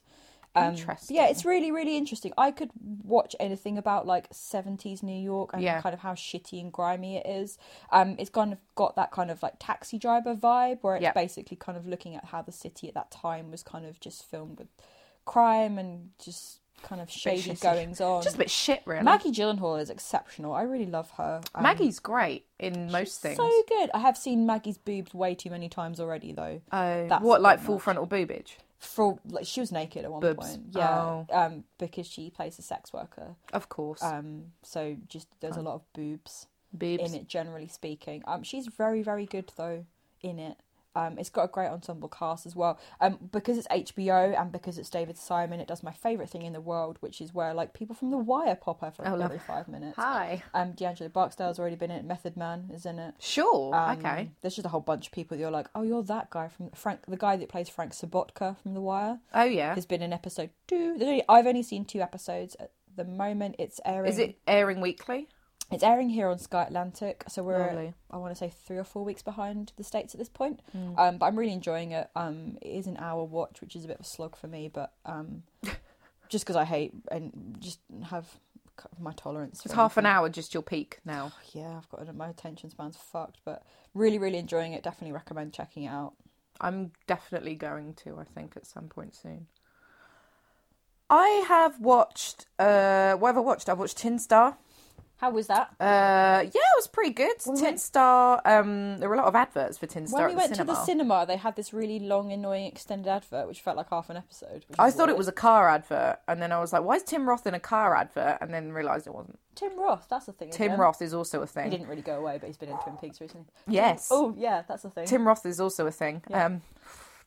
Speaker 1: Um, but
Speaker 2: Interesting.
Speaker 1: Yeah, it's really really interesting. I could watch anything about like 70s New York and
Speaker 2: Yeah.
Speaker 1: kind of how shitty and grimy it is. Um, it's kind of got that kind of like taxi driver vibe where it's
Speaker 2: Yep.
Speaker 1: basically kind of looking at how the city at that time was kind of just filmed with crime and just kind of shady
Speaker 2: shitty.
Speaker 1: goings on.
Speaker 2: just a bit shit, really.
Speaker 1: Maggie Gyllenhaal is exceptional. I really love her. Um,
Speaker 2: Maggie's great in most things.
Speaker 1: so good. I have seen Maggie's boobs way too many times already, though.
Speaker 2: Oh,
Speaker 1: That's
Speaker 2: what
Speaker 1: a
Speaker 2: like
Speaker 1: bit
Speaker 2: full
Speaker 1: much.
Speaker 2: frontal boobage?
Speaker 1: For like, she was naked at one
Speaker 2: Boobs.
Speaker 1: point. Yeah,
Speaker 2: Oh.
Speaker 1: um, because she plays a sex worker.
Speaker 2: Of course,
Speaker 1: Um, so just there's a lot of boobs
Speaker 2: boobs.
Speaker 1: in it, generally speaking. Um, she's very, very good though in it. Um, it's got a great ensemble cast as well. Um, because it's HBO and because it's David Simon, it does my favorite thing in the world, which is where like people from The Wire pop up for
Speaker 2: Oh,
Speaker 1: like,
Speaker 2: love.
Speaker 1: every five minutes.
Speaker 2: Hi.
Speaker 1: Um, D'Angelo Barksdale's already been in it. Method Man is in it.
Speaker 2: Sure.
Speaker 1: Um,
Speaker 2: okay.
Speaker 1: There's just a whole bunch of people that you're like, oh, you're that guy from Frank, the guy that plays Frank Sabotka from The Wire.
Speaker 2: Oh yeah.
Speaker 1: There's been an episode two. There's only- I've only seen two episodes at the moment. It's airing.
Speaker 2: Is it airing weekly?
Speaker 1: It's airing here on Sky Atlantic, so we're
Speaker 2: Lovely.
Speaker 1: I want to say three or four weeks behind the states at this point.
Speaker 2: Mm.
Speaker 1: Um, but I'm really enjoying it. Um, it is an hour watch, which is a bit of a slog for me, but um, just because I hate and just have c- my tolerance.
Speaker 2: It's
Speaker 1: for
Speaker 2: half an
Speaker 1: anything.
Speaker 2: hour, just your peak now.
Speaker 1: Yeah, I've got my attention span's fucked, but really, really enjoying it. Definitely recommend checking it out.
Speaker 2: I'm definitely going to. I think at some point soon. I have watched. Uh, what have I watched? I've watched Tin Star.
Speaker 1: How was that?
Speaker 2: Uh, yeah, it was pretty good. Tin Star. Um, there were a lot of adverts for Tin Star
Speaker 1: when
Speaker 2: at
Speaker 1: we
Speaker 2: the
Speaker 1: went
Speaker 2: cinema.
Speaker 1: to the cinema, they had this really long, annoying extended advert, which felt like half an episode. which
Speaker 2: I
Speaker 1: was
Speaker 2: thought it
Speaker 1: weird.
Speaker 2: was a car advert, and then I was like, "Why is Tim Roth in a car advert?" And then realised it wasn't.
Speaker 1: Tim Roth. That's the thing.
Speaker 2: Tim
Speaker 1: again.
Speaker 2: Roth is also a thing.
Speaker 1: He didn't really go away, but he's been in Twin Peaks recently.
Speaker 2: Yes.
Speaker 1: Oh yeah, that's the thing.
Speaker 2: Tim Roth is also a thing. Um,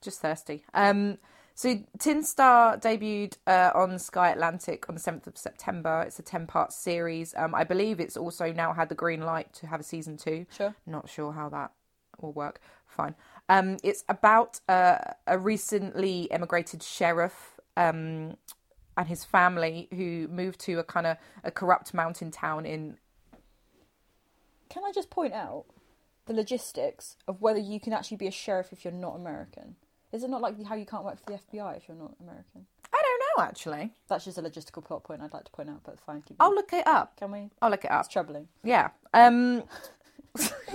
Speaker 2: just thirsty. Um, so Tin Star debuted uh, on Sky Atlantic on the seventh of September. It's a ten-part series. Um, I believe it's also now had the green light to have a season two.
Speaker 1: Sure.
Speaker 2: Not sure how that will work. Fine. Um, it's about uh, a recently emigrated sheriff. Um, and his family who moved to a kind of a corrupt mountain town in
Speaker 1: Can I just point out the logistics of whether you can actually be a sheriff if you're not American? Is it not like how you can't work for the FBI if you're not American?
Speaker 2: I don't know actually.
Speaker 1: That's just a logistical plot point I'd like to point out, but fine. Keep
Speaker 2: I'll
Speaker 1: going.
Speaker 2: look it up.
Speaker 1: Can we?
Speaker 2: I'll look it up.
Speaker 1: It's troubling.
Speaker 2: Yeah. Um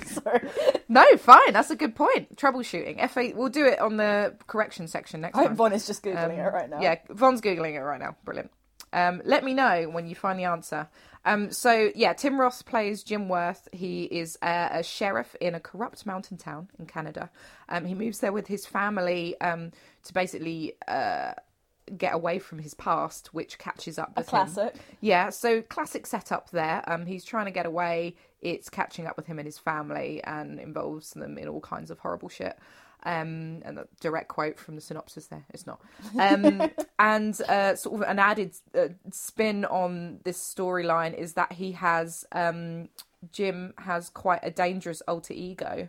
Speaker 1: Sorry.
Speaker 2: No, fine. That's a good point. Troubleshooting. FA. We'll do it on the correction section next
Speaker 1: I hope
Speaker 2: time.
Speaker 1: Von is just googling
Speaker 2: Um,
Speaker 1: it right now.
Speaker 2: Yeah, Von's googling it right now. Brilliant. Um, let me know when you find the answer. Um, so yeah, Tim Ross plays Jim Worth. He is a, a sheriff in a corrupt mountain town in Canada. Um, he moves there with his family um, to basically uh, get away from his past, which catches up
Speaker 1: A
Speaker 2: with him.
Speaker 1: classic.
Speaker 2: Yeah, so classic setup there. Um, he's trying to get away. It's catching up with him and his family and involves them in all kinds of horrible shit. Um, and a direct quote from the synopsis there. It's not. Um, and uh, sort of an added uh, spin on this storyline is that he has um, Jim has quite a dangerous alter ego.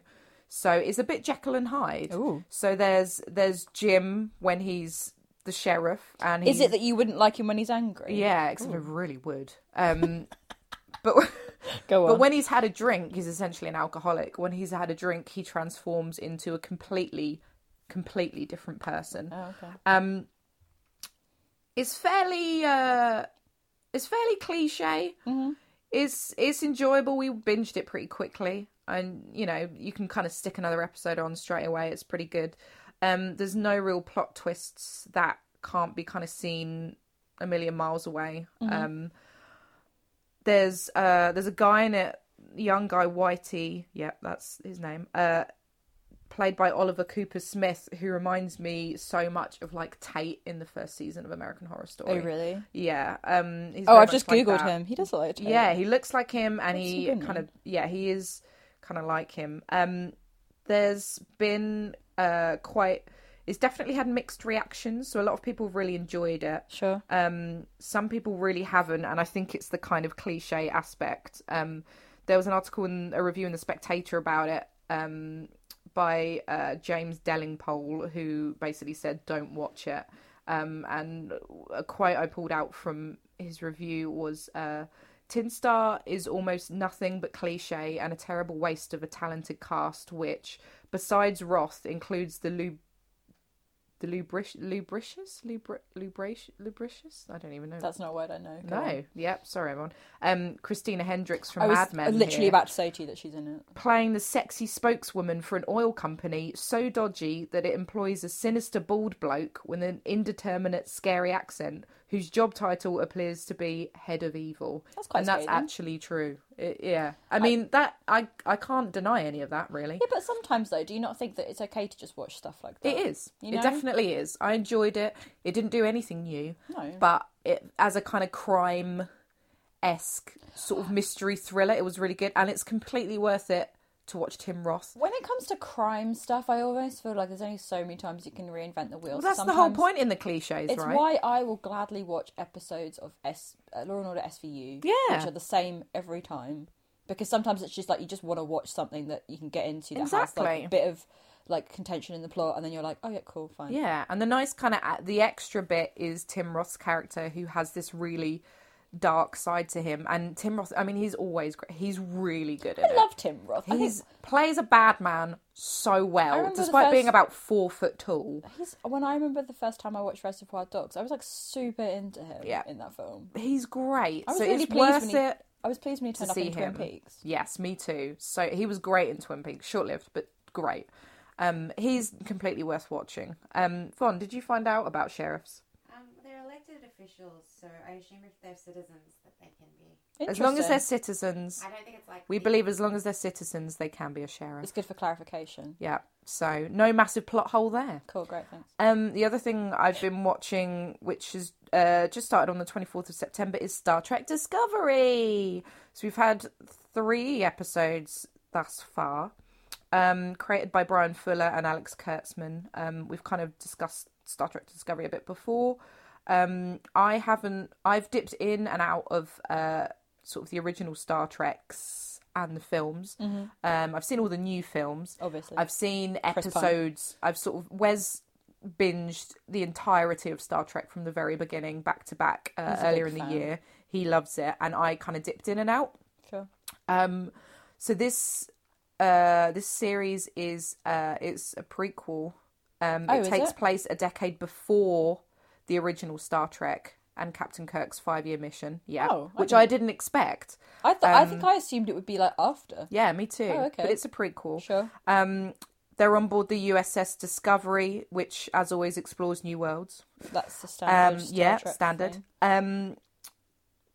Speaker 2: So it's a bit Jekyll and Hyde.
Speaker 1: Ooh.
Speaker 2: So there's there's Jim when he's the sheriff and he's
Speaker 1: Is it that you wouldn't like him when he's angry?
Speaker 2: yeah, except I really would. Um, but
Speaker 1: Oh, Go on.
Speaker 2: but when he's had a drink, he's essentially an alcoholic. When he's had a drink, he transforms into a completely, completely different person.
Speaker 1: Oh, okay.
Speaker 2: Um, it's fairly, uh, it's fairly cliche.
Speaker 1: Mm-hmm.
Speaker 2: It's it's enjoyable. We binged it pretty quickly, and you know you can kind of stick another episode on straight away. It's pretty good. Um, there's no real plot twists that can't be kind of seen a million miles away.
Speaker 1: Mm-hmm.
Speaker 2: Um, there's uh there's a guy in it, young guy Whitey. Yep, that's his name. Uh, played by Oliver Cooper Smith, who reminds me so much of like Tate in the first season of American Horror Story.
Speaker 1: Oh really?
Speaker 2: Yeah. Um. He's
Speaker 1: Oh,
Speaker 2: very
Speaker 1: I've just
Speaker 2: much like
Speaker 1: googled
Speaker 2: that.
Speaker 1: him. He does look like Tate.
Speaker 2: Yeah, he looks like him, and
Speaker 1: What's he
Speaker 2: he
Speaker 1: been
Speaker 2: kind
Speaker 1: in?
Speaker 2: of yeah, he is kind of like him. Um, there's been uh quite. It's definitely had mixed reactions, so a lot of people have really enjoyed it.
Speaker 1: Sure.
Speaker 2: Um, some people really haven't, and I think it's the kind of cliche aspect. Um, there was an article in a review in the Spectator about it um, by uh, James Dellingpole, who basically said, "Don't watch it." Um, and a quote I pulled out from his review was. Uh, Tin Star is almost nothing but cliche and a terrible waste of a talented cast, which, besides Roth, includes the Lou the lubric- lubricious Lubri- lubricious lubricious i don't even know
Speaker 1: That's not a word I know. Go
Speaker 2: no
Speaker 1: on.
Speaker 2: yep sorry everyone um christina hendricks from
Speaker 1: I was
Speaker 2: mad men
Speaker 1: literally
Speaker 2: here,
Speaker 1: about to say to you that she's in it.
Speaker 2: playing the sexy spokeswoman for an oil company so dodgy that it employs a sinister bald bloke with an indeterminate scary accent whose job title appears to be head of evil
Speaker 1: That's quite
Speaker 2: and that's
Speaker 1: scathing.
Speaker 2: actually true It- yeah i mean that i i can't deny any of that really
Speaker 1: Yeah, but sometimes though, do you not think that it's okay to just watch stuff like that?
Speaker 2: It is.
Speaker 1: You
Speaker 2: It
Speaker 1: know?
Speaker 2: definitely is. I enjoyed it. It didn't do anything new.
Speaker 1: No.
Speaker 2: But it as a kind of crime esque sort of mystery thriller, it was really good and it's completely worth it to watch Tim Roth.
Speaker 1: When it comes to crime stuff, I almost feel like there's only so many times you can reinvent the wheel.
Speaker 2: Well, that's the whole
Speaker 1: Sometimes
Speaker 2: point in the cliches,
Speaker 1: It's
Speaker 2: right?
Speaker 1: why I will gladly watch episodes of S- uh, Law and Order SVU,
Speaker 2: Yeah.
Speaker 1: which are the same every time, because sometimes it's just like you just want to watch something that you can get into that has like
Speaker 2: Exactly.
Speaker 1: a bit of like contention in the plot, and then you're like, oh yeah, cool, fine.
Speaker 2: Yeah, and the nice kind of the extra bit is Tim Roth's character who has this really dark side to him, and Tim Roth. I mean, he's always great. He's really good at
Speaker 1: I
Speaker 2: it.
Speaker 1: love Tim Roth. I
Speaker 2: He's
Speaker 1: think
Speaker 2: plays a bad man so well,
Speaker 1: remember the
Speaker 2: despite being
Speaker 1: first-
Speaker 2: about four foot tall.
Speaker 1: he's when I remember the first time I watched Reservoir Dogs, I was like super into him
Speaker 2: Yeah.
Speaker 1: in that film.
Speaker 2: he's great.
Speaker 1: I was
Speaker 2: so
Speaker 1: really
Speaker 2: it's
Speaker 1: pleased
Speaker 2: worth
Speaker 1: when he,
Speaker 2: it.
Speaker 1: I was pleased when he turned up
Speaker 2: see
Speaker 1: in Twin
Speaker 2: him.
Speaker 1: Peaks.
Speaker 2: Yes, me too. So he was great in Twin Peaks, short lived, but great. Um, he's completely worth watching. Um, Vaughn, did you find out about sheriffs?
Speaker 3: Um, they're elected officials, so I assume if they're citizens that they can be.
Speaker 2: As long as
Speaker 1: Interesting.
Speaker 2: they're citizens,
Speaker 3: I don't think it's like
Speaker 2: we
Speaker 3: the-
Speaker 2: believe as long as they're citizens, they can be a
Speaker 1: It's
Speaker 2: sheriff.
Speaker 1: good for clarification.
Speaker 2: Yeah. So no massive plot hole there.
Speaker 1: Cool, great, thanks.
Speaker 2: Um, the other thing I've been watching, which has uh, just started on the 24th of September, is Star Trek Discovery. So we've had three episodes thus far, um, created by Brian Fuller and Alex Kurtzman. Um, we've kind of discussed Star Trek Discovery a bit before. Um, I haven't, I've dipped in and out of uh, sort of the original Star Treks and the films. Um, I've seen all the new films.
Speaker 1: Obviously.
Speaker 2: I've seen
Speaker 1: Pine.
Speaker 2: episodes. I've sort of Wes binged the entirety of Star Trek from the very beginning, back to back, uh,
Speaker 1: He's a
Speaker 2: earlier in
Speaker 1: big
Speaker 2: the
Speaker 1: fan.
Speaker 2: year. He loves it, and I kind of dipped in and out.
Speaker 1: Sure.
Speaker 2: Um, so this uh, this series is uh, it's a prequel. Um,
Speaker 1: Oh,
Speaker 2: it
Speaker 1: is
Speaker 2: takes
Speaker 1: it?
Speaker 2: place a decade before the original Star Trek and Captain Kirk's five year mission. Yeah,
Speaker 1: Oh, I
Speaker 2: which
Speaker 1: didn't-
Speaker 2: I didn't expect.
Speaker 1: I th- I
Speaker 2: um,
Speaker 1: think I assumed it would be like after.
Speaker 2: Yeah, me too.
Speaker 1: Oh, okay.
Speaker 2: But it's a prequel.
Speaker 1: Sure.
Speaker 2: Um, they're on board the USS Discovery, which, as always, explores new worlds.
Speaker 1: That's the
Speaker 2: Um,
Speaker 1: standard. Star
Speaker 2: yeah,
Speaker 1: Trek
Speaker 2: standard.
Speaker 1: thing.
Speaker 2: Um,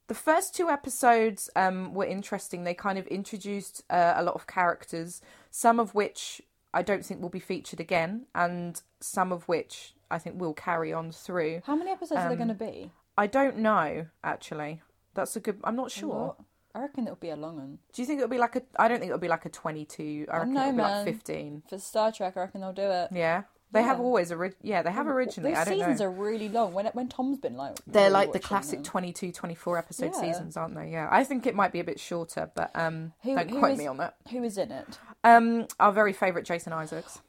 Speaker 2: the first two episodes um, were interesting. They kind of introduced uh, a lot of characters, some of which I don't think will be featured again, and some of which I think will carry on through.
Speaker 1: How many episodes
Speaker 2: Um,
Speaker 1: are there going to be?
Speaker 2: I don't know, actually. That's a good. I'm not sure.
Speaker 1: What? I reckon it'll be a long one.
Speaker 2: Do you think it'll be like a? I don't think it'll be like a 22. I reckon
Speaker 1: no,
Speaker 2: it'll be
Speaker 1: man.
Speaker 2: like 15.
Speaker 1: For Star Trek, I reckon they'll do it.
Speaker 2: Yeah. They have
Speaker 1: Yeah.
Speaker 2: always ori- yeah, they have originally.
Speaker 1: Those
Speaker 2: I don't
Speaker 1: seasons
Speaker 2: know.
Speaker 1: are really long. When when Tom's been like,
Speaker 2: They're
Speaker 1: really
Speaker 2: like the
Speaker 1: watching
Speaker 2: classic
Speaker 1: them.
Speaker 2: 22 24 episode
Speaker 1: Yeah.
Speaker 2: seasons, aren't they? Yeah. I think it might be a bit shorter, but um
Speaker 1: Who-
Speaker 2: don't
Speaker 1: who
Speaker 2: quote
Speaker 1: is-
Speaker 2: me on that.
Speaker 1: Who is in it?
Speaker 2: Um our very favorite Jason Isaacs.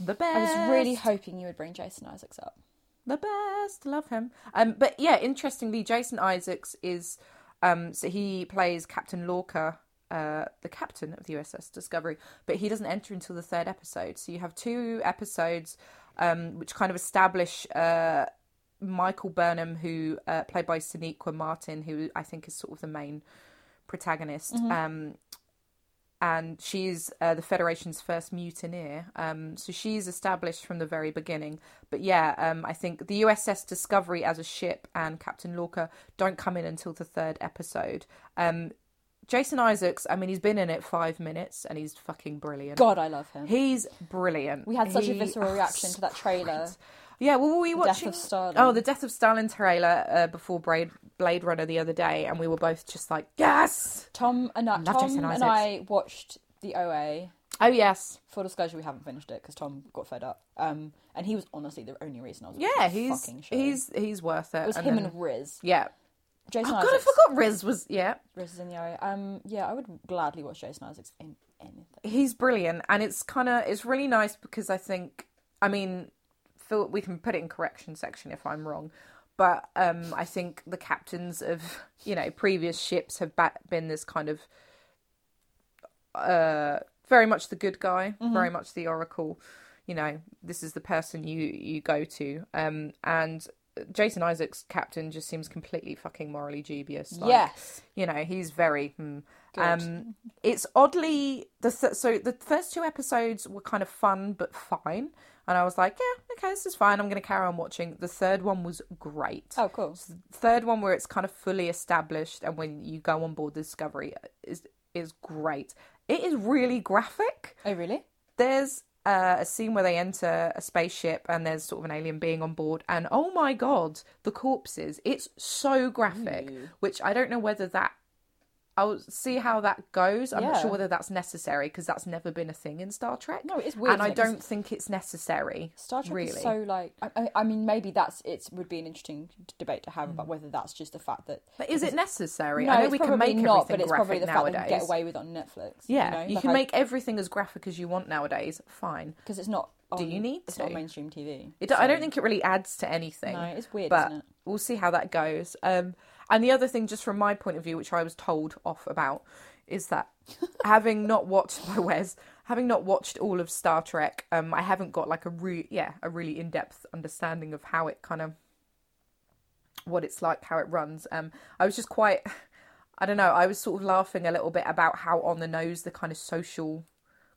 Speaker 2: The
Speaker 1: I
Speaker 2: best.
Speaker 1: was really hoping you would bring Jason Isaacs up.
Speaker 2: the best. Love him. Um but yeah, interestingly Jason Isaacs is um so he plays Captain Lorca uh, the captain of the USS Discovery, but he doesn't enter until the third episode. So you have two episodes um, which kind of establish uh, Michael Burnham, who uh, played by Sonequa Martin, who I think is sort of the main protagonist.
Speaker 1: Mm-hmm.
Speaker 2: Um, and she's uh, the Federation's first mutineer. Um, so she's established from the very beginning. But yeah, um, I think the USS Discovery as a ship and Captain Lorca don't come in until the third episode. Um, Jason Isaacs, I mean, he's been in it five minutes and he's fucking brilliant.
Speaker 1: God, I love him.
Speaker 2: He's brilliant.
Speaker 1: we had such a
Speaker 2: He-
Speaker 1: visceral
Speaker 2: oh,
Speaker 1: reaction to that trailer.
Speaker 2: yeah, well, we were
Speaker 1: Death
Speaker 2: watching
Speaker 1: of Stalin.
Speaker 2: Oh, the Death of Stalin trailer uh, before Blade Blade Runner the other day, and we were both just like, yes,
Speaker 1: Tom and I,
Speaker 2: Love Jason
Speaker 1: Tom and
Speaker 2: Isaacs.
Speaker 1: I watched the OA.
Speaker 2: oh yes,
Speaker 1: Full disclosure, we haven't finished it because Tom got fed up. Um, and he was honestly the only reason I was.
Speaker 2: yeah,
Speaker 1: watching the
Speaker 2: he's
Speaker 1: fucking show.
Speaker 2: he's he's worth it.
Speaker 1: It was him and Riz.
Speaker 2: yeah. Oh
Speaker 1: Jason
Speaker 2: god, I
Speaker 1: Isaacs.
Speaker 2: forgot Riz was yeah.
Speaker 1: Riz is in the OA. Um, yeah, I would gladly watch Jason Isaacs in anything.
Speaker 2: He's brilliant, and it's kind of it's really nice because I think I mean, Phil, we can put it in correction section if I'm wrong. But um, I think the captains of you know previous ships have ba- been this kind of uh, very much the good guy, very much the oracle. You know, this is the person you you go to. Um, and Jason Isaacs' captain just seems completely fucking morally dubious. Like,
Speaker 1: Yes.
Speaker 2: you know, he's very. Hmm. Um, it's oddly the th- so the first two episodes were kind of fun but fine, and I was like, yeah, okay, this is fine. I'm going to carry on watching. The third one was great
Speaker 1: Oh, cool.
Speaker 2: third one where it's kind of fully established and when you go on board discovery is is great it is really graphic
Speaker 1: Oh, really?
Speaker 2: there's uh, a scene where they enter a spaceship and there's sort of an alien being on board and oh my god the corpses it's so graphic which i don't know whether that i'll see how that goes i'm not
Speaker 1: Yeah.
Speaker 2: sure whether that's necessary because that's never been a thing in star trek
Speaker 1: No, it is weird,
Speaker 2: and i
Speaker 1: isn't it? 'Cause
Speaker 2: don't think it's necessary
Speaker 1: Star Trek
Speaker 2: really
Speaker 1: is so like. I- I, I mean, maybe that's it. Would be an interesting d- debate to have
Speaker 2: Mm.
Speaker 1: about whether that's just the fact that.
Speaker 2: but is it necessary
Speaker 1: No,
Speaker 2: i know
Speaker 1: it's
Speaker 2: we can
Speaker 1: probably
Speaker 2: make
Speaker 1: not,
Speaker 2: everything
Speaker 1: but it's
Speaker 2: graphic
Speaker 1: probably the
Speaker 2: nowadays
Speaker 1: fact that you get away with on Netflix.
Speaker 2: Yeah,
Speaker 1: you,
Speaker 2: you,
Speaker 1: know? Like,
Speaker 2: can
Speaker 1: I-
Speaker 2: make everything as graphic as you want nowadays. Fine.
Speaker 1: because it's not. On,
Speaker 2: you need
Speaker 1: Um, It's not
Speaker 2: to?
Speaker 1: on mainstream TV.
Speaker 2: It, I don't think it really adds to anything.
Speaker 1: No, it's weird,
Speaker 2: but
Speaker 1: isn't it?
Speaker 2: we'll see how that goes. Um, and the other thing, just from my point of view, which I was told off about, is that having not watched by Wes, having not watched all of Star Trek, um, I haven't got like a re- yeah a really in depth understanding of how it kind of what it's like, how it runs. Um, I was just quite, I don't know, I was sort of laughing a little bit about how on the nose the kind of social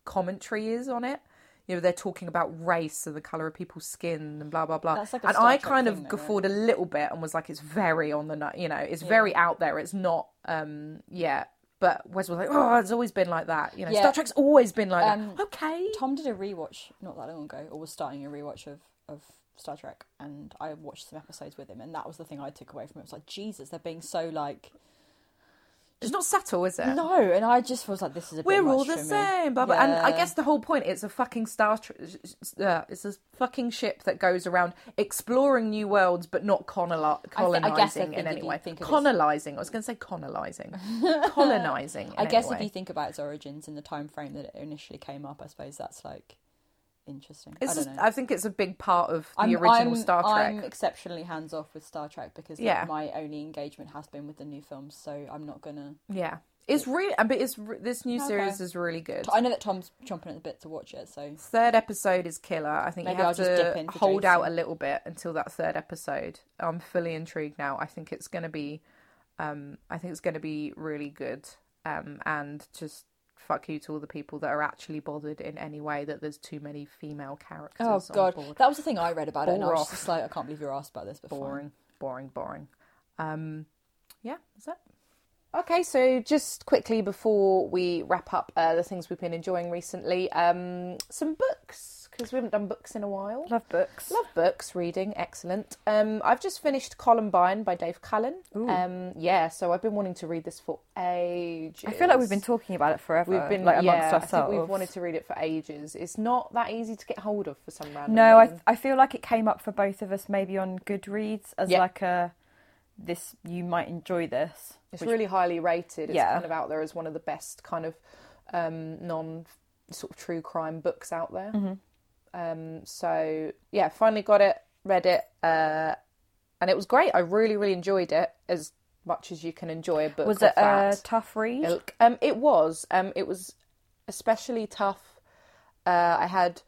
Speaker 2: commentary is on it. you know, they're talking about race and the colour of people's skin and blah blah blah.
Speaker 4: That's like a
Speaker 2: and
Speaker 4: Star
Speaker 2: I
Speaker 4: Trek
Speaker 2: kind
Speaker 4: thing,
Speaker 2: of
Speaker 4: though,
Speaker 2: guffawed a little bit and was like, it's very on the nut, you know, it's very out there. It's not, um, yeah. But Wes was like, oh, it's always been like that, you know.
Speaker 4: Yeah.
Speaker 2: Star Trek's always been like
Speaker 4: Um,
Speaker 2: that. Okay.
Speaker 4: Tom did a rewatch not that long ago, or was starting a rewatch of, of Star Trek, and I watched some episodes with him, and that was the thing I took away from it. It was like, Jesus, they're being so like,
Speaker 2: It's not subtle, is it?
Speaker 4: no, and I just was like, this is a bit
Speaker 2: We're all
Speaker 4: much
Speaker 2: the
Speaker 4: for me.
Speaker 2: same, blah, blah. And I
Speaker 4: Yeah.
Speaker 2: guess the whole point, it's a fucking Star Trek, uh, it's a fucking ship that goes around exploring new worlds, but not colonizing
Speaker 4: I thi- I guess I think
Speaker 2: in any
Speaker 4: if you
Speaker 2: way.
Speaker 4: think of it-
Speaker 2: Colonizing, I was going to say colonizing. colonizing.
Speaker 4: I guess if you think about its origins and the time frame that it initially came up, I suppose that's like interesting.
Speaker 2: It's
Speaker 4: I don't
Speaker 2: just-
Speaker 4: know.
Speaker 2: I think it's a big part of the
Speaker 4: I'm-
Speaker 2: original
Speaker 4: I'm-
Speaker 2: Star Trek.
Speaker 4: I'm exceptionally hands off with Star Trek because like,
Speaker 2: Yeah.
Speaker 4: my only engagement has been with the new films, so I'm not gonna.
Speaker 2: Yeah. It's really, but it's re- this new
Speaker 4: Okay.
Speaker 2: series is really good.
Speaker 4: I know that Tom's chomping at the bit to watch it, so
Speaker 2: Third episode is killer. I think
Speaker 4: Maybe
Speaker 2: you
Speaker 4: I'll
Speaker 2: have
Speaker 4: just dip
Speaker 2: to
Speaker 4: in for
Speaker 2: hold
Speaker 4: Jason.
Speaker 2: out a little bit until that third episode. I'm fully intrigued now. I think it's going to be, um, I think it's going to be really good. Um, and just fuck you to all the people that are actually bothered in any way that there's too many female characters.
Speaker 4: Oh
Speaker 2: on
Speaker 4: god,
Speaker 2: board.
Speaker 4: that was the thing I read about it, and I
Speaker 2: Bore
Speaker 4: was
Speaker 2: off.
Speaker 4: just like, I can't believe you were asked about this before.
Speaker 2: boring, boring, boring. Um, yeah, that's it. Okay, so just quickly before we wrap up uh, the things we've been enjoying recently, um, some books because we haven't done books in a while.
Speaker 1: Love books.
Speaker 2: Love books, reading, excellent. Um, I've just finished Columbine by Dave Cullen. Um, yeah, so I've been wanting to read this for ages.
Speaker 1: I feel like we've been talking about it forever.
Speaker 2: We've been
Speaker 1: like amongst
Speaker 2: yeah,
Speaker 1: ourselves.
Speaker 2: I think we've wanted to read it for ages. It's not that easy to get hold of for some random.
Speaker 1: No, I
Speaker 2: reason.
Speaker 1: I feel like it came up for both of us maybe on Goodreads as
Speaker 2: Yeah.
Speaker 1: like a this you might enjoy this.
Speaker 2: It's
Speaker 1: which-
Speaker 2: really highly rated. It's
Speaker 1: Yeah.
Speaker 2: kind of out there as one of the best kind of um, non sort of true crime books out there.
Speaker 1: Mm-hmm.
Speaker 2: Um, so yeah, finally got it, read it, uh, and it was great. I really, really enjoyed it as much as you can enjoy a book.
Speaker 1: was
Speaker 2: of
Speaker 1: it a
Speaker 2: that
Speaker 1: tough read?
Speaker 2: ilk. Um, it was. Um, it was especially tough. Uh, I had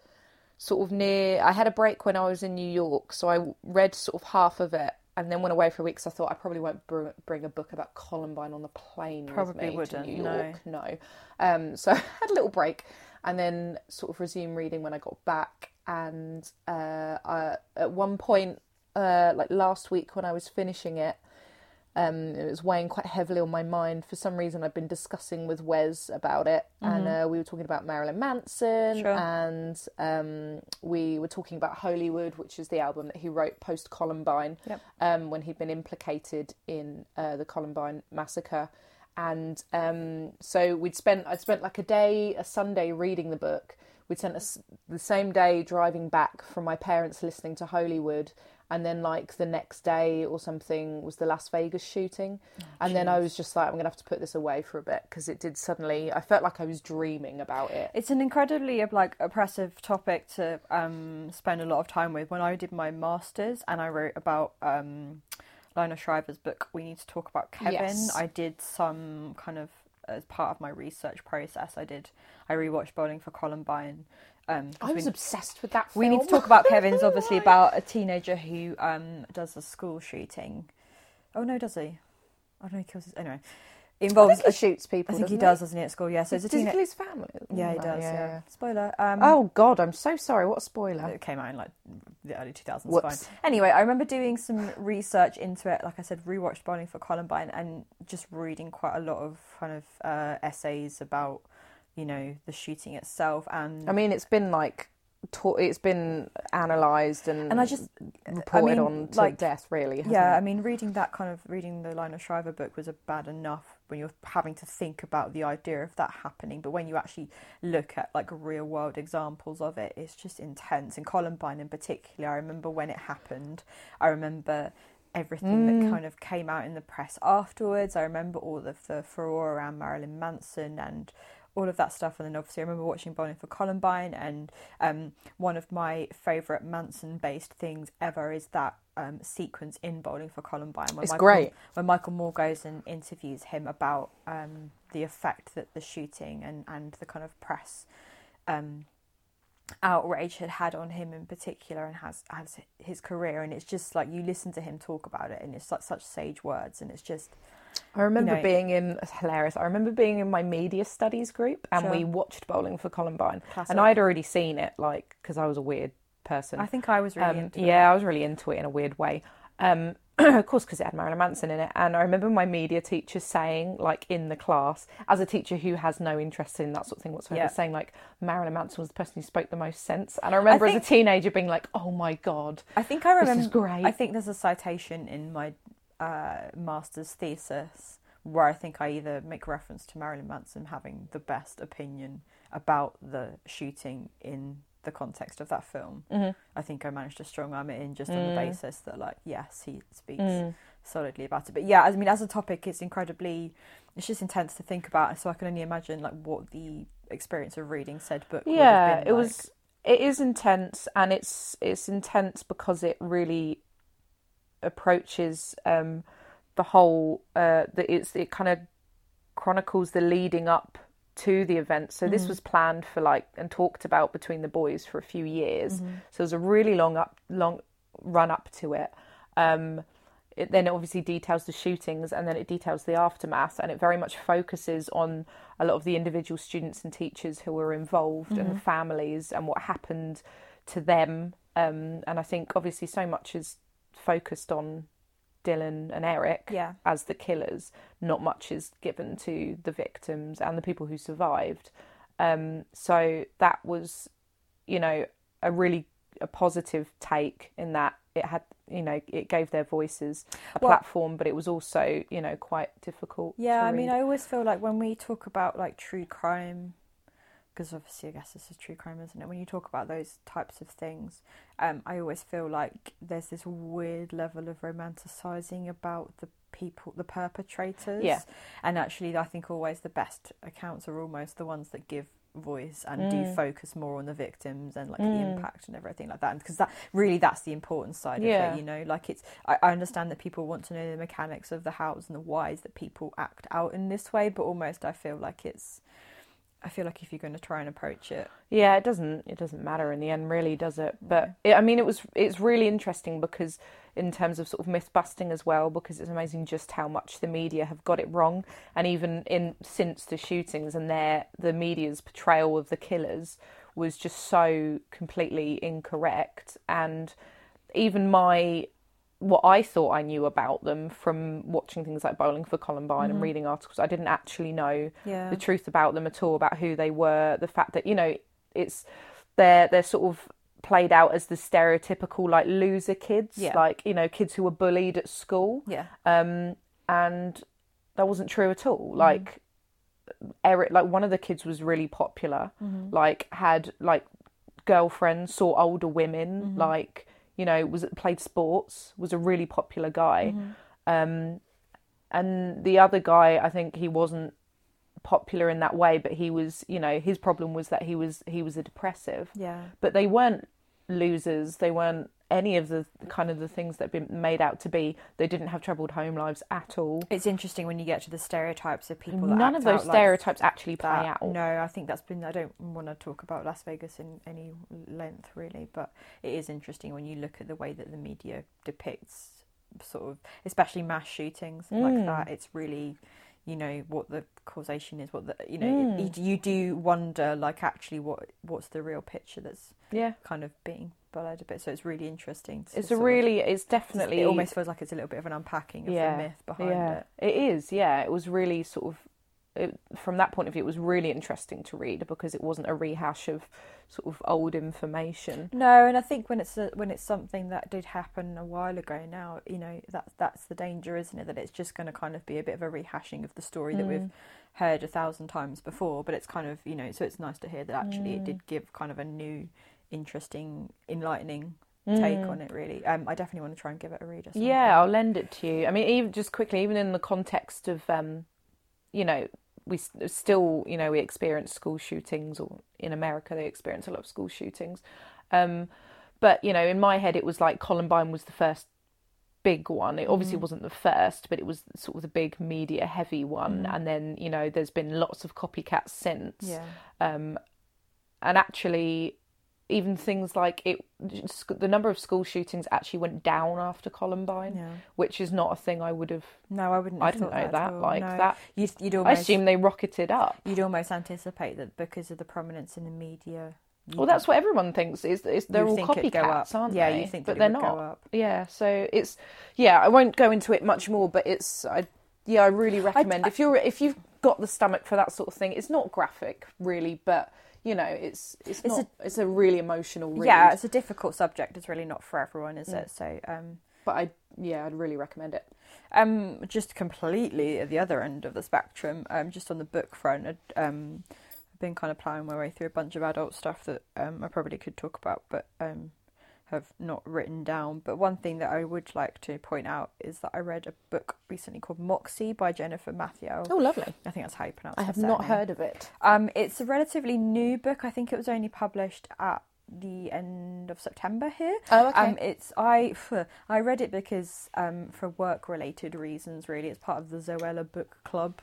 Speaker 2: sort of near. I had a break when I was in New York, so I read sort of half of it, and then went away for a week. So I thought I probably won't br- bring a book about Columbine on the plane.
Speaker 1: Probably
Speaker 2: with me
Speaker 1: wouldn't,
Speaker 2: To New York, no. Um, so I had a little break, and then sort of resumed reading when I got back. And uh, I, at one point, uh, like last week when I was finishing it, um, it was weighing quite heavily on my mind. For some reason, I've been discussing with Wes about it, and uh, we were talking about Marilyn Manson,
Speaker 1: Sure.
Speaker 2: and um, we were talking about Hollywood, which is the album that he wrote post Columbine,
Speaker 1: Yep.
Speaker 2: um, when he'd been implicated in uh, the Columbine massacre. And um, so we'd spent, I'd spent like a day, a Sunday, reading the book. We'd spent a s the same day driving back from my parents listening to Hollywood, and then like the next day or something was the Las Vegas shooting, and then I was just like, I'm gonna have to put this away for a bit because it did suddenly. I felt like I was dreaming about it.
Speaker 1: It's an incredibly uh, like oppressive topic to um, spend a lot of time with. When I did my masters and I wrote about um, Lionel Shriver's book, we need to talk about Kevin.
Speaker 2: Yes.
Speaker 1: I did some kind of as part of my research process. I did I rewatched Bowling for Columbine. Um, 'cause
Speaker 2: I
Speaker 1: we-
Speaker 2: was obsessed with that.
Speaker 1: we need to
Speaker 2: film.
Speaker 1: talk about Kevin's obviously about a teenager who um, does a school shooting. Oh no, does he? I don't know. He kills his anyway.
Speaker 2: I
Speaker 1: Involves.
Speaker 2: think he
Speaker 1: a-
Speaker 2: shoots people.
Speaker 1: I think he
Speaker 2: doesn't
Speaker 1: does, doesn't he? At school, yeah. So it's a
Speaker 2: Does he
Speaker 1: teenager.
Speaker 2: kill his family?
Speaker 1: Yeah, he
Speaker 2: No,
Speaker 1: does. Yeah.
Speaker 2: yeah.
Speaker 1: Spoiler. Um,
Speaker 2: Oh God, I'm so sorry. What a spoiler.
Speaker 1: it came out in like the early 2000s.
Speaker 2: Whoops.
Speaker 1: Fine. Anyway, I remember doing some research into it. Like I said, rewatched Bowling for Columbine and just reading quite a lot of kind of uh, essays about, you know, the shooting itself and
Speaker 2: I mean, it's been like, ta- it's been analysed and
Speaker 1: and I just
Speaker 2: reported
Speaker 1: mean,
Speaker 2: on to
Speaker 1: like,
Speaker 2: death. Really, hasn't
Speaker 1: yeah. I
Speaker 2: it?
Speaker 1: mean, reading that kind of reading the Lionel Shriver book was a bad enough when you're having to think about the idea of that happening, but when you actually look at like real world examples of it, it's just intense. And Columbine in particular, I remember when it happened. I remember everything
Speaker 2: Mm.
Speaker 1: that kind of came out in the press afterwards. I remember all of the furore around Marilyn Manson and all of that stuff. And then obviously, I remember watching Bowling for Columbine. And um, one of my favourite Manson based things ever is that um, sequence in Bowling for Columbine. When
Speaker 2: It's great.
Speaker 1: When Michael Moore goes and interviews him about um, the effect that the shooting and, and the kind of press. Um, outrage had had on him in particular and has has his career and it's just like you listen to him talk about it and it's such such sage words and it's just
Speaker 2: I remember
Speaker 1: know-
Speaker 2: being in it's hilarious. I remember being in my media studies group, and
Speaker 1: Sure.
Speaker 2: we watched Bowling for Columbine,
Speaker 1: Classic.
Speaker 2: and I'd already seen it, like because I was a weird person.
Speaker 1: I think I was really
Speaker 2: um,
Speaker 1: into
Speaker 2: yeah, I was really into it in a weird way. Um, of course, because it had Marilyn Manson in it, and I remember my media teacher saying, like in the class, as a teacher who has no interest in that sort of thing whatsoever,
Speaker 1: Yeah.
Speaker 2: saying like Marilyn Manson was the person who spoke the most sense. And I remember
Speaker 1: think-
Speaker 2: as a teenager being like, "Oh my god,
Speaker 1: I think I
Speaker 2: This
Speaker 1: remember.
Speaker 2: is great.
Speaker 1: I think there's a citation in my uh, master's thesis where I think I either make reference to Marilyn Manson having the best opinion about the shooting in the context of that film.
Speaker 2: Mm-hmm.
Speaker 1: I think I managed to strong arm it in just on the
Speaker 2: Mm.
Speaker 1: basis that, like, yes, he speaks solidly about it. But yeah, I mean, as a topic, it's incredibly, it's just intense to think about. So I can only imagine like what the experience of reading said book. would have
Speaker 2: yeah
Speaker 1: been
Speaker 2: it
Speaker 1: like.
Speaker 2: was it is intense and it's it's intense because it really approaches um the whole uh the, it's it kind of chronicles the leading up to the event so this was planned for like and talked about between the boys for a few years so it was a really long up long run up to it um it then obviously details the shootings and then it details the aftermath and it very much focuses on a lot of the individual students and teachers who were involved and the families and what happened to them um, and i think obviously so much is focused on dylan and eric
Speaker 1: Yeah.
Speaker 2: as the killers not much is given to the victims and the people who survived um, so that was you know a really a positive take in that it had you know it gave their voices a
Speaker 1: Well-
Speaker 2: platform but it was also you know quite difficult
Speaker 1: Yeah,
Speaker 2: to
Speaker 1: I mean,
Speaker 2: read.
Speaker 1: I always feel like when we talk about like true crime, because obviously, I guess this is true crime, isn't it? When you talk about those types of things, um, I always feel like there's this weird level of romanticizing about the people, the perpetrators.
Speaker 2: Yeah.
Speaker 1: And actually, I think always the best accounts are almost the ones that give voice and do focus more on the victims and like the impact and everything like that because that really that's the important side
Speaker 2: Yeah.
Speaker 1: of it you know like it's I, I understand that people want to know the mechanics of the hows and the whys that people act out in this way but almost i feel like it's i feel like if you're going to try and approach it
Speaker 2: Yeah, it doesn't it doesn't matter in the end, really, does it? But it, I mean, it was it's really interesting because in terms of sort of myth busting as well, because it's amazing just how much the media have got it wrong, and even in since the shootings and their the media's portrayal of the killers was just so completely incorrect, and even my what I thought I knew about them from watching things like Bowling for Columbine and reading articles, I didn't actually know
Speaker 1: Yeah.
Speaker 2: the truth about them at all, about who they were, the fact that you know it's they're they're sort of played out as the stereotypical like loser kids,
Speaker 1: Yeah.
Speaker 2: like you know kids who were bullied at school,
Speaker 1: yeah
Speaker 2: and that wasn't true at all. Like Eric, like one of the kids was really popular, like had like girlfriends, saw older women, like you know was played sports, was a really popular guy, um, and the other guy, I think he wasn't popular in that way, but he was, you know, his problem was that he was he was a depressive
Speaker 1: yeah
Speaker 2: but they weren't losers. They weren't any of the kind of the things that have been made out to be. They didn't have troubled home lives at all.
Speaker 1: it's interesting when you get to the stereotypes of people that act
Speaker 2: None of those
Speaker 1: out like
Speaker 2: stereotypes actually play
Speaker 1: that.
Speaker 2: out.
Speaker 1: No, I think that's been. I don't want to talk about Las Vegas in any length, really, but it is interesting when you look at the way that the media depicts sort of, especially mass shootings and like
Speaker 2: Mm.
Speaker 1: that. It's really, you know, what the causation is, what the, you know,
Speaker 2: Mm.
Speaker 1: you, you do wonder, like, actually, what what's the real picture that's
Speaker 2: Yeah,
Speaker 1: kind of being belied a bit. So it's really interesting. to
Speaker 2: it's a
Speaker 1: sort of-
Speaker 2: really, it's definitely
Speaker 1: It almost feels like it's a little bit of an unpacking of the myth behind
Speaker 2: yeah.
Speaker 1: it.
Speaker 2: It is, yeah. It was really sort of, it, from that point of view, it was really interesting to read because it wasn't a rehash of sort of old information.
Speaker 1: No, and I think when it's a, when it's something that did happen a while ago now, you know, that's that's the danger, isn't it? That it's just going to kind of be a bit of a rehashing of the story that
Speaker 2: Mm.
Speaker 1: we've heard a thousand times before, but it's kind of, you know, so it's nice to hear that actually it
Speaker 2: Mm.
Speaker 1: did give kind of a new interesting enlightening take on it really. Um I definitely want to try and give it a read or something.
Speaker 2: Mm. Yeah, I'll lend it to you. I mean, even just quickly, even in the context of, um, you know, we s- still, you know, we experience school shootings, or in America they experience a lot of school shootings. Um, but you know, in my head it was like Columbine was the first big one. It
Speaker 1: Mm-hmm.
Speaker 2: obviously wasn't the first, but it was sort of the big media heavy one.
Speaker 1: Mm.
Speaker 2: And then you know, there's been lots of copycats since
Speaker 1: Yeah.
Speaker 2: um, and actually even things like it, sc- the number of school shootings actually went down after Columbine,
Speaker 1: Yeah.
Speaker 2: which is not a thing I would have.
Speaker 1: No, I wouldn't.
Speaker 2: I
Speaker 1: Have
Speaker 2: didn't
Speaker 1: thought
Speaker 2: know
Speaker 1: at
Speaker 2: that,
Speaker 1: all,
Speaker 2: like,
Speaker 1: no.
Speaker 2: that-
Speaker 1: You'd, you'd
Speaker 2: I
Speaker 1: almost
Speaker 2: assume they rocketed up.
Speaker 1: you'd almost anticipate that because of the prominence in the media.
Speaker 2: Well, that's what everyone thinks. Is, is they're
Speaker 1: You
Speaker 2: all
Speaker 1: think it'd go up.
Speaker 2: copycats, aren't
Speaker 1: Yeah,
Speaker 2: they?
Speaker 1: you think
Speaker 2: but
Speaker 1: that
Speaker 2: they're
Speaker 1: it would
Speaker 2: not.
Speaker 1: go up.
Speaker 2: Yeah, so it's yeah. I won't go into it much more, but it's I yeah. I really recommend if you're if you've got the stomach for that sort of thing. It's not graphic really, but you know, it's it's, not. it's a really emotional read.
Speaker 1: Yeah, it's a difficult subject. It's really not for everyone,
Speaker 2: Mm.
Speaker 1: is it? So, um,
Speaker 2: but I yeah, I'd really recommend it.
Speaker 1: um, just completely at the other end of the spectrum, um, just on the book front, I'd, um, I've been kind of plowing my way through a bunch of adult stuff that um, I probably could talk about, but um, have not written down. But one thing that I would like to point out is that I read a book recently called Moxie by Jennifer Mathieu.
Speaker 2: Oh, lovely.
Speaker 1: I think that's how you pronounce
Speaker 2: I
Speaker 1: her
Speaker 2: have not
Speaker 1: surname.
Speaker 2: heard of it.
Speaker 1: Um, it's a relatively new book. I think it was only published at the end of September here.
Speaker 2: Oh, okay.
Speaker 1: Um, it's I I read it because um, for work related reasons really. It's part of the Zoella book club.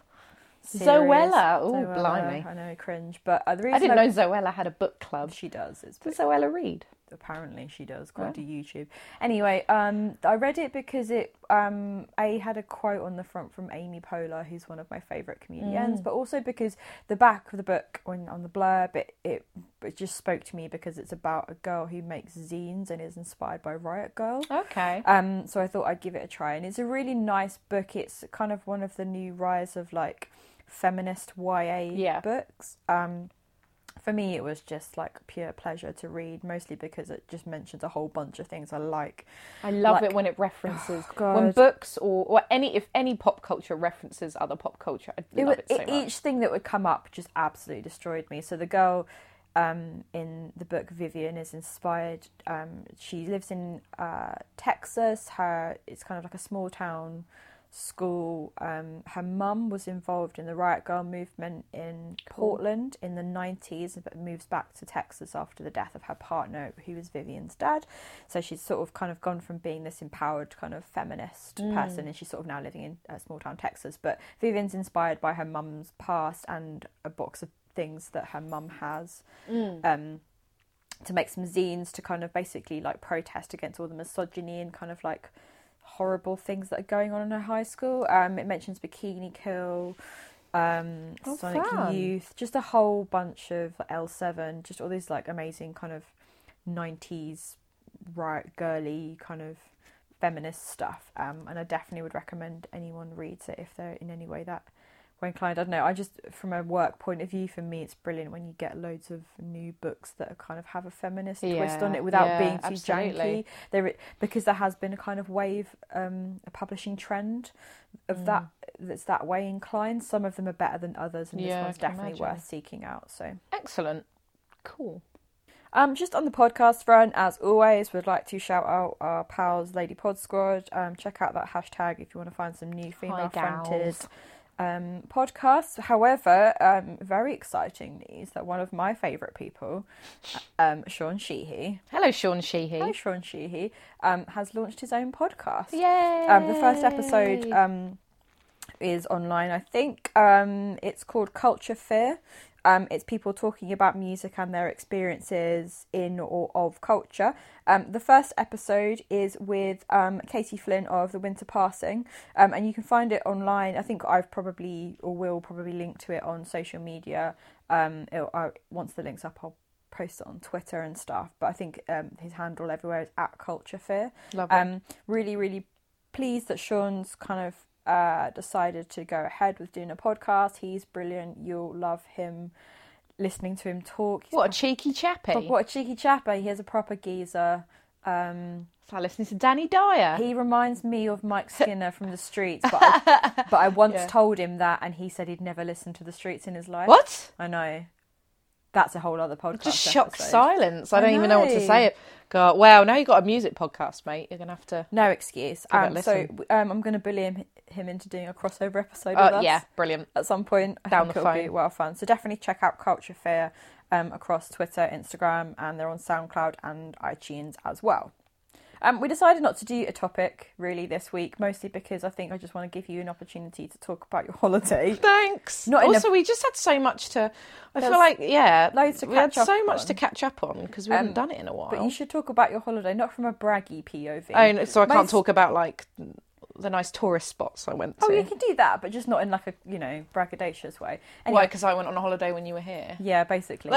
Speaker 1: series.
Speaker 2: Zoella? Ooh, blimey.
Speaker 1: I know, cringe. But uh, the reason
Speaker 2: I didn't know Zoella had a book club.
Speaker 1: she does. It's
Speaker 2: Does Zoella read?
Speaker 1: apparently she does according to youtube anyway um i read it because it um a had a quote on the front from amy poehler who's one of my favorite comedians
Speaker 2: Mm.
Speaker 1: but also because the back of the book when on the blurb it, it it just spoke to me because it's about a girl who makes zines and is inspired by riot girl
Speaker 2: Okay.
Speaker 1: um, so I thought I'd give it a try, and it's a really nice book. It's kind of one of the new rise of like feminist YA
Speaker 2: Yeah.
Speaker 1: books. Um, for me, it was just like pure pleasure to read, mostly because it just mentions a whole bunch of things I like.
Speaker 2: I love
Speaker 1: Like-
Speaker 2: it when it references
Speaker 1: God.
Speaker 2: when books or, or any if any pop culture references other pop culture. I
Speaker 1: It
Speaker 2: love
Speaker 1: would-
Speaker 2: it so
Speaker 1: e-
Speaker 2: much.
Speaker 1: Each thing that would come up just absolutely destroyed me. So the girl um, in the book Vivian is inspired. Um, she lives in uh, Texas. Her it's kind of like a small town school. Um, her mum was involved in the Riot Girl movement in Portland in the nineties, but moves back to Texas after the death of her partner, who was Vivian's dad. So she's sort of kind of gone from being this empowered kind of feminist person, and she's sort of now living in uh, small town Texas. But Vivian's inspired by her mum's past and a box of things that her mum has
Speaker 2: Mm.
Speaker 1: um, to make some zines to kind of basically like protest against all the misogyny and kind of like horrible things that are going on in her high school. Um, it mentions Bikini Kill, um,
Speaker 2: Oh,
Speaker 1: Sonic
Speaker 2: fun.
Speaker 1: Youth, just a whole bunch of L7, just all these like amazing kind of 90s right girly kind of feminist stuff um, and i definitely would recommend anyone reads it if they're in any way that way inclined i don't know i just from a work point of view for me it's brilliant when you get loads of new books that are kind of have a feminist twist on
Speaker 2: Yeah,
Speaker 1: it without
Speaker 2: yeah,
Speaker 1: being too janky
Speaker 2: absolutely.
Speaker 1: there i- because there has been a kind of wave um, a publishing trend of
Speaker 2: Mm.
Speaker 1: that that's that way inclined some of them are better than others and
Speaker 2: Yeah, I
Speaker 1: this one's
Speaker 2: can
Speaker 1: definitely
Speaker 2: imagine.
Speaker 1: worth seeking out so
Speaker 2: Excellent. Cool.
Speaker 1: um, just on the podcast front, as always, we'd like to shout out our pals, Lady Pod Squad. Um, check out that hashtag if you want to find some new female-fronted
Speaker 2: gals.
Speaker 1: um, podcasts. However, um, very exciting news that one of my favourite people, um, Sean Sheehy,
Speaker 2: Hello, Sean Sheehy.
Speaker 1: hi Sean Sheehy, um, has launched his own podcast.
Speaker 2: Yay!
Speaker 1: Um, the first episode um, is online, I think. Um, it's called Culture Fear. Um, it's people talking about music and their experiences in or of culture. Um, the first episode is with um, Katie Flynn of The Winter Passing, um, and you can find it online. I think I've probably or will probably link to it on social media. Um, it'll, I, once the link's up, I'll post it on Twitter and stuff. But I think um, his handle everywhere is at Culture Fear.
Speaker 2: Lovely.
Speaker 1: Um, really, really pleased that Sean's kind of uh, decided to go ahead with doing a podcast. He's brilliant. You'll love him. Listening to him talk. He's
Speaker 2: what a cheeky chappy.
Speaker 1: pro- what a cheeky chapper. He is a proper geezer. Um,
Speaker 2: So I listened to Danny Dyer.
Speaker 1: he reminds me of Mike Skinner from The Streets, but I, but I once
Speaker 2: Yeah.
Speaker 1: told him that, and he said he'd never listened to The Streets in his life.
Speaker 2: what?
Speaker 1: I know. That's a whole other podcast.
Speaker 2: Just shocked
Speaker 1: episode.
Speaker 2: silence. I
Speaker 1: I
Speaker 2: don't even know what to
Speaker 1: know.
Speaker 2: say. God, wow, now you've got a music podcast, mate. You're going to have to.
Speaker 1: No excuse.
Speaker 2: Give it a
Speaker 1: Um, so
Speaker 2: listen.
Speaker 1: um, I'm going to bully him, him into doing a crossover episode with
Speaker 2: Oh,
Speaker 1: us.
Speaker 2: yeah, brilliant.
Speaker 1: at some point. I
Speaker 2: Down
Speaker 1: think
Speaker 2: the
Speaker 1: it'll be
Speaker 2: phone.
Speaker 1: well fun. So definitely check out Culture Fear um, across Twitter, Instagram, and they're on SoundCloud and iTunes as well. Um, we decided not to do a topic really this week, mostly because I think I just want to give you an opportunity to talk about your holiday.
Speaker 2: Thanks.
Speaker 1: Not in a-
Speaker 2: also, we just had so much to. I feel
Speaker 1: There's
Speaker 2: like yeah,
Speaker 1: loads to
Speaker 2: we had
Speaker 1: catch up
Speaker 2: so much
Speaker 1: on.
Speaker 2: to catch up on because we
Speaker 1: Um,
Speaker 2: haven't done it in a while.
Speaker 1: But you should talk about your holiday, not from a braggy POV.
Speaker 2: oh, no, so I can't
Speaker 1: Most-
Speaker 2: talk about like the nice tourist spots I went to.
Speaker 1: Oh, you can do that, but just not in like a you know braggadocious way. Anyway,
Speaker 2: Why? Because I went on a holiday when you were here.
Speaker 1: yeah, basically,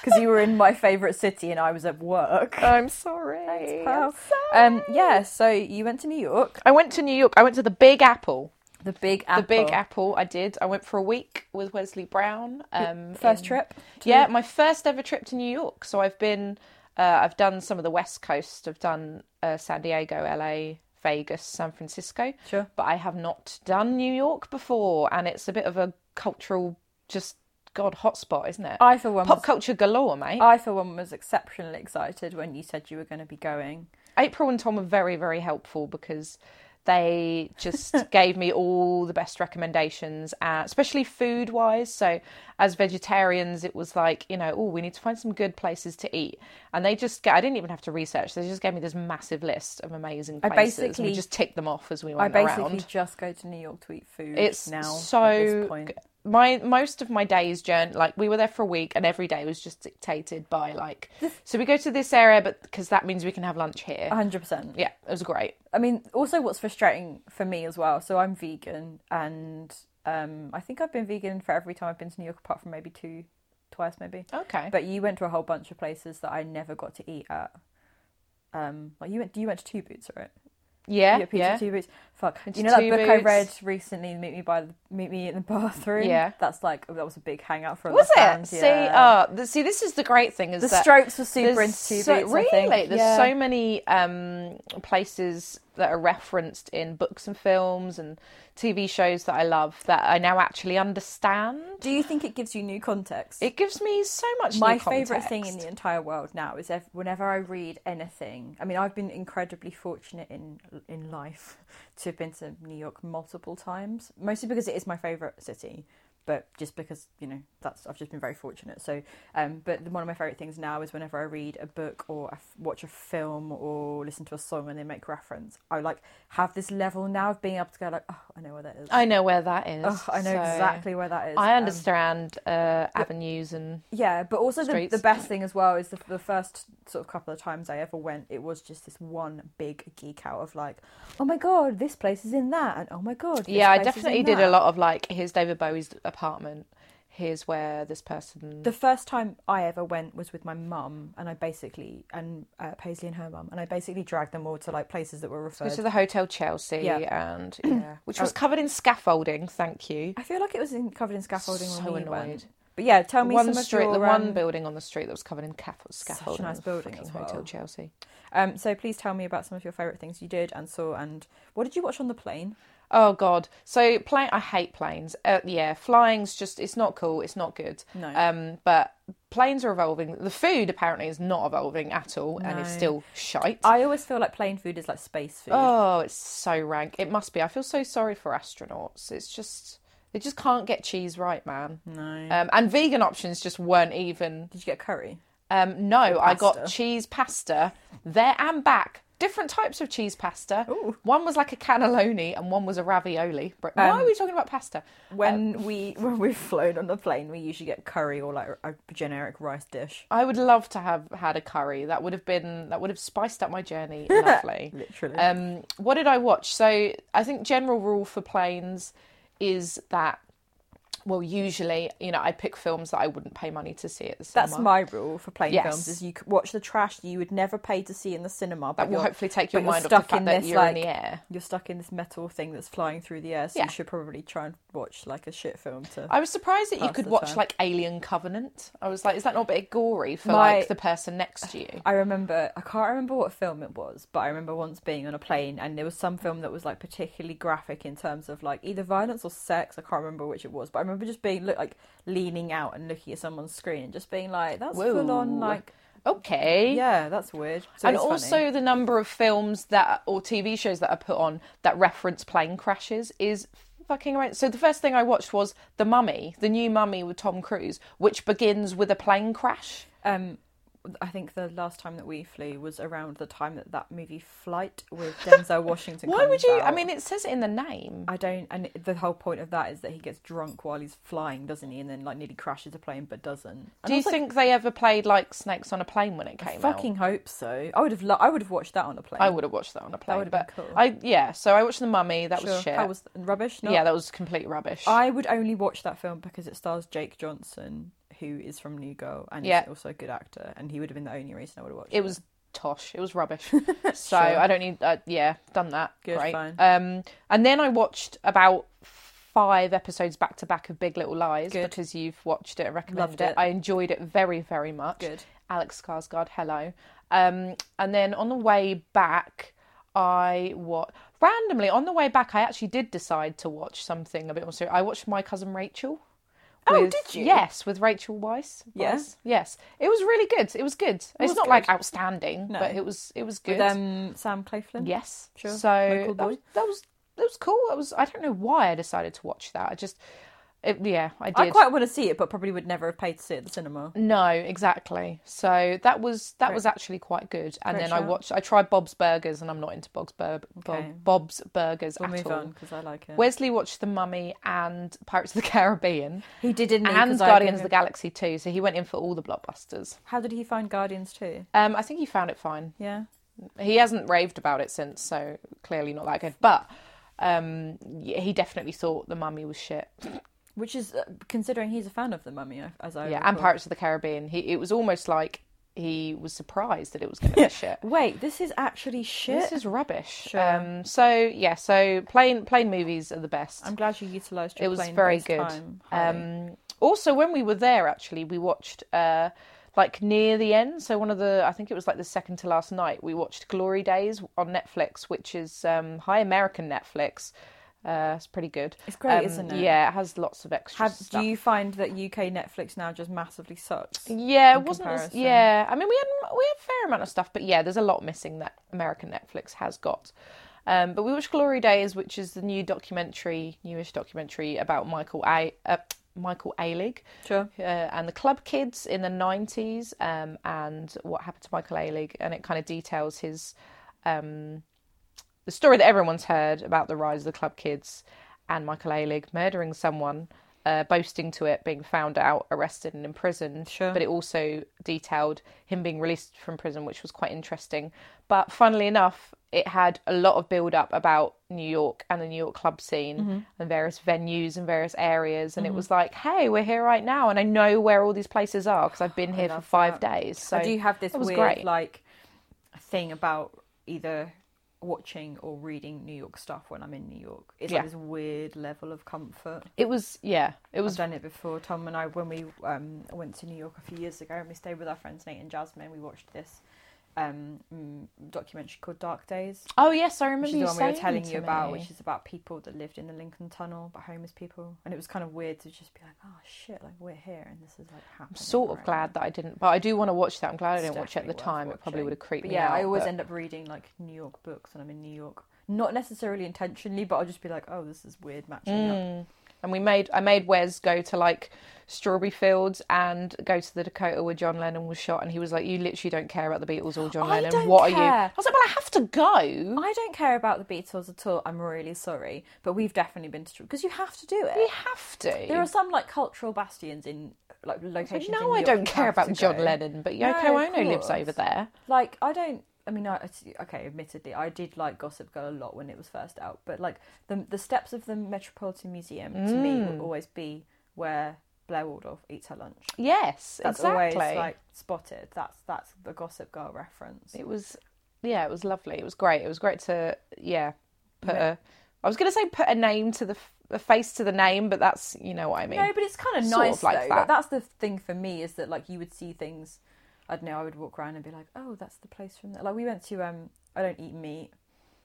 Speaker 1: because you were in my favourite city and I was at work.
Speaker 2: I'm sorry.
Speaker 1: Well, um, yeah, so you went to New York,
Speaker 2: I went to New York. I went to the Big Apple.
Speaker 1: the Big Apple.
Speaker 2: The Big Apple. I did. I went for a week with Wesley Brown. Um,
Speaker 1: First
Speaker 2: in-
Speaker 1: trip. to-
Speaker 2: Yeah, my first ever trip to New York. So I've been, uh, I've done some of the West Coast. I've done uh, San Diego, LA, Vegas, San Francisco.
Speaker 1: Sure.
Speaker 2: But I have not done New York before, and it's a bit of a cultural, just God hotspot, isn't it?
Speaker 1: I for one
Speaker 2: Pop
Speaker 1: was-
Speaker 2: culture galore, mate.
Speaker 1: I for one was exceptionally excited when you said you were going to be going.
Speaker 2: April and Tom were very, very helpful because they just gave me all the best recommendations, uh, especially food wise. So, as vegetarians, it was like, you know, oh, we need to find some good places to eat. And they just, ga- I didn't even have to research, they just gave me this massive list of amazing
Speaker 1: I
Speaker 2: places. and
Speaker 1: basically-
Speaker 2: we just ticked them off as we
Speaker 1: I
Speaker 2: went
Speaker 1: basically
Speaker 2: around.
Speaker 1: just go to New York to eat food.
Speaker 2: It's
Speaker 1: now
Speaker 2: so
Speaker 1: at this point.
Speaker 2: my most of my days journey like we were there for a week and every day was just dictated by like so we go to this area but because that means we can have lunch here
Speaker 1: Uh-huh. 100%.
Speaker 2: yeah it was great
Speaker 1: I mean, also what's frustrating for me as well. So I'm vegan, and um, I think I've been vegan for every time I've been to New York, apart from maybe two, twice maybe.
Speaker 2: okay
Speaker 1: But you went to a whole bunch of places that I never got to eat at. Um, like you went, you went to Two Boots, right?
Speaker 2: Yeah,
Speaker 1: yeah, pizza two boots. Fuck,
Speaker 2: Pizza
Speaker 1: you know that
Speaker 2: Two
Speaker 1: book I
Speaker 2: Boots.
Speaker 1: read recently, Meet Me by the Meet Me in the bathroom.
Speaker 2: Yeah.
Speaker 1: that's like that was a big hangout for a lot
Speaker 2: Was
Speaker 1: of
Speaker 2: it?
Speaker 1: fans,
Speaker 2: See,
Speaker 1: yeah.
Speaker 2: oh, the, see, this is the great thing is
Speaker 1: the
Speaker 2: that
Speaker 1: Strokes were super
Speaker 2: there's
Speaker 1: into Two
Speaker 2: so,
Speaker 1: Boots.
Speaker 2: really,
Speaker 1: I think.
Speaker 2: there's
Speaker 1: yeah.
Speaker 2: so many um, places that are referenced in books and films and TV shows that I love that I now actually understand.
Speaker 1: Do you think it gives you new context?
Speaker 2: It gives me so much.
Speaker 1: my
Speaker 2: new
Speaker 1: favorite thing in
Speaker 2: context.
Speaker 1: the entire world now is ev- whenever I read anything. I mean, I've been incredibly fortunate in in life to have been to New York multiple times, mostly because it is my favorite city, but just because you know that's I've just been very fortunate. So, um, but the- one of my favorite things now is whenever I read a book or I f- watch a film or listen to a song and they make reference, I like have this level now of being able to go like, oh, I know where that is.
Speaker 2: I know where that is.
Speaker 1: Ugh, I know
Speaker 2: so
Speaker 1: exactly where that is.
Speaker 2: I
Speaker 1: Um,
Speaker 2: understand uh, avenues and
Speaker 1: yeah, but also the,
Speaker 2: Streets.
Speaker 1: the best thing as well is the, the first sort of couple of times I ever went, it was just this one big geek out of like, oh my god, this place is in that, and oh my god, this
Speaker 2: yeah, I
Speaker 1: place is in
Speaker 2: definitely did
Speaker 1: that."
Speaker 2: a lot of like. Here's David Bowie's apartment. Here's where this person.
Speaker 1: The first time I ever went was with my mum, and I basically and uh, Paisley and her mum, and I basically dragged them all to like places that were
Speaker 2: Go
Speaker 1: referred.
Speaker 2: to the Hotel Chelsea
Speaker 1: Yeah.
Speaker 2: and yeah, Oh. which was covered in scaffolding. Thank you.
Speaker 1: I feel like it was in, covered in scaffolding
Speaker 2: So
Speaker 1: when we
Speaker 2: annoyed.
Speaker 1: went. But yeah, tell me
Speaker 2: one
Speaker 1: some
Speaker 2: street,
Speaker 1: of
Speaker 2: the
Speaker 1: your,
Speaker 2: one
Speaker 1: um,
Speaker 2: building on the street that was covered in caff- scaffolding.
Speaker 1: nice
Speaker 2: was
Speaker 1: building
Speaker 2: fucking
Speaker 1: as well.
Speaker 2: Hotel Chelsea.
Speaker 1: Um, so please tell me about some of your favourite things you did and saw, and what did you watch on the plane?
Speaker 2: Oh god. So plane, I hate planes. Uh, yeah, flying's just it's not cool. It's not good.
Speaker 1: No.
Speaker 2: Um, but planes are evolving. The food apparently is not evolving at all, and it's
Speaker 1: No.
Speaker 2: still shite.
Speaker 1: I always feel like plane food is like space food.
Speaker 2: Oh, it's so rank. It must be. I feel so sorry for astronauts. It's just they just can't get cheese right, man.
Speaker 1: No.
Speaker 2: Um, and vegan options just weren't even
Speaker 1: Did you get curry?
Speaker 2: Um, no, I got
Speaker 1: pasta.
Speaker 2: cheese pasta there and back. Different types of cheese pasta. One was like a cannelloni and one was a ravioli. Br- Why are we talking about pasta?
Speaker 1: When
Speaker 2: Um,
Speaker 1: we when we've flown on the plane, we usually get curry or like a generic rice dish.
Speaker 2: I would love to have had a curry. That would have been that would have spiced up my journey lovely.
Speaker 1: Literally.
Speaker 2: Um, what did I watch? So I think general rule for planes is that well usually you know I pick films that I wouldn't pay money to see at the cinema.
Speaker 1: That's my rule for plane
Speaker 2: Yes.
Speaker 1: films: is you c- watch the trash you would never pay to see in the cinema, but
Speaker 2: that will
Speaker 1: you're-
Speaker 2: hopefully take your
Speaker 1: but you're
Speaker 2: mind off the
Speaker 1: stuck
Speaker 2: fact
Speaker 1: in
Speaker 2: that
Speaker 1: this,
Speaker 2: you're
Speaker 1: like,
Speaker 2: in the air.
Speaker 1: You're stuck in this metal thing that's flying through the air, so
Speaker 2: Yeah.
Speaker 1: you should probably try and watch like a shit film to.
Speaker 2: I was surprised that you
Speaker 1: Pass
Speaker 2: could
Speaker 1: the
Speaker 2: watch
Speaker 1: time.
Speaker 2: like Alien Covenant. I was like, is that not a bit gory for
Speaker 1: My-
Speaker 2: like the person next to you?
Speaker 1: I remember I can't remember what film it was, but I remember once being on a plane and there was some film that was like particularly graphic in terms of like either violence or sex. I can't remember which it was, but I remember just being look like leaning out and looking at someone's screen and just being like, "That's full on
Speaker 2: Whoa.
Speaker 1: like
Speaker 2: Okay.
Speaker 1: yeah, that's weird." So
Speaker 2: and
Speaker 1: it's
Speaker 2: also
Speaker 1: funny.
Speaker 2: the number of films that or TV shows that are put on that reference plane crashes is fucking right. So the first thing I watched was The Mummy, the new Mummy with Tom Cruise, which begins with a plane crash.
Speaker 1: um, I think the last time that we flew was around the time that that movie Flight with Denzel Washington.
Speaker 2: Why
Speaker 1: comes
Speaker 2: would you? I
Speaker 1: out.
Speaker 2: mean, it says it in the name.
Speaker 1: I don't. And the whole point of that is that he gets drunk while he's flying, doesn't he? And then like nearly crashes a plane, but doesn't. And I
Speaker 2: Do you
Speaker 1: was like,
Speaker 2: think they ever played like Snakes on a Plane when it
Speaker 1: I
Speaker 2: came out?
Speaker 1: fucking hope so. I would have. Lo- I would have watched that on a plane.
Speaker 2: I would have watched that on a plane.
Speaker 1: would've been
Speaker 2: but
Speaker 1: cool.
Speaker 2: I yeah. So I watched The Mummy. That
Speaker 1: Sure.
Speaker 2: was shit.
Speaker 1: That was rubbish. Not...
Speaker 2: yeah, that was complete rubbish.
Speaker 1: I would only watch that film because it stars Jake Johnson, who is from New Girl and
Speaker 2: Yeah.
Speaker 1: is also a good actor, and he would have been the only reason I would have watched.
Speaker 2: it was tosh. It was rubbish. so I don't need. Uh, yeah, done that.
Speaker 1: Good,
Speaker 2: Great.
Speaker 1: fine.
Speaker 2: Um, and then I watched about five episodes back to back of Big Little Lies
Speaker 1: Good.
Speaker 2: because you've watched it and
Speaker 1: Loved
Speaker 2: recommended it.
Speaker 1: it.
Speaker 2: I enjoyed it very, very much.
Speaker 1: Good.
Speaker 2: Alex Skarsgård, hello. Um, and then on the way back, I what randomly on the way back, I actually did decide to watch something a bit more serious. I watched My Cousin Rachel.
Speaker 1: Oh,
Speaker 2: with-
Speaker 1: did you?
Speaker 2: Yes, with Rachel Weisz.
Speaker 1: Yeah.
Speaker 2: Yes, yes, it was really good. It was good. it's
Speaker 1: was
Speaker 2: not
Speaker 1: good.
Speaker 2: like outstanding,
Speaker 1: No.
Speaker 2: but it was it was good.
Speaker 1: With um, Sam Claflin.
Speaker 2: yes,
Speaker 1: Sure.
Speaker 2: So
Speaker 1: Michael
Speaker 2: that
Speaker 1: Boyd.
Speaker 2: was, that was that was cool. That was I don't know why I decided to watch that. I just it, yeah, I did.
Speaker 1: I quite want to see it, but probably would never have paid to see it at the cinema.
Speaker 2: No, exactly. So that was that was actually quite good. And
Speaker 1: Great
Speaker 2: then I
Speaker 1: shout.
Speaker 2: watched. I tried Bob's Burgers, and I'm not into Bob's Bur- Bob-
Speaker 1: Okay.
Speaker 2: Bob's Burgers
Speaker 1: We'll
Speaker 2: at
Speaker 1: move
Speaker 2: all.
Speaker 1: on because I like it.
Speaker 2: Wesley watched The Mummy and Pirates of the Caribbean
Speaker 1: he did in
Speaker 2: and Guardians of the Galaxy too. So he went in for all the blockbusters.
Speaker 1: How did he find Guardians too?
Speaker 2: Um, I think he found it fine.
Speaker 1: Yeah.
Speaker 2: He hasn't raved about it since, so clearly not that good. But um, yeah, he definitely thought The Mummy was shit.
Speaker 1: Which is uh, considering he's a fan of the Mummy, I- as I
Speaker 2: Yeah,
Speaker 1: recall.
Speaker 2: and Pirates of the Caribbean. He it was almost like he was surprised that it was going to be shit.
Speaker 1: Wait, this is actually shit.
Speaker 2: This is rubbish.
Speaker 1: Sure.
Speaker 2: Um, so yeah, so plain plain movies are the best.
Speaker 1: I'm glad you utilised your
Speaker 2: it was
Speaker 1: plane
Speaker 2: very
Speaker 1: based
Speaker 2: good.
Speaker 1: Time, highly.
Speaker 2: um, also, when we were there, actually, we watched uh, like near the end. So one of the, I think it was like the second to last night, we watched Glory Days on Netflix, which is um, high American Netflix. Uh, it's pretty good.
Speaker 1: It's great,
Speaker 2: Um,
Speaker 1: isn't it?
Speaker 2: Yeah, it has lots of extra
Speaker 1: Have,
Speaker 2: stuff.
Speaker 1: do you find that UK Netflix now just massively sucks?
Speaker 2: Yeah, it
Speaker 1: in
Speaker 2: wasn't. As,
Speaker 1: comparison.
Speaker 2: yeah, I mean, we had we had a fair amount of stuff, but yeah, there's a lot missing that American Netflix has got. Um, but we watched Glory Days, which is the new documentary, newish documentary about Michael A. Uh, Michael Ailig
Speaker 1: Sure.
Speaker 2: uh, and the club kids in the 90s um, and what happened to Michael Ailig. And it kind of details his um, the story that everyone's heard about the rise of the club kids and Michael Ailig murdering someone, uh, boasting to it, being found out, arrested, and imprisoned.
Speaker 1: Sure.
Speaker 2: But it also detailed him being released from prison, which was quite interesting. But funnily enough, it had a lot of build up about New York and the New York club scene
Speaker 1: Mm-hmm.
Speaker 2: and various venues and various areas. And it was like, hey, we're here right now, and I know where all these places are because I've been here for
Speaker 1: love
Speaker 2: five days. So
Speaker 1: I do have this
Speaker 2: it was
Speaker 1: weird
Speaker 2: great.
Speaker 1: like thing about either watching or reading New York stuff when I'm in New York. It's
Speaker 2: Yeah.
Speaker 1: like this weird level of comfort.
Speaker 2: it was, yeah, it
Speaker 1: I've
Speaker 2: was
Speaker 1: done it before. Tom and I, when we um, went to New York a few years ago, and we stayed with our friends Nate and Jasmine, we watched this um, mm, documentary called Dark Days,
Speaker 2: Oh yes, I remember
Speaker 1: which is
Speaker 2: you
Speaker 1: the one we were
Speaker 2: saying
Speaker 1: telling
Speaker 2: to
Speaker 1: you about,
Speaker 2: me.
Speaker 1: which is about people that lived in the Lincoln Tunnel, but homeless people. And it was kind of weird to just be like, oh shit, like we're here and this is like happening.
Speaker 2: I'm sort of
Speaker 1: right now."
Speaker 2: glad that I didn't, but I do want to watch that. I'm glad I
Speaker 1: It's
Speaker 2: didn't watch it at the
Speaker 1: definitely worth
Speaker 2: time. It probably
Speaker 1: watching.
Speaker 2: would have creeped
Speaker 1: But
Speaker 2: me
Speaker 1: yeah,
Speaker 2: out.
Speaker 1: I always
Speaker 2: but-
Speaker 1: end up reading like New York books when I'm in New York. Not necessarily intentionally, but I'll just be like, oh, this is weird matching up.
Speaker 2: Mm. and we made I made Wes go to like strawberry fields and go to the Dakota where John Lennon was shot, and he was like, "You literally don't care about the Beatles or John
Speaker 1: I
Speaker 2: Lennon.
Speaker 1: don't
Speaker 2: what are you?" I
Speaker 1: care.
Speaker 2: was like, "Well, I have to go.
Speaker 1: I don't care about the Beatles at all. I'm really sorry, but we've definitely been to because you have to do
Speaker 2: we
Speaker 1: it.
Speaker 2: have to."
Speaker 1: There are some like cultural bastions in like locations. in
Speaker 2: no,
Speaker 1: New
Speaker 2: I
Speaker 1: York
Speaker 2: don't
Speaker 1: you
Speaker 2: care
Speaker 1: have
Speaker 2: about
Speaker 1: to
Speaker 2: John
Speaker 1: go.
Speaker 2: Lennon, but
Speaker 1: No,
Speaker 2: Yoko
Speaker 1: of
Speaker 2: Ono lives
Speaker 1: course.
Speaker 2: over there.
Speaker 1: Like I don't. I mean, I it's- okay. Admittedly, I did like Gossip Girl a lot when it was first out, but like the the steps of the Metropolitan Museum to me
Speaker 2: Mm.
Speaker 1: will always be where Blair Waldorf eats her lunch.
Speaker 2: Yes,
Speaker 1: That's
Speaker 2: exactly.
Speaker 1: always like spotted. That's that's the Gossip Girl reference.
Speaker 2: it was yeah it was lovely it was great it was great to yeah put a i was going to say put a name to the f- a face to the name but that's you know what i mean
Speaker 1: No, but it's kind of
Speaker 2: Sort of
Speaker 1: nice
Speaker 2: like
Speaker 1: though.
Speaker 2: that.
Speaker 1: Like, that's the thing for me is that like you would see things. I don't know. I would walk around and be like, "Oh, that's the place from there." Like we went to um, I don't eat meat,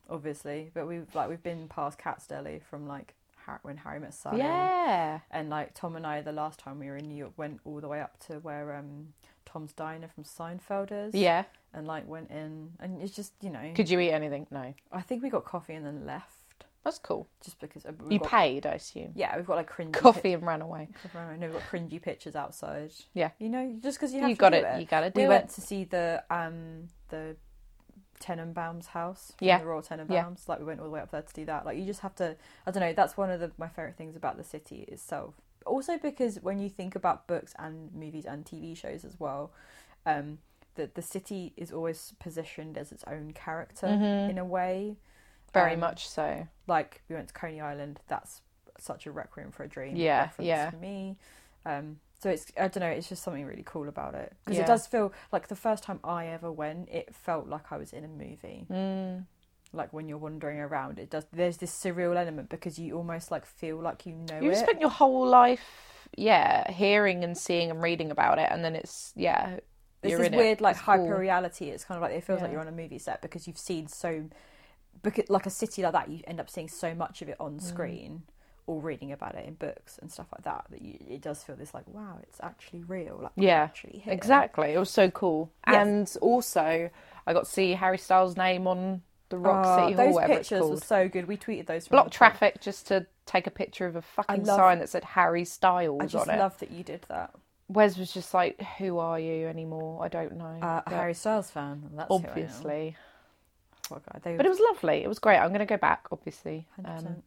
Speaker 1: obviously, but we've like we've been past Cat's Deli from like Har- when Harry met Sally.
Speaker 2: yeah
Speaker 1: And like Tom and I, the last time we were in New York, went all the way up to where um Tom's Diner from Seinfeld is.
Speaker 2: yeah
Speaker 1: And like went in, and it's just you know,
Speaker 2: could you eat anything no
Speaker 1: I think we got coffee and then left.
Speaker 2: That's cool.
Speaker 1: just because uh, we've
Speaker 2: You
Speaker 1: got,
Speaker 2: paid, I assume.
Speaker 1: yeah, we've got like cringy
Speaker 2: Coffee and ran away.
Speaker 1: Pic- I know we've got cringy pictures outside.
Speaker 2: Yeah.
Speaker 1: you know, just because you have
Speaker 2: You
Speaker 1: to
Speaker 2: got
Speaker 1: do
Speaker 2: it. You gotta do
Speaker 1: we
Speaker 2: it.
Speaker 1: went to see the um the Tenenbaum's house. from
Speaker 2: Yeah.
Speaker 1: the Royal Tenenbaums.
Speaker 2: Yeah.
Speaker 1: Like we went all the way up there to do that. Like you just have to. I don't know. That's one of the, my favorite things about the city itself. Also because when you think about books and movies and TV shows as well, um, that the city is always positioned as its own character in a way.
Speaker 2: Mm-hmm. Very
Speaker 1: Um,
Speaker 2: much so.
Speaker 1: Like we went to Coney Island. That's such a requiem for a dream.
Speaker 2: Yeah,
Speaker 1: reference
Speaker 2: yeah.
Speaker 1: For me. Um, so it's I don't know. It's just something really cool about it because
Speaker 2: Yeah.
Speaker 1: it does feel like the first time I ever went, it felt like I was in a movie.
Speaker 2: Mm.
Speaker 1: Like when you're wandering around, it does. There's this surreal element because you almost like feel like you know
Speaker 2: You've
Speaker 1: it.
Speaker 2: spent your whole life, yeah, hearing and seeing and reading about it, and then it's yeah,
Speaker 1: It's
Speaker 2: you're
Speaker 1: this
Speaker 2: in it.
Speaker 1: weird like
Speaker 2: It's cool.
Speaker 1: hyper reality. It's kind of like it feels like
Speaker 2: Yeah.
Speaker 1: you're on a movie set because you've seen so, because like a city like that, you end up seeing so much of it
Speaker 2: Mm.
Speaker 1: on screen or reading about it in books and stuff like that. That you, it does feel this like wow, it's actually real. Like we're
Speaker 2: Yeah,
Speaker 1: actually here.
Speaker 2: Exactly. It was so cool.
Speaker 1: Yes.
Speaker 2: And also, I got to see Harry Styles' name on the Rock
Speaker 1: Oh,
Speaker 2: City Hall,
Speaker 1: those
Speaker 2: whatever it's
Speaker 1: pictures were
Speaker 2: called.
Speaker 1: so good. We tweeted those. from
Speaker 2: Block
Speaker 1: the top.
Speaker 2: traffic just to take a picture of a fucking
Speaker 1: love-
Speaker 2: sign that said Harry Styles
Speaker 1: I just
Speaker 2: on it.
Speaker 1: love that you did that.
Speaker 2: Wes was just like, "Who are you anymore? I don't know."
Speaker 1: Uh, a
Speaker 2: But
Speaker 1: Harry Styles fan. That's Who I am.
Speaker 2: obviously,
Speaker 1: Poor guy. They,
Speaker 2: but it was lovely. It was great. I'm going to go back, obviously.
Speaker 1: 100%.
Speaker 2: Um,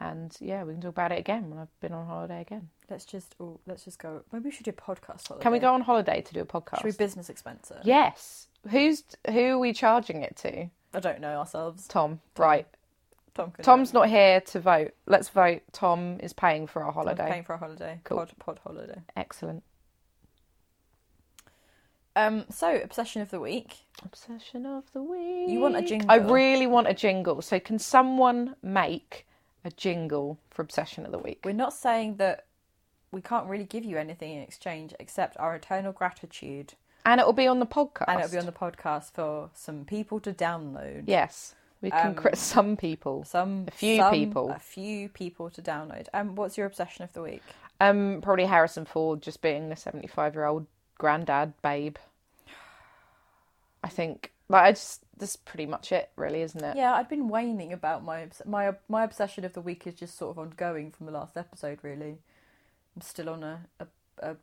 Speaker 2: and yeah, we can talk about it again when I've been on holiday again.
Speaker 1: let's just oh, let's just go. Maybe we should do a podcast. Holiday.
Speaker 2: Can we go on holiday to do a podcast?
Speaker 1: Should we business expense it?
Speaker 2: yes. Who's who are we charging it to?
Speaker 1: I don't know ourselves.
Speaker 2: Tom. Right.
Speaker 1: Tom. Can
Speaker 2: Tom's not here to vote. Let's vote. Tom is paying for our
Speaker 1: Tom's
Speaker 2: holiday.
Speaker 1: paying for a holiday.
Speaker 2: Cool.
Speaker 1: Pod pod holiday.
Speaker 2: Excellent.
Speaker 1: Um. So obsession of the week.
Speaker 2: Obsession of the week.
Speaker 1: You want a jingle?
Speaker 2: I really want a jingle. So can someone make a jingle for obsession of the week?
Speaker 1: We're not saying that we can't really give you anything in exchange except our eternal gratitude,
Speaker 2: And it'll be on the podcast.
Speaker 1: and it'll be on the podcast for some people to download.
Speaker 2: Yes. We can
Speaker 1: Um,
Speaker 2: crit some people.
Speaker 1: Some
Speaker 2: A few
Speaker 1: some-
Speaker 2: people.
Speaker 1: A few people to download. Um, what's your obsession of the week?
Speaker 2: Um probably Harrison Ford just being a 75-year-old granddad babe. I think like I just that's pretty much it really, isn't it?
Speaker 1: Yeah, I'd been waning about my obs- my my obsession of the week is just sort of ongoing from the last episode. Really, I'm still on a, a, a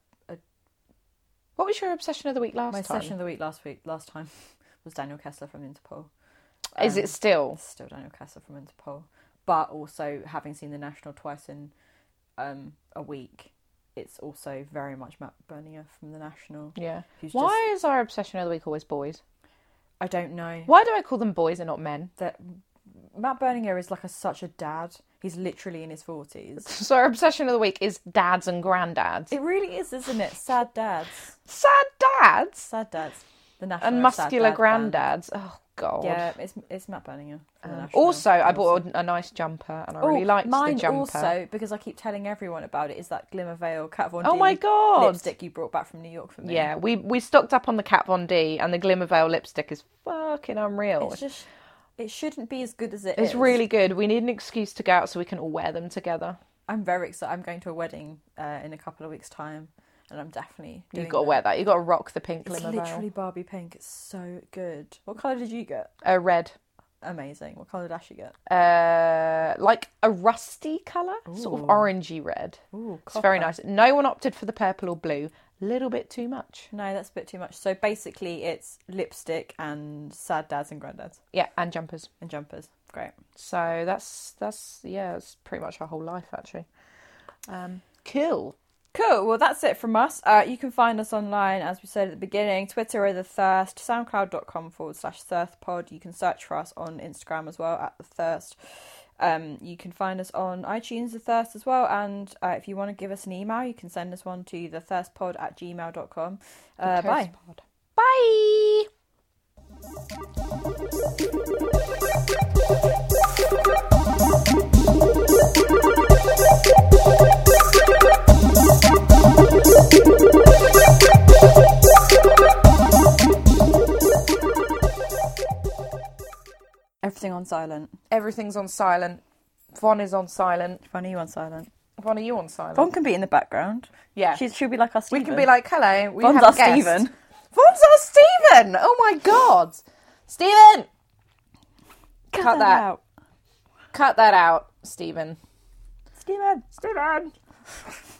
Speaker 2: What was your obsession of the week last
Speaker 1: my
Speaker 2: time?
Speaker 1: obsession of the week last week. Last time was Daniel Kessler from Interpol. Um,
Speaker 2: Is it still?
Speaker 1: It's still Daniel Kessler from Interpol, but also having seen the National twice in um, a week, it's also very much Matt Berninger from the National.
Speaker 2: Yeah.
Speaker 1: Who's
Speaker 2: Why is our obsession of the week always boys?
Speaker 1: I don't know.
Speaker 2: Why do I call them boys and not men?
Speaker 1: that Matt Berninger is like a, such a dad. He's literally in his forties.
Speaker 2: So our obsession of the week is dads and granddads.
Speaker 1: It really is, isn't it? Sad dads,
Speaker 2: Sad dads
Speaker 1: sad dads, the national
Speaker 2: and
Speaker 1: sad
Speaker 2: muscular
Speaker 1: dad band.
Speaker 2: granddads. Oh god.
Speaker 1: Yeah, it's it's Matt Berninger. from the
Speaker 2: Um,
Speaker 1: National.
Speaker 2: also, I
Speaker 1: And
Speaker 2: bought a, a nice jumper and I
Speaker 1: Oh,
Speaker 2: really liked
Speaker 1: mine
Speaker 2: the jumper.
Speaker 1: also because I keep telling everyone about it is that Glimmer Veil Kat Von D
Speaker 2: oh my god.
Speaker 1: lipstick you brought back from New York for me.
Speaker 2: Yeah, we we stocked up on the Kat Von D and the Glimmer Veil lipstick is fucking unreal.
Speaker 1: it's just it shouldn't be as good as it
Speaker 2: It's
Speaker 1: is.
Speaker 2: really good. We need an excuse to go out so we can all wear them together.
Speaker 1: I'm very excited. I'm going to a wedding uh, in a couple of weeks' time, and I'm definitely doing
Speaker 2: You've got to
Speaker 1: that.
Speaker 2: wear that. You've got to rock the pink
Speaker 1: It's
Speaker 2: Glimmer
Speaker 1: literally
Speaker 2: Veil.
Speaker 1: Barbie pink. It's so good. What color did you get?
Speaker 2: Uh, red.
Speaker 1: Amazing. What color did Ashley get?
Speaker 2: uh, like a rusty colour, sort of orangey red.
Speaker 1: Ooh,
Speaker 2: It's very nice. No one opted for the purple or blue. Little bit too much.
Speaker 1: No, that's a bit too much. So basically, it's lipstick and sad dads and granddads
Speaker 2: Yeah, and jumpers.
Speaker 1: and jumpers. Great.
Speaker 2: So that's that's yeah, that's pretty much our whole life actually. Um, cool.
Speaker 1: Cool. Well, that's it from us. Uh, you can find us online, as we said at the beginning, Twitter or The Thirst, soundcloud.com forward slash thirstpod. You can search for us on Instagram as well, at The Thirst. Um, you can find us on iTunes, The Thirst, as well. And uh, if you want to give us an email, you can send us one to thethirstpod at gmail.com. Uh,
Speaker 2: Toast
Speaker 1: bye.
Speaker 2: pod. Bye.
Speaker 1: Everything on silent.
Speaker 2: Everything's on silent. Von is on silent.
Speaker 1: Funny you on silent.
Speaker 2: Von, are you on silent?
Speaker 1: Vaughn can be in the background.
Speaker 2: Yeah.
Speaker 1: She's, she'll be like us.
Speaker 2: we can be like, hello. We
Speaker 1: Von's
Speaker 2: have
Speaker 1: our
Speaker 2: a guest.
Speaker 1: Stephen.
Speaker 2: Von's our Stephen. Oh my god. Stephen.
Speaker 1: cut, that
Speaker 2: cut that.
Speaker 1: out. Cut that out, Stephen.
Speaker 2: Stephen.
Speaker 1: Stephen.